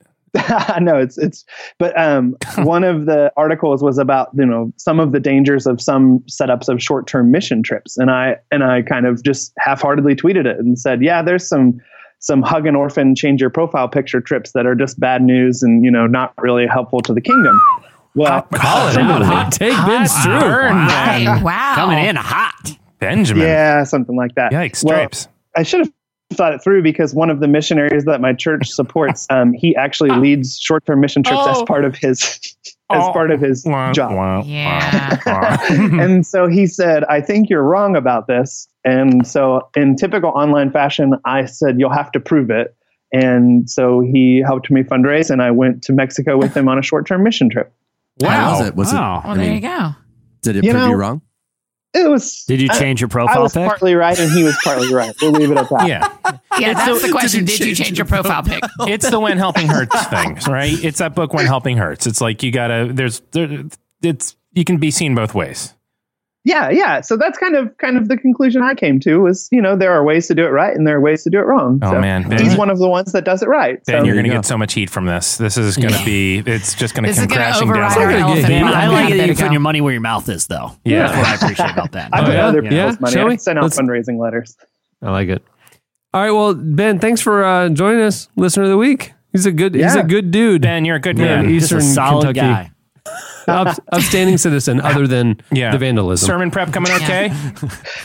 J: no, it's it's. But um, one of the articles was about you know some of the dangers of some setups of short-term mission trips, and I and I kind of just half-heartedly tweeted it and said, yeah, there's some some hug an orphan, change your profile picture trips that are just bad news and you know not really helpful to the kingdom. Well,
B: Call it out. Hot take, Ben Stru.
C: Wow.
F: wow.
E: Coming in hot.
C: Benjamin.
J: Yeah, something like that.
C: Yikes, stripes.
J: I should have thought it through because one of the missionaries that my church supports, um, he actually leads short-term mission trips as
F: Oh.
J: part of his as part of his job.
C: Oh,
F: Yeah.
J: and so he said, I think you're wrong about this. And so, in typical online fashion, I said, You'll have to prove it. And so he helped me fundraise, and I went to Mexico with him on a short term mission trip.
D: How was it? Was
E: Wow.
D: it?
F: Well,
D: I
F: there
D: mean,
F: you go.
D: Did it
J: You
D: prove
J: know-
D: you wrong?
J: It was.
E: Did you
J: Uh, I-
E: change your
J: I
E: profile
J: was
E: pic?
J: partly right, and he was partly right. We'll leave it at that.
C: Yeah.
F: Yeah,
C: It's
F: that's
C: so-
F: the question. Did you change your profile pic?
C: it's the when helping hurts things, right? It's that book when helping hurts. It's like you gotta there's there it's you can be seen both ways.
J: yeah yeah so that's kind of kind of the conclusion i came to was you know there are ways to do it right and there are ways to do it wrong
C: Oh,
J: So
C: man.
J: he's one of the ones that does it right
C: Ben,
J: so
C: you're gonna get so much heat from this. This is gonna be it's just gonna
F: This is
C: come
F: going to
C: crashing
F: override
C: down.
F: our
B: It's not gonna get
F: elephant.
B: big.
E: Man, I like
F: Yeah,
E: that
F: there
E: you're
F: you
E: putting
F: go.
E: your money where your mouth is, though.
C: Yeah.
E: That's what I appreciate about that.
J: i
B: Oh,
J: put
B: yeah?
J: other
B: Yeah?
J: people's money
B: Shall
J: I
B: we?
J: sent out
B: Let's-
J: fundraising letters
B: I like it. All right, well, Ben, thanks for uh, joining us, listener of the week. He's a good. He's a
J: Yeah.
B: good dude.
C: Ben, you're a good
B: Yeah.
C: man.
B: He's
E: Just a
B: Eastern
E: solid
B: Kentucky.
E: guy.
B: Up, upstanding citizen, other than
C: Yeah.
B: the vandalism.
C: Sermon prep coming okay?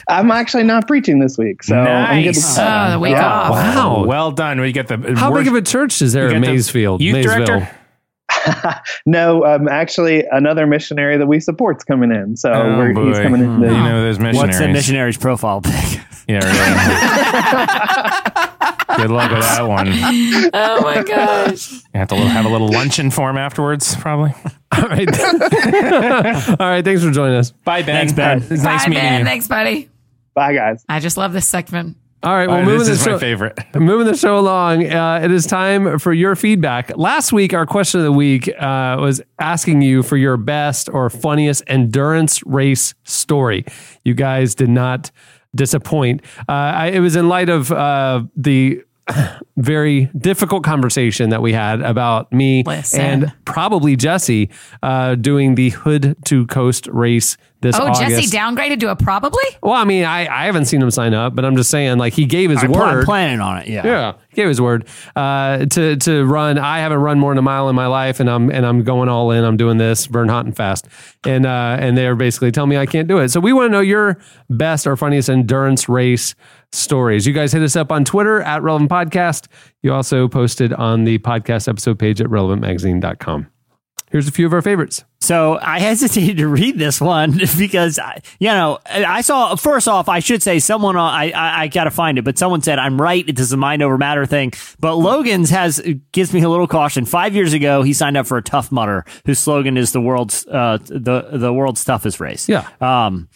J: i'm actually not preaching this week so i'm good to
C: Nice.
F: Oh, the week
J: Yeah.
F: off.
B: Wow.
C: Well done. We get the
B: How big of a church is there
C: you
B: in
C: got the
B: Maysfield?
C: youth
B: Maysville.
C: director?
J: no um, actually another missionary that we support's coming in so
C: Oh,
J: we're, he's
C: boy.
J: coming in
C: you
J: to-
C: know those missionaries.
E: What's the missionary's profile pic?
C: Yeah, really. Good luck with that one. You
F: Oh my gosh.
C: have to have a little luncheon for him afterwards, probably.
B: All right. All right. Thanks for joining us.
C: Bye, Ben.
E: Thanks, Ben.
C: Uh, It's nice
F: Bye,
C: meeting
F: Ben.
C: you.
F: Thanks, buddy.
J: bye guys
F: I just love this segment.
B: All right. Well,
C: Uh,
B: moving
C: this
B: the
C: is
B: show,
C: my favorite.
B: Moving the show along, uh, it is time for your feedback. Last week, our question of the week uh, was asking you for your best or funniest endurance race story. You guys did not disappoint. Uh, I, it was in light of uh, the very difficult conversation that we had about me
F: Listen.
B: and probably Jesse uh, doing the Hood to Coast race this
F: Oh,
B: August.
F: Jesse downgraded to a probably?
B: well, I mean, I, I haven't seen him sign up, but I'm just saying, like, he gave his
E: I'm pl- I'm
B: word.
E: planning on it. Yeah.
B: Yeah, he gave his word uh, to to run. I haven't run more than a mile in my life, and I'm and I'm going all in. I'm doing this burn hot and fast, and uh, and they're basically telling me I can't do it. So we want to know your best or funniest endurance race stories. You guys hit us up on Twitter at Relevant Podcast. You also posted on the podcast episode page at relevantmagazine.com. Here's a few of our favorites.
E: So I hesitated to read this one because, I, you know, I saw, first off, I should say someone, on- I, I, I got to find it, but someone said, I'm right. It is a mind over matter thing. But Logan's has, gives me a little caution. Five years ago, he signed up for a Tough Mudder whose slogan is the world's, uh, the, the world's toughest race.
B: Yeah.
E: Um,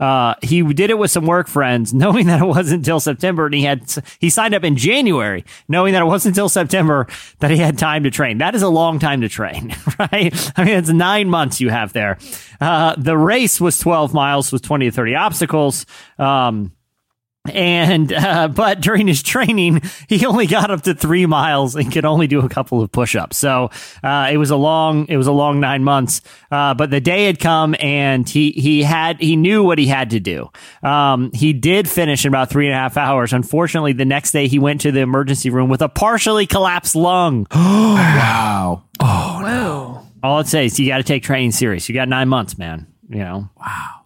E: uh, he did it with some work friends, knowing that it wasn't until September, and he had he signed up in January, knowing that it wasn't until September that he had time to train. That is a long time to train, right? I mean, it's nine months you have there. Uh, the race was twelve miles with twenty to thirty obstacles. Um, and uh, but during his training, he only got up to three miles and could only do a couple of push-ups. So uh, it was a long, it was a long nine months. Uh, but the day had come, and he he had he knew what he had to do. Um, he did finish in about three and a half hours. Unfortunately, the next day he went to the emergency room with a partially collapsed lung.
D: Wow.
E: All it says you got to take training serious. You got nine months, man. You know,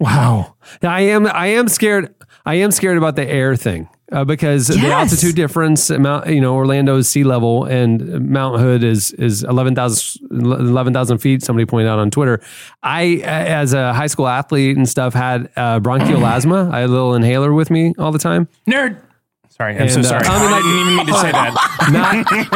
B: Wow. I am I am scared I am scared about the air thing. Uh, because the
F: Yes.
B: altitude difference, Mount, you know, Orlando is sea level and Mount Hood is is 11,000 11,000 feet. Somebody pointed out on Twitter. I, uh, as a high school athlete and stuff, had uh, bronchial asthma. I had a little inhaler with me all the time.
C: Nerd. Sorry, I'm so
B: And, uh,
C: sorry.
B: I
C: I,
B: mean, like-
C: didn't even mean to say that.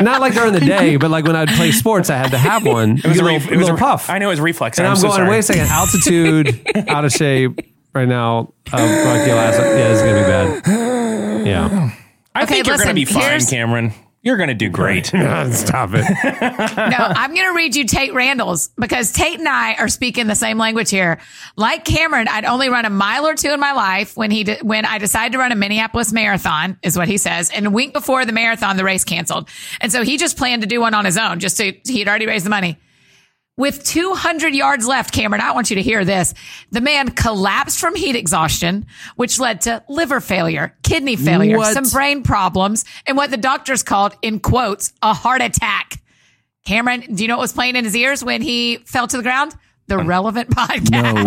B: Not like during the day, but like when I'd play sports, I had to have one.
C: It was a,
B: little,
C: ref- it was a
B: little puff.
C: I know it was reflex.
B: And I'm,
C: so
B: going,
C: sorry.
B: wait a second, altitude, out of shape right now. Uh, bronchial asthma. Yeah, this is going to be bad. Yeah.
C: I
F: Okay,
C: think you're going to
F: listen,
C: be fine,
F: here's-
C: Cameron. You're going to do great. Stop it.
F: no, I'm going to read you Tate Randall's because Tate and I are speaking the same language here. Like Cameron, I'd only run a mile or two in my life when he de- when I decided to run a Minneapolis marathon is what he says. And a week before the marathon, the race canceled, and so he just planned to do one on his own. Just to he had already raised the money. With 200 yards left, Cameron, I want you to hear this. The man collapsed from heat exhaustion, which led to liver failure, kidney failure,
L: What?
F: some brain problems, and what the doctors called, in quotes, a heart attack. Cameron, do you know what was playing in his ears when he fell to the ground? The
E: Um,
F: relevant podcast.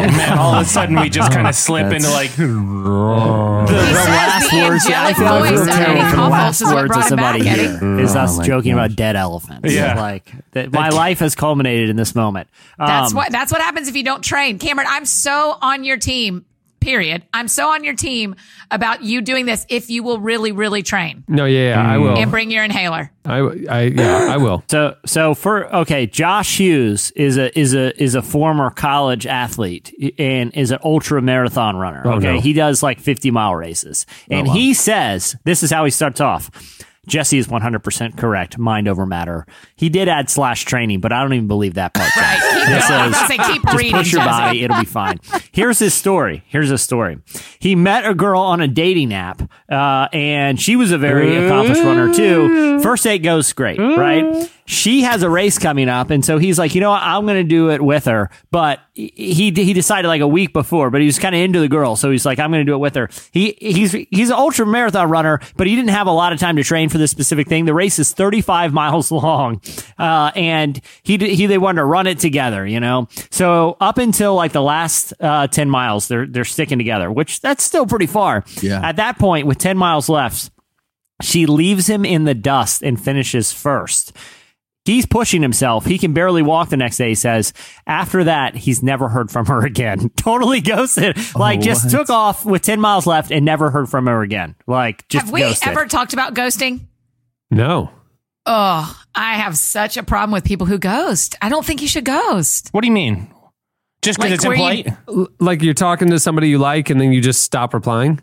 C: Oh, man. All of a sudden, we just kind of slip into like.
E: last
F: the
E: words, yeah, I
F: angelic
E: feel like
F: voice
E: we're
F: of
E: terrible
F: Eddie
E: for the
F: Huffles
E: last
F: is what
E: words
F: brought
E: of
F: it back,
E: somebody
F: Eddie.
E: here is
F: Oh
E: us
F: my
E: joking
F: gosh.
E: about dead elephants.
C: Yeah.
E: like that my life has culminated in this moment.
F: That's
E: Um,
F: what that's what happens if you don't train. Cameron, I'm so on your team. Period. I'm so on your team about you doing this if you will really, really train.
B: No, yeah, yeah,
C: Mm.
B: I will.
F: And bring your inhaler.
B: I, I, yeah, I will.
E: So, so for okay, Josh Hughes is a is a is a former college athlete and is an ultra marathon runner.
B: Oh,
E: okay,
B: no.
E: he does like fifty mile races, and
B: wow.
E: he says this is how he starts off. Jesse is one hundred percent correct. Mind over matter. He did add slash training, but I don't even believe that part. right.
F: Keep going. I was gonna say, keep
E: just
F: reading,
E: push your
F: Jesse.
E: body; it'll be fine. Here's his story. Here's his story. He met a girl on a dating app, uh, and she was a very accomplished runner too. First date goes great, right? She has a race coming up, and so he's like, you know, what? I'm going to do it with her. But he he decided like a week before, but he was kind of into the girl, so he's like, I'm going to do it with her. He he's he's an ultra marathon runner, but he didn't have a lot of time to train for this specific thing. The race is 35 miles long, uh, and he d- he they wanted to run it together, you know. So up until like the last uh, 10 miles, they're they're sticking together, which that's still pretty far.
D: Yeah.
E: At that point, with 10 miles left. She leaves him in the dust and finishes first. He's pushing himself. He can barely walk the next day, he says. After that, he's never heard from her again. totally ghosted.
C: Oh,
E: Like, just
F: what?
E: took off with 10 miles left and never heard from her again. Like, just
F: Have we
E: ghosted.
F: ever talked about ghosting?
B: No.
F: Oh, I have such a problem with people who ghost. I don't think you should ghost.
C: What do you mean? Just
F: 'cause Like, it's where you- impolite?
B: L- Like you're talking to somebody you like and then you just stop replying?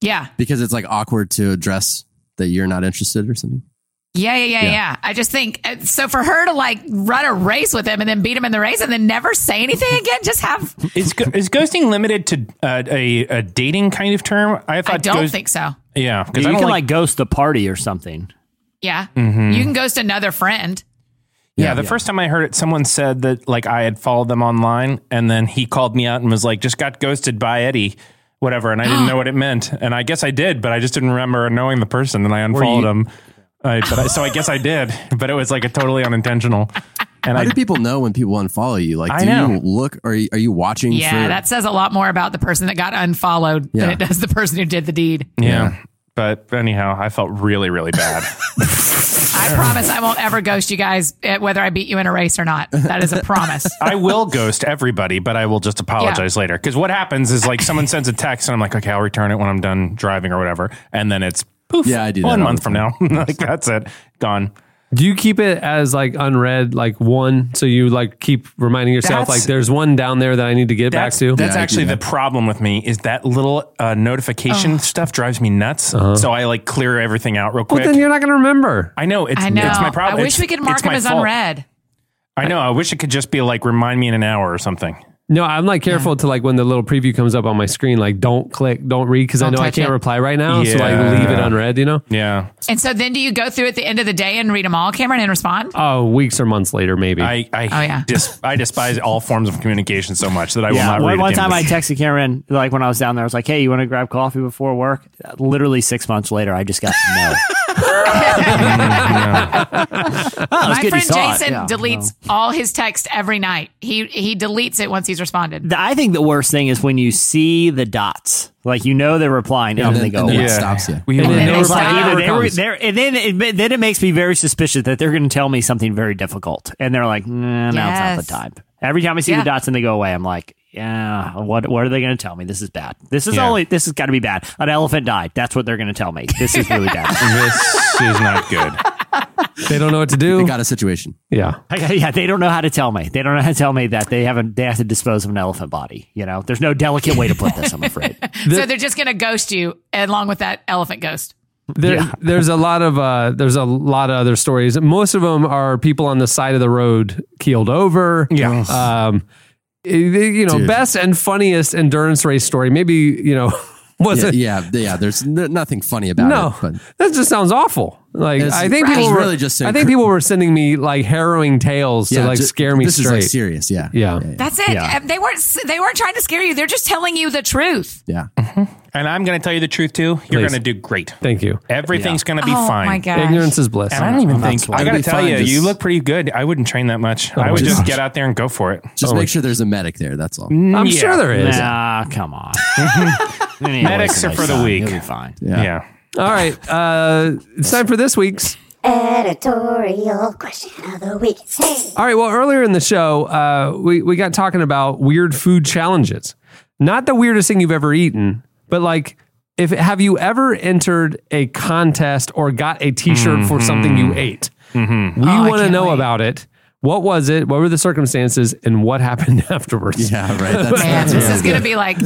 F: Yeah.
D: because it's like awkward to address that you're not interested or something.
F: Yeah, yeah, yeah, yeah.
D: Yeah.
F: I just think uh, so. For her to like run a race with him and then beat him in the race and then never say anything again, just have
C: Is, go- is ghosting limited to uh, a, a dating kind of term? I thought
F: I don't
C: ghost-
F: think so.
C: Yeah,
E: You
C: because I
E: can,
C: don't
E: like,
C: like,
E: ghost the party or something.
F: Yeah,
C: Mhm.
E: Mm-hmm.
F: you can ghost another friend.
C: Yeah, the first time I heard it, someone said that like I had followed them online, and then he called me out and was like, "Just got ghosted by Eddie." Whatever, and I didn't know what it meant, and I guess I did, but I just didn't remember knowing the person, and I unfollowed him. I, but I, so I guess I did, but it was like a totally unintentional. And
D: How
C: I
D: do people know when people unfollow you? Like,
C: I
D: do
C: know.
D: you look? Are you, are you watching?
F: Yeah,
D: for,
F: that says a lot more about the person that got unfollowed than
D: Yeah.
F: it does the person who did the deed.
C: yeah. But anyhow, I felt really, really bad.
F: I promise I won't ever ghost you guys, eh, whether I beat you in a race or not. That is a promise.
C: I will ghost everybody, but I will just apologize later. Because what happens is like someone sends a text, and I'm like, okay, I'll return it when I'm done driving or whatever, and then it's poof.
D: Yeah, I do that
C: One
D: all
C: month
D: the
C: from now, like that's it, gone.
B: Do you keep it as like unread, like one? So you like keep reminding yourself,
C: That's-
B: like there's one down there that I need to get back
C: That's,
B: to?
C: that's actually the problem with me is that little uh, notification stuff drives me nuts. So I like clear everything out real
B: Well,
C: quick.
B: then you're not going to remember.
C: I know it's,
F: I know.
C: it's my problem.
F: I wish
C: It's-
F: we could
C: it's
F: mark them
C: my
F: as
C: fault.
F: unread.
C: I know. I wish it could just be like remind me in an hour or something.
B: No, I'm like careful to like when the little preview comes up on my screen, like don't click, don't read because I
F: Don't
B: know I
F: touch
B: can't
F: it.
B: reply right now. So I leave it
C: Yeah.
B: unread, you know?
C: Yeah.
F: And so then do you go through at the end of the day and read them all, Cameron, and respond?
B: Oh, weeks or months later, maybe.
C: I I,
F: Oh, yeah.
C: dis- I despise all forms of communication so much that I will
E: Yeah.
C: not
E: One,
C: read
E: one
C: it.
E: time I texted Karen, like when I was down there, I was like, hey, you want to grab coffee before work? Literally six months later, I just got no.
C: Mm,
E: Oh, it's
F: my
E: good you
F: friend
E: saw it.
F: Jason
E: Yeah,
F: deletes all his text every night. He he deletes it once he's responded.
E: The- I think the worst thing is when you see the dots, like you know they're replying, and,
D: And
E: then
D: then,
E: they go
D: and then
E: away.
D: it stops you.
B: We
E: And
B: were-
E: then
F: they
E: it's
F: stop.
E: like either they were,
B: comes.
E: they're, and then it, then it makes me very suspicious that they're going to tell me something very difficult, and they're like, nah, now
F: Yes.
E: it's not the time. Every time I see
F: Yeah.
E: the dots and they go away, I'm like, yeah, what what are they going to tell me? This is bad. This is
C: Yeah.
E: only this has got to be bad. An elephant died. That's what they're going to tell me. This is really bad.
C: this is not good.
B: they don't know what to
D: They
B: do.
D: got a situation.
B: yeah.
E: I- yeah, they don't know how to tell me. They don't know how to tell me that they haven't. They have to dispose of an elephant body. You know, there's no delicate way to put this. I'm afraid.
F: so they're just going to ghost you along with that elephant ghost.
B: There, there's a lot of uh, there's a lot of other stories. Most of them are people on the side of the road keeled over.
C: Yeah.
B: Um, it- it- you know,
D: Dude.
B: best and funniest endurance race story. Maybe you know wasn't.
D: yeah, yeah, yeah, There's n- nothing funny about
B: No,
D: it. But
B: that just sounds awful. Like
D: It's-
B: I think
D: Right.
B: people
D: it's
B: were,
D: really just to
B: I think
D: encour-
B: people were sending me like harrowing tales
D: Yeah,
B: to like
D: ju-
B: scare me
D: this is,
B: straight.
D: like, serious, yeah.
B: Yeah.
F: That's it.
B: Yeah.
F: Uh, They weren't s- they weren't trying to scare you. They're just telling you the truth.
D: Yeah.
C: And I'm going to tell you the truth too. You're
B: Please.
C: going to do great.
B: Thank you.
C: Everything's
B: Yeah.
C: going to be
F: Oh,
C: fine.
F: my gosh.
B: Ignorance is bliss.
C: And I don't even think I got to tell you, you
D: just-
C: look pretty good. I wouldn't train that much.
D: Oh,
C: I would
D: just-
C: just get out there and go for it.
D: Just
C: Oh,
D: make sure there's a medic there. That's all.
B: Mm.
C: I'm Yeah. sure there is.
E: Nah, Ah, come on.
C: Medics are for the weak.
E: You'll be fine.
C: Yeah.
B: All right, uh, it's time for this week's
L: Editorial question of the week.
B: All right. Well, earlier in the show, uh, we we got talking about weird food challenges. Not the weirdest thing you've ever eaten, but like, if have you ever entered a contest or got a T-shirt for something
D: Mm-hmm.
B: you ate?
D: Oh,
B: We want to know about it. What was it? What were the circumstances? And what happened afterwards? Yeah,
D: right.
F: Man, this is going to be like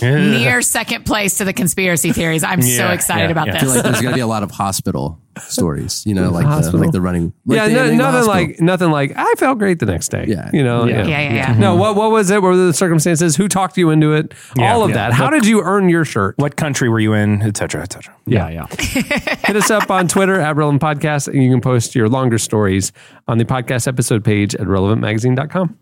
F: near second place to the conspiracy theories. I'm so excited about
D: I
F: this.
D: feel like there's going to be a lot of hospital stories. You know, like the,
B: Hospital?
D: like the running. Like
B: yeah,
D: the
B: no,
D: ending
B: nothing
D: of the hospital.
B: like nothing like I felt great the next day. Yeah, you know.
D: Yeah. Yeah, yeah, yeah.
B: No, what what was it? What were the circumstances? Who talked you into it? All of that. How did you earn your shirt?
C: What country were you in, et cetera, et cetera?
B: Yeah,
E: yeah.
B: Hit us up on Twitter at Relevant Podcast, and you can post your longer stories on the podcast episode page at relevantmagazine.com.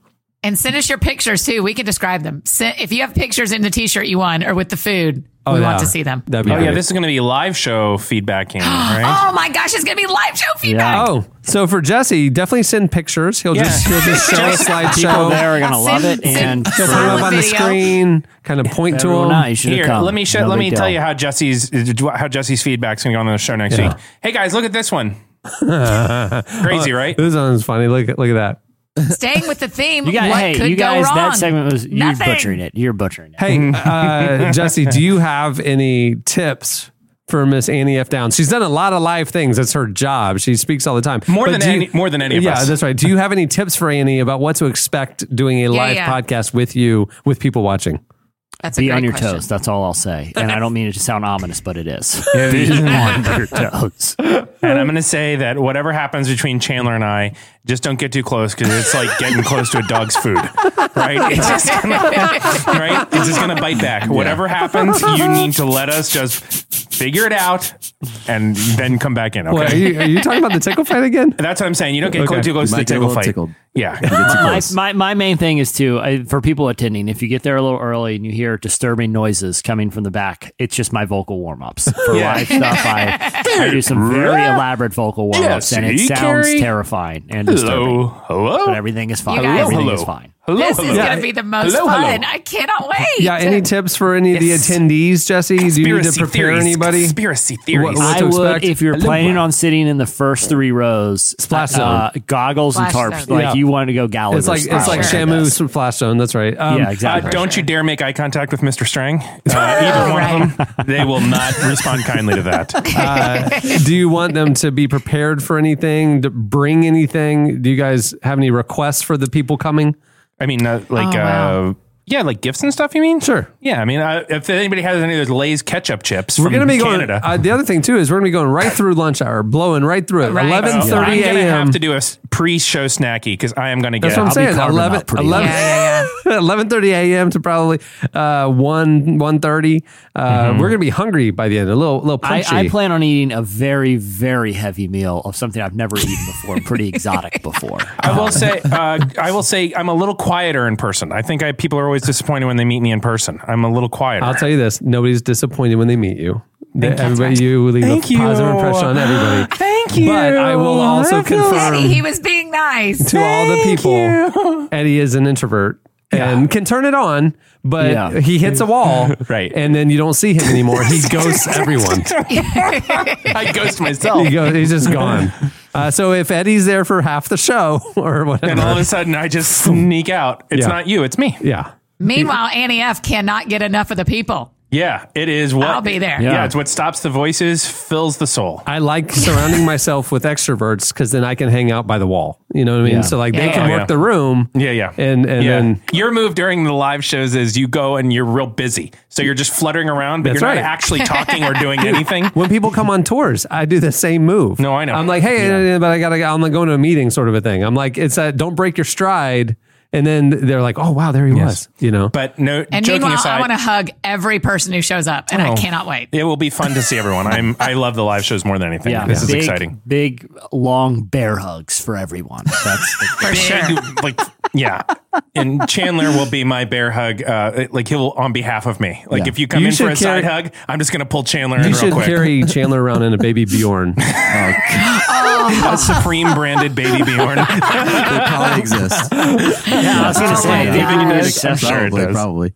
F: and send us your pictures too. We can describe them. Send, if you have pictures in the T-shirt you won or with the food,
E: Oh,
F: we want to see them.
B: That'd be
C: oh, yeah.
B: great.
C: This is going to be live show feedback, Andy, right?
F: Oh my gosh, it's gonna be live show feedback.
B: Oh, so for Jesse, definitely send pictures. He'll just he'll just show a
E: Just-
B: slideshow.
E: people there are gonna I'll love send- it, send- and
B: he'll put them up on the
F: video.
B: screen, kind of point to
E: Everyone
B: them.
E: knows you should've
C: Here,
E: come.
C: let me show,
E: No
C: let
E: big
C: me
E: deal.
C: tell you how Jesse's how Jesse's feedback's going to go on the show next
B: Yeah.
C: week. Hey guys, look at this one.
B: Crazy,
C: right?
B: This one's funny. Look at look at that.
F: Staying with the theme,
E: You guys,
F: what
E: hey,
F: could
E: you guys,
F: go wrong?
E: that segment was you're
F: Nothing.
E: butchering it. You're butchering it.
B: Hey, uh, Jesse, do you have any tips for Miss Annie F. Downs? She's done a lot of live things. That's her job. She speaks all the time.
C: More
B: But
C: than
B: do you-
C: any- more than any of
B: yeah,
C: us.
B: that's right. Do you have any tips for Annie about what to expect doing a
F: Yeah,
B: live
F: yeah.
B: podcast with you, with people watching?
F: That's a
E: be on
F: great
E: your
F: question.
E: toes. That's all I'll say. And I don't mean it to sound ominous, but it is.
C: it
E: be
C: is.
E: on your toes.
C: And I'm going to say that whatever happens between Chandler and I, just don't get too close because it's like getting close to a dog's food, right? It's just gonna, right? It's just going to bite back. Whatever happens, you need to let us just figure it out and then come back in. Okay.
B: What, are, you, are you talking about the tickle fight again?
C: That's what I'm saying. You don't get
B: Okay.
C: too close
B: You
C: to the
B: might get a
C: tickle
B: little
C: fight.
B: tickled.
C: Yeah.
E: my, my, my main thing is to I, for people attending if you get there a little early and you hear disturbing noises coming from the back it's just my vocal warm-ups for
C: Yeah.
E: live stuff I, I do some very
C: Dude.
E: elaborate vocal warm-ups and it
C: Jesse
E: sounds
C: Carey.
E: terrifying and
C: Hello.
E: disturbing
C: Hello.
E: but everything is fine
F: You guys-
E: everything
C: Hello.
E: is fine
F: this is gonna be the most
B: Hello, hello.
F: fun. I cannot wait.
B: Yeah, any tips for any of the attendees, Jesse? Do you need to
C: Conspiracy
B: prepare
C: theories.
B: anybody?
C: Conspiracy theories.
B: What, what to
E: I would
B: expect?
E: if you're
B: Hello.
E: planning on sitting in the first three rows,
B: Splash
E: uh, goggles and
B: Splash
E: tarps.
B: zone.
E: Like
B: Yeah.
E: you want to go Gallagher.
B: It's like it's
E: style.
B: like Shamu's Flash Zone. That's right. Um,
E: Yeah, exactly.
C: Uh, don't you dare make eye contact with Mr. Strang. Uh, either one of them, they will not respond kindly to that.
B: uh, do you want them to be prepared for anything? To bring anything? Do you guys have any requests for the people coming?
C: I mean, uh, like,
B: Oh,
C: uh, yeah, like gifts and stuff. You mean?
B: Sure.
C: Yeah, I mean, uh, if anybody has any of those Lay's ketchup chips
B: We're
C: from
B: going to be going.
C: Canada,
B: Uh, the other thing too is we're going to be going right through lunch hour, blowing right through it.
C: Right.
B: Eleven
C: Uh, I'm
B: thirty
C: gonna
B: a.m.
C: have to do a s- pre-show snacky because I am going to get.
B: That's what I'm
C: I'll be
B: saying.
C: carving
B: Eleven,
C: up pretty
B: eleven,
C: good.
B: eleven thirty a.m. to probably uh, one one thirty.
C: Mm-hmm.
B: Uh, We're going to be hungry by the end. A little little
E: I,
B: punchy.
E: I plan on eating a very, very heavy meal of something I've never eaten before, and pretty exotic before.
C: I will say, uh, I will say, I'm a little quieter in person. I think I, people are always disappointed when they meet me in person. I'm a little quieter.
B: I'll tell you this: nobody's disappointed when they meet you.
C: Thank you.
B: everybody, you leave
C: Thank
B: a positive
C: you.
B: impression on everybody.
C: Thank
B: you. But I will also
F: I feel-
B: confirm-
F: Eddie, he was being nice.
B: to all the people. Eddie is an introvert and can turn it on, but
C: Yeah.
B: he hits a wall,
C: right?
B: And then you don't see him anymore. He ghosts everyone.
C: I ghost myself.
B: He goes, he's just gone. Uh, so if Eddie's there for half the show or whatever,
C: and all of a sudden I just sneak out. It's
B: Yeah.
C: not you, it's me.
B: Yeah.
F: Meanwhile, Annie F cannot get enough of the people.
C: Yeah, it is what
F: I'll be there.
C: Yeah.
B: Yeah.
C: it's what stops the voices, fills the soul.
B: I like surrounding myself with extroverts because then I can hang out by the wall. You know what I mean?
C: Yeah.
B: So like
C: Yeah,
B: they
C: yeah,
B: can
C: yeah.
B: work the room.
C: Yeah, yeah.
B: And and
C: yeah.
B: then
C: your move during the live shows is you go and you're real busy. So you're just fluttering around, but
B: That's
C: you're
B: right.
C: not actually talking or doing
B: Dude,
C: anything.
B: When people come on tours, I do the same move. No, I know. I'm like, hey, eh, eh, but I gotta. go- I'm like going to a meeting, sort of a thing. I'm like, it's a don't break your stride. And then they're like, oh wow, there he was. You know.
C: But no,
F: And
C: joking
F: meanwhile,
C: aside,
F: I want to hug every person who shows up, and I
C: Oh.
F: cannot wait.
C: It will be fun to see everyone. I'm I love the live shows more than anything.
E: Yeah.
C: This is
E: Big-
C: exciting.
E: Big, long bear hugs for everyone. That's the
F: For sure.
C: like yeah. And Chandler will be my bear hug. Uh, like he'll on behalf of me. Like
B: Yeah.
C: if you come
B: You
C: in for
B: should
C: a
B: carry-
C: side hug, I'm just gonna pull Chandler in
B: You
C: real
B: should
C: quick.
B: carry Chandler around in a baby Bjorn.
C: a Supreme branded baby Bjorn.
D: They probably exist.
E: Yeah, I was gonna say,
D: Yeah.
E: they didn't
D: Yeah.
E: exist. I'm sure it
D: Probably,
E: does.
D: probably.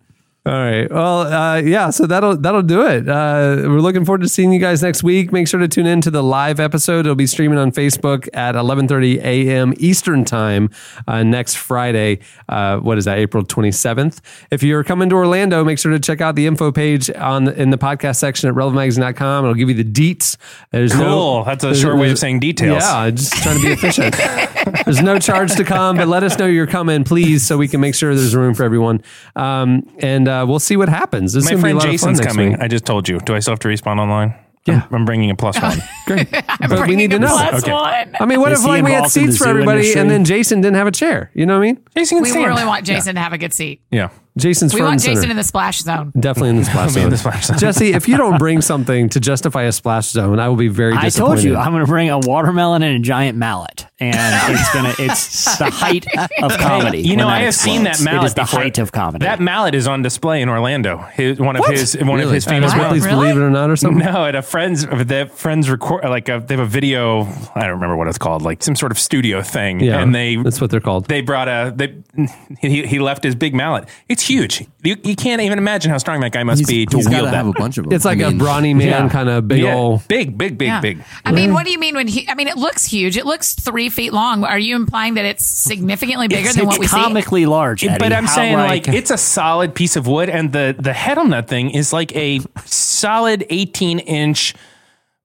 B: All right. Well, uh, yeah. So that'll that'll do it. Uh, we're looking forward to seeing you guys next week. Make sure to tune in to the live episode. It'll be streaming on Facebook at 11:30 a.m. Eastern time uh, next Friday. Uh, what is that? April 27th. If you're coming to Orlando, make sure to check out the info page on in the podcast section at relevantmagazine.com. It'll give you the deets. There's
C: Cool. That's a
B: there's-
C: short way of
B: there's-
C: saying details.
B: Yeah, just trying to be efficient. there's no charge to come, but let us know you're coming, please, so we can make sure there's room for everyone. Um, and uh, we'll see what happens. This is
C: My
B: gonna
C: friend
B: be a lot
C: Jason's
B: of fun next
C: coming.
B: week.
C: I just told you. Do I still have to respond online? Yeah. I'm, I'm bringing a plus one.
F: I'm
B: But we
F: bringing
B: need to
F: a
B: know.
F: plus
C: Okay.
F: one.
B: I mean, what
C: Is
B: if
C: he
B: like we had
C: involved in the
B: seats for
C: zoo
B: everybody,
C: industry?
B: and then Jason didn't have a chair? You know what I mean?
C: Jason
F: we really want Jason to have a good seat.
C: Yeah,
B: Jason's
F: we
B: front
F: want
B: and
F: Jason
B: center.
F: in the splash zone.
B: Definitely in the splash
C: Be
B: zone.
C: in the splash zone.
B: Jesse, if you don't bring something to justify a splash zone, I will be very
E: I
B: disappointed.
E: told you I'm going to bring a watermelon and a giant mallet, and it's gonna it's the height of comedy.
C: You know,
E: when
C: I have seen that
E: explodes.
C: mallet.
E: It is the
C: before.
E: height of comedy.
C: That mallet is on display in Orlando. His, one of
E: What?
C: his one of
B: Really?
C: his
B: At
C: famous
B: his
C: ones.
B: Ripley's Believe It or Not or something?
C: No, at a friend's the friends record like a, they have a video. I don't remember what it's called, like some sort of studio thing.
B: Yeah,
C: and they
B: that's what they're called.
C: they brought a they he, he left his big mallet. It's huge. You, you can't even imagine how strong that guy must be to
D: he's
C: wield
D: gotta
C: that.
D: have a bunch of them.
B: It's like a
D: I mean,
B: brawny man
C: Yeah.
B: kind of big
C: Yeah.
B: ol'
C: big, big, big,
F: Yeah.
C: big.
F: I mean, what do you mean when he? I mean, it looks huge. It looks three feet long. Are you implying that it's significantly bigger
E: it's,
F: than
E: it's
F: what we see?
E: comically large.
C: It-
E: Eddie.
C: but I'm
E: How,
C: saying like, it's a solid piece of wood, and the the head on that thing is like a solid 18 inch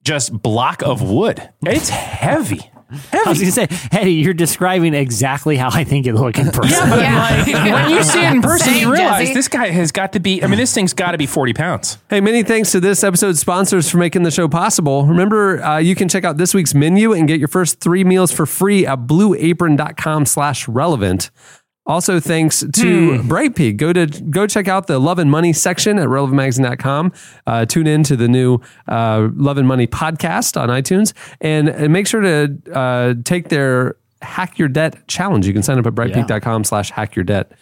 C: just block of wood. It's heavy.
E: I was going to say, Eddie, you're describing exactly how I think it look in
C: Yeah,
E: person.
C: but
F: Yeah.
C: like when you see it in person,
F: Same,
C: you realize
F: Jesse.
C: this guy has got to be. I mean, this thing's got to be 40 pounds.
B: Hey, many thanks to this episode's sponsors for making the show possible. Remember, uh, you can check out this week's menu and get your first three meals for free at blueapron.com slash relevant. Also, thanks to Bright Peak. Go to go check out the Love and Money section at relevantmagazine.com. Uh, tune in to the new uh, Love and Money podcast on iTunes, and, and make sure to uh, take their Hack Your Debt challenge. You can sign up at brightpeak.com slash hack your debt.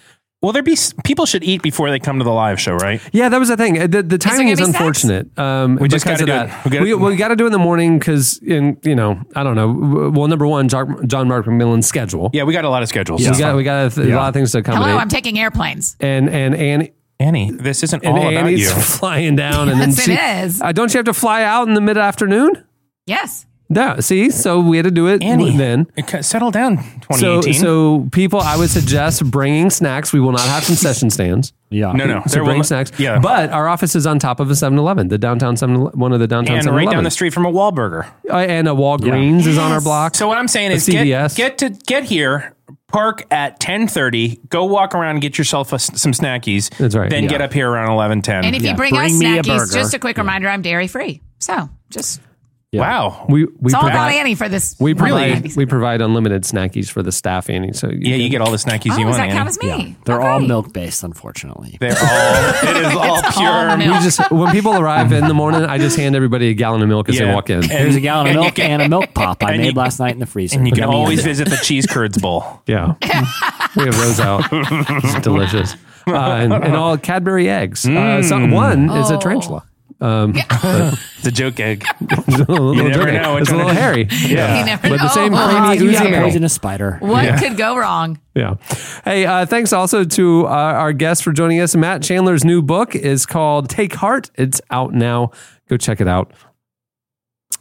C: Will there be s- people should eat before they come to the live show, right?
B: Yeah, that was the thing. Uh, The, the timing
F: gonna
B: is
F: be sex?
B: unfortunate. Um,
C: We just
B: because
C: gotta
B: of
C: do
B: that.
C: it. We gotta-
B: we, we got to do it in the morning because, in you know, I don't know. W- Well, number one, Jar- John Mark McMillan's schedule.
C: Yeah, we got a lot of schedules.
B: We got we got a, th- a lot of things to accommodate.
F: Hello, I'm taking airplanes.
B: and and Annie.
C: Annie, this isn't
B: And
C: all about
B: Annie's
C: you.
B: flying down, and then
F: Yes,
B: she,
F: it is.
B: Uh, don't you have to fly out in the mid afternoon?
F: Yes.
B: No, see, so we had to do it
C: Annie,
B: then.
C: Okay, settle down.
B: So,
C: 2018.
B: so people, I would suggest bringing snacks. We will not have concession stands.
E: yeah.
C: no, no,
B: So
C: there will
B: bring
C: not-
B: snacks.
C: Yeah,
B: But our office is on top of a 7-Eleven, the downtown 7 one of the downtown
C: and
B: 7
C: right down the street from a Wahlburger.
B: Uh, and a Walgreens is on our block.
C: So what I'm saying
B: A
C: is get,
B: CVS.
C: get to get here, park at 10:30, go walk around and get yourself a s some snackies.
B: That's right,
C: Then
B: yeah.
C: get up here around 11:10.
F: And if you bring, us
E: Bring me a
F: snackies,
E: burger.
F: just a quick reminder, I'm dairy free. So just
C: wow.
B: we we
F: it's all about
B: provide,
F: Annie for this.
B: we provide
F: Really?
B: we provide unlimited snackies for the staff, Annie. So
C: yeah, you get all the snackies
F: Oh,
C: you
F: does
C: want.
F: that count
C: Annie.
F: as me?
E: They're all
F: Okay.
E: milk based, unfortunately.
C: They're all it is all
F: It's all
C: pure
F: milk.
B: We just when people arrive in the morning, I just hand everybody a gallon of milk as
C: Yeah.
B: they walk in.
E: There's a gallon of
C: And you
E: milk
C: can-
E: and a milk pop I
C: and you-
E: made last night in the freezer.
C: And you can
E: Yummy,
C: always
E: yummy.
C: visit the cheese curds bowl.
B: Yeah, we have those out. It's delicious, uh, and, and all Cadbury eggs. Uh, so
C: Mm.
B: one is a
F: Oh.
B: tarantula.
C: It's a joke egg.
B: It's a little,
C: never
B: joke.
C: know which
B: it's a
C: one
B: little
C: it is.
B: hairy.
F: You never
B: But the
F: know.
B: same
F: Oh,
B: creamy
E: You
B: oozy
E: got
B: milk.
E: poisonous spider.
F: What could go wrong?
B: Yeah. Hey, uh, thanks also to uh, our guest for joining us. Matt Chandler's new book is called Take Heart. It's out now. Go check it out.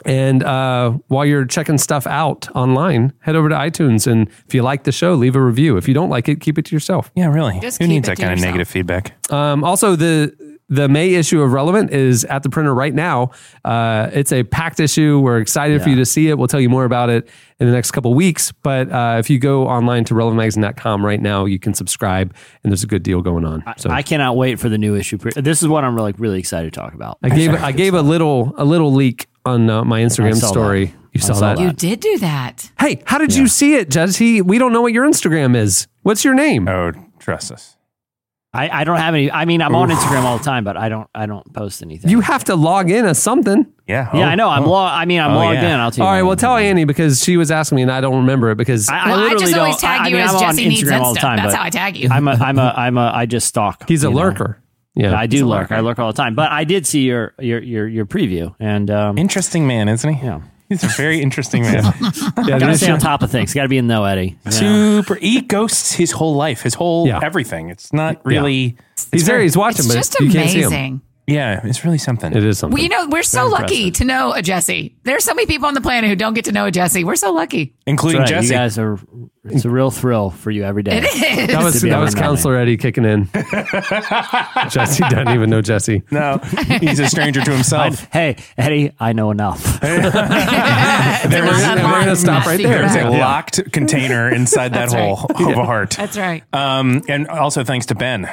B: And uh, while you're checking stuff out online, head over to iTunes. And if you like the show, leave a review. If you don't like it, keep it to yourself.
C: Yeah, really.
F: Just
C: Who
F: keep
C: needs
F: it
C: that
F: to
C: kind of
F: yourself.
C: negative feedback?
B: Um, also, the The May issue of Relevant is at the printer right now. Uh, it's a packed issue. We're excited for you to see it. We'll tell you more about it in the next couple weeks. But uh, if you go online to relevantmagazine.com right now, you can subscribe, and there's a good deal going on. So
E: I cannot wait for the new issue. pre- This is what I'm really really excited to talk about.
B: I gave I gave a little a little leak on uh, my
E: I
B: Instagram
E: saw
B: story.
E: that.
B: You
E: I
B: saw,
E: saw
B: that.
F: You did do that.
B: Hey, how did you see it, Judge? He, we don't know what your Instagram is. What's your name?
C: Oh, trust us.
E: I, I don't have any. I mean, I'm on Instagram all the time, but I don't I don't post anything.
B: You have to log in as something.
C: Yeah. Oh,
E: yeah, I know. I'm log. I mean, I'm logged in. I'll tell you.
B: Oh, All right, well, tell Annie because she was asking me and I don't remember it because
E: I, I literally
F: just always
E: don't-
F: tag
E: I, I
F: you
E: mean,
F: as
E: I'm on
F: Jesse Needs
E: Instagram all the
F: Insta.
E: time.
F: That's
E: but
F: how I tag you.
E: I'm a, I'm a, I'm a, I just stalk.
B: He's a
E: you know?
B: lurker. Yeah.
E: I do lurk. I lurk all the time. But I did see your your your your preview and um,
C: interesting man, isn't he?
E: Yeah,
C: he's a very interesting man.
E: yeah gotta
C: this
E: stay
C: year-
E: on top of things. Got to be in know, Eddie. You know?
C: Super. He ghosts his whole life, his whole everything. It's not really.
B: He's there, he's watching,
F: It's
B: but
F: just
B: you can't see him.
F: amazing.
C: Yeah, it's really something.
B: It is something.
F: Well, you know, we're so
C: Very
F: lucky to know a Jesse. There's so many people on the planet who don't get to know a Jesse. We're so lucky.
C: including
E: That's right.
C: Jesse.
E: You guys are. It's a real thrill for you every day.
F: It is.
B: That was
E: To be
B: that was
E: around
B: Counselor Eddie kicking in. Jesse doesn't even know Jesse.
C: No, he's a stranger to himself.
E: Hey, Eddie, I know enough.
C: There
B: We're
C: was-
B: gonna- we're gonna stop right there.
C: There's a
B: Yeah.
C: locked container inside that
F: That's right.
C: hole of a heart.
F: That's right.
C: Um, and also thanks to Ben,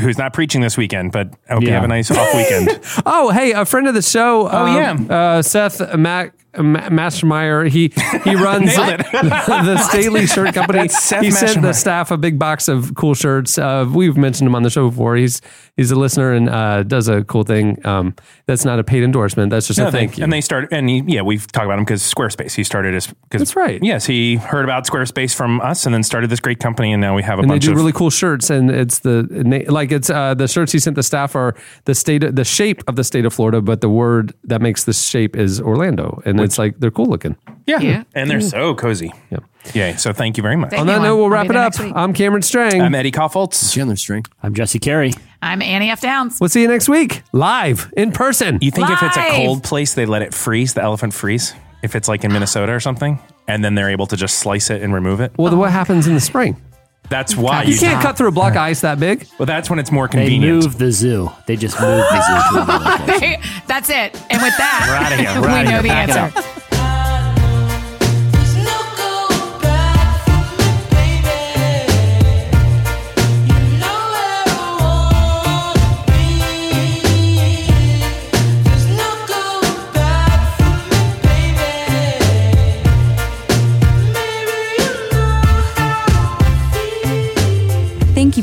C: who's not preaching this weekend, but I hope you
E: Yeah.
C: have a nice off weekend.
B: Oh, hey, a friend of the show. Oh
C: yeah.
B: uh, Seth Mac. Ma- Mastermeyer, he he runs
C: Nailed it.
B: the Staley Shirt Company.
C: That's Seth
B: he sent the
C: Mastermeyer.
B: staff a big box of cool shirts. Uh, we've mentioned him on the show before. He's he's a listener and uh, does a cool thing. Um, that's not a paid endorsement. That's just
C: No,
B: a
C: they-
B: thank you.
C: And they started, and he, yeah, we've talked about him because Squarespace. He started his. Cause,
B: That's right.
C: Yes, he heard about Squarespace from us, and then started this great company, and now we have a
B: and they
C: bunch
B: do
C: of
B: really cool shirts and it's the na- like it's uh, the shirts he sent the staff are the state the shape of the state of Florida but the word that makes the shape is Orlando and it's like they're cool looking
C: yeah.
F: Yeah.
C: and they're so cozy.
B: Yep.
C: Yeah. So thank you very much.
F: Thank
B: on that
F: you,
B: note
F: Juan.
B: we'll
F: I'll
B: wrap
F: be
B: it
F: there
B: up
F: next week.
B: I'm Cameron Strang
C: I'm Eddie Koffoltz.
D: Chandler String.
E: I'm Jesse Carey.
F: I'm Annie F. Downs.
B: we'll see you next week live in person
C: You think if it's a
F: Live.
C: cold place, they let it freeze, the elephant freeze? If it's like in Minnesota or something, and then they're able to just slice it and remove it?
B: well then what happens in the spring
C: That's why
B: you
C: you.
B: can't cut through a block of ice that big
C: Well, that's when it's more
E: They
C: convenient.
E: moved the zoo. They just moved the zoo. To another location.
F: That's it. And with that,
C: We're outta here. We're
F: we
C: outta
F: know
C: here.
F: the
C: Pack it
F: answer.
C: up.
M: Thank you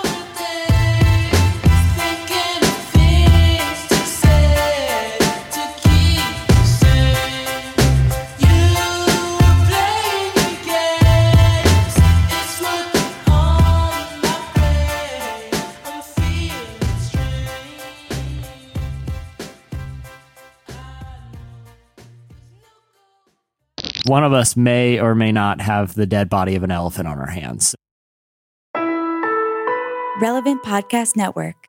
E: One of us may or may not have the dead body of an elephant on our hands.
M: Relevant Podcast Network.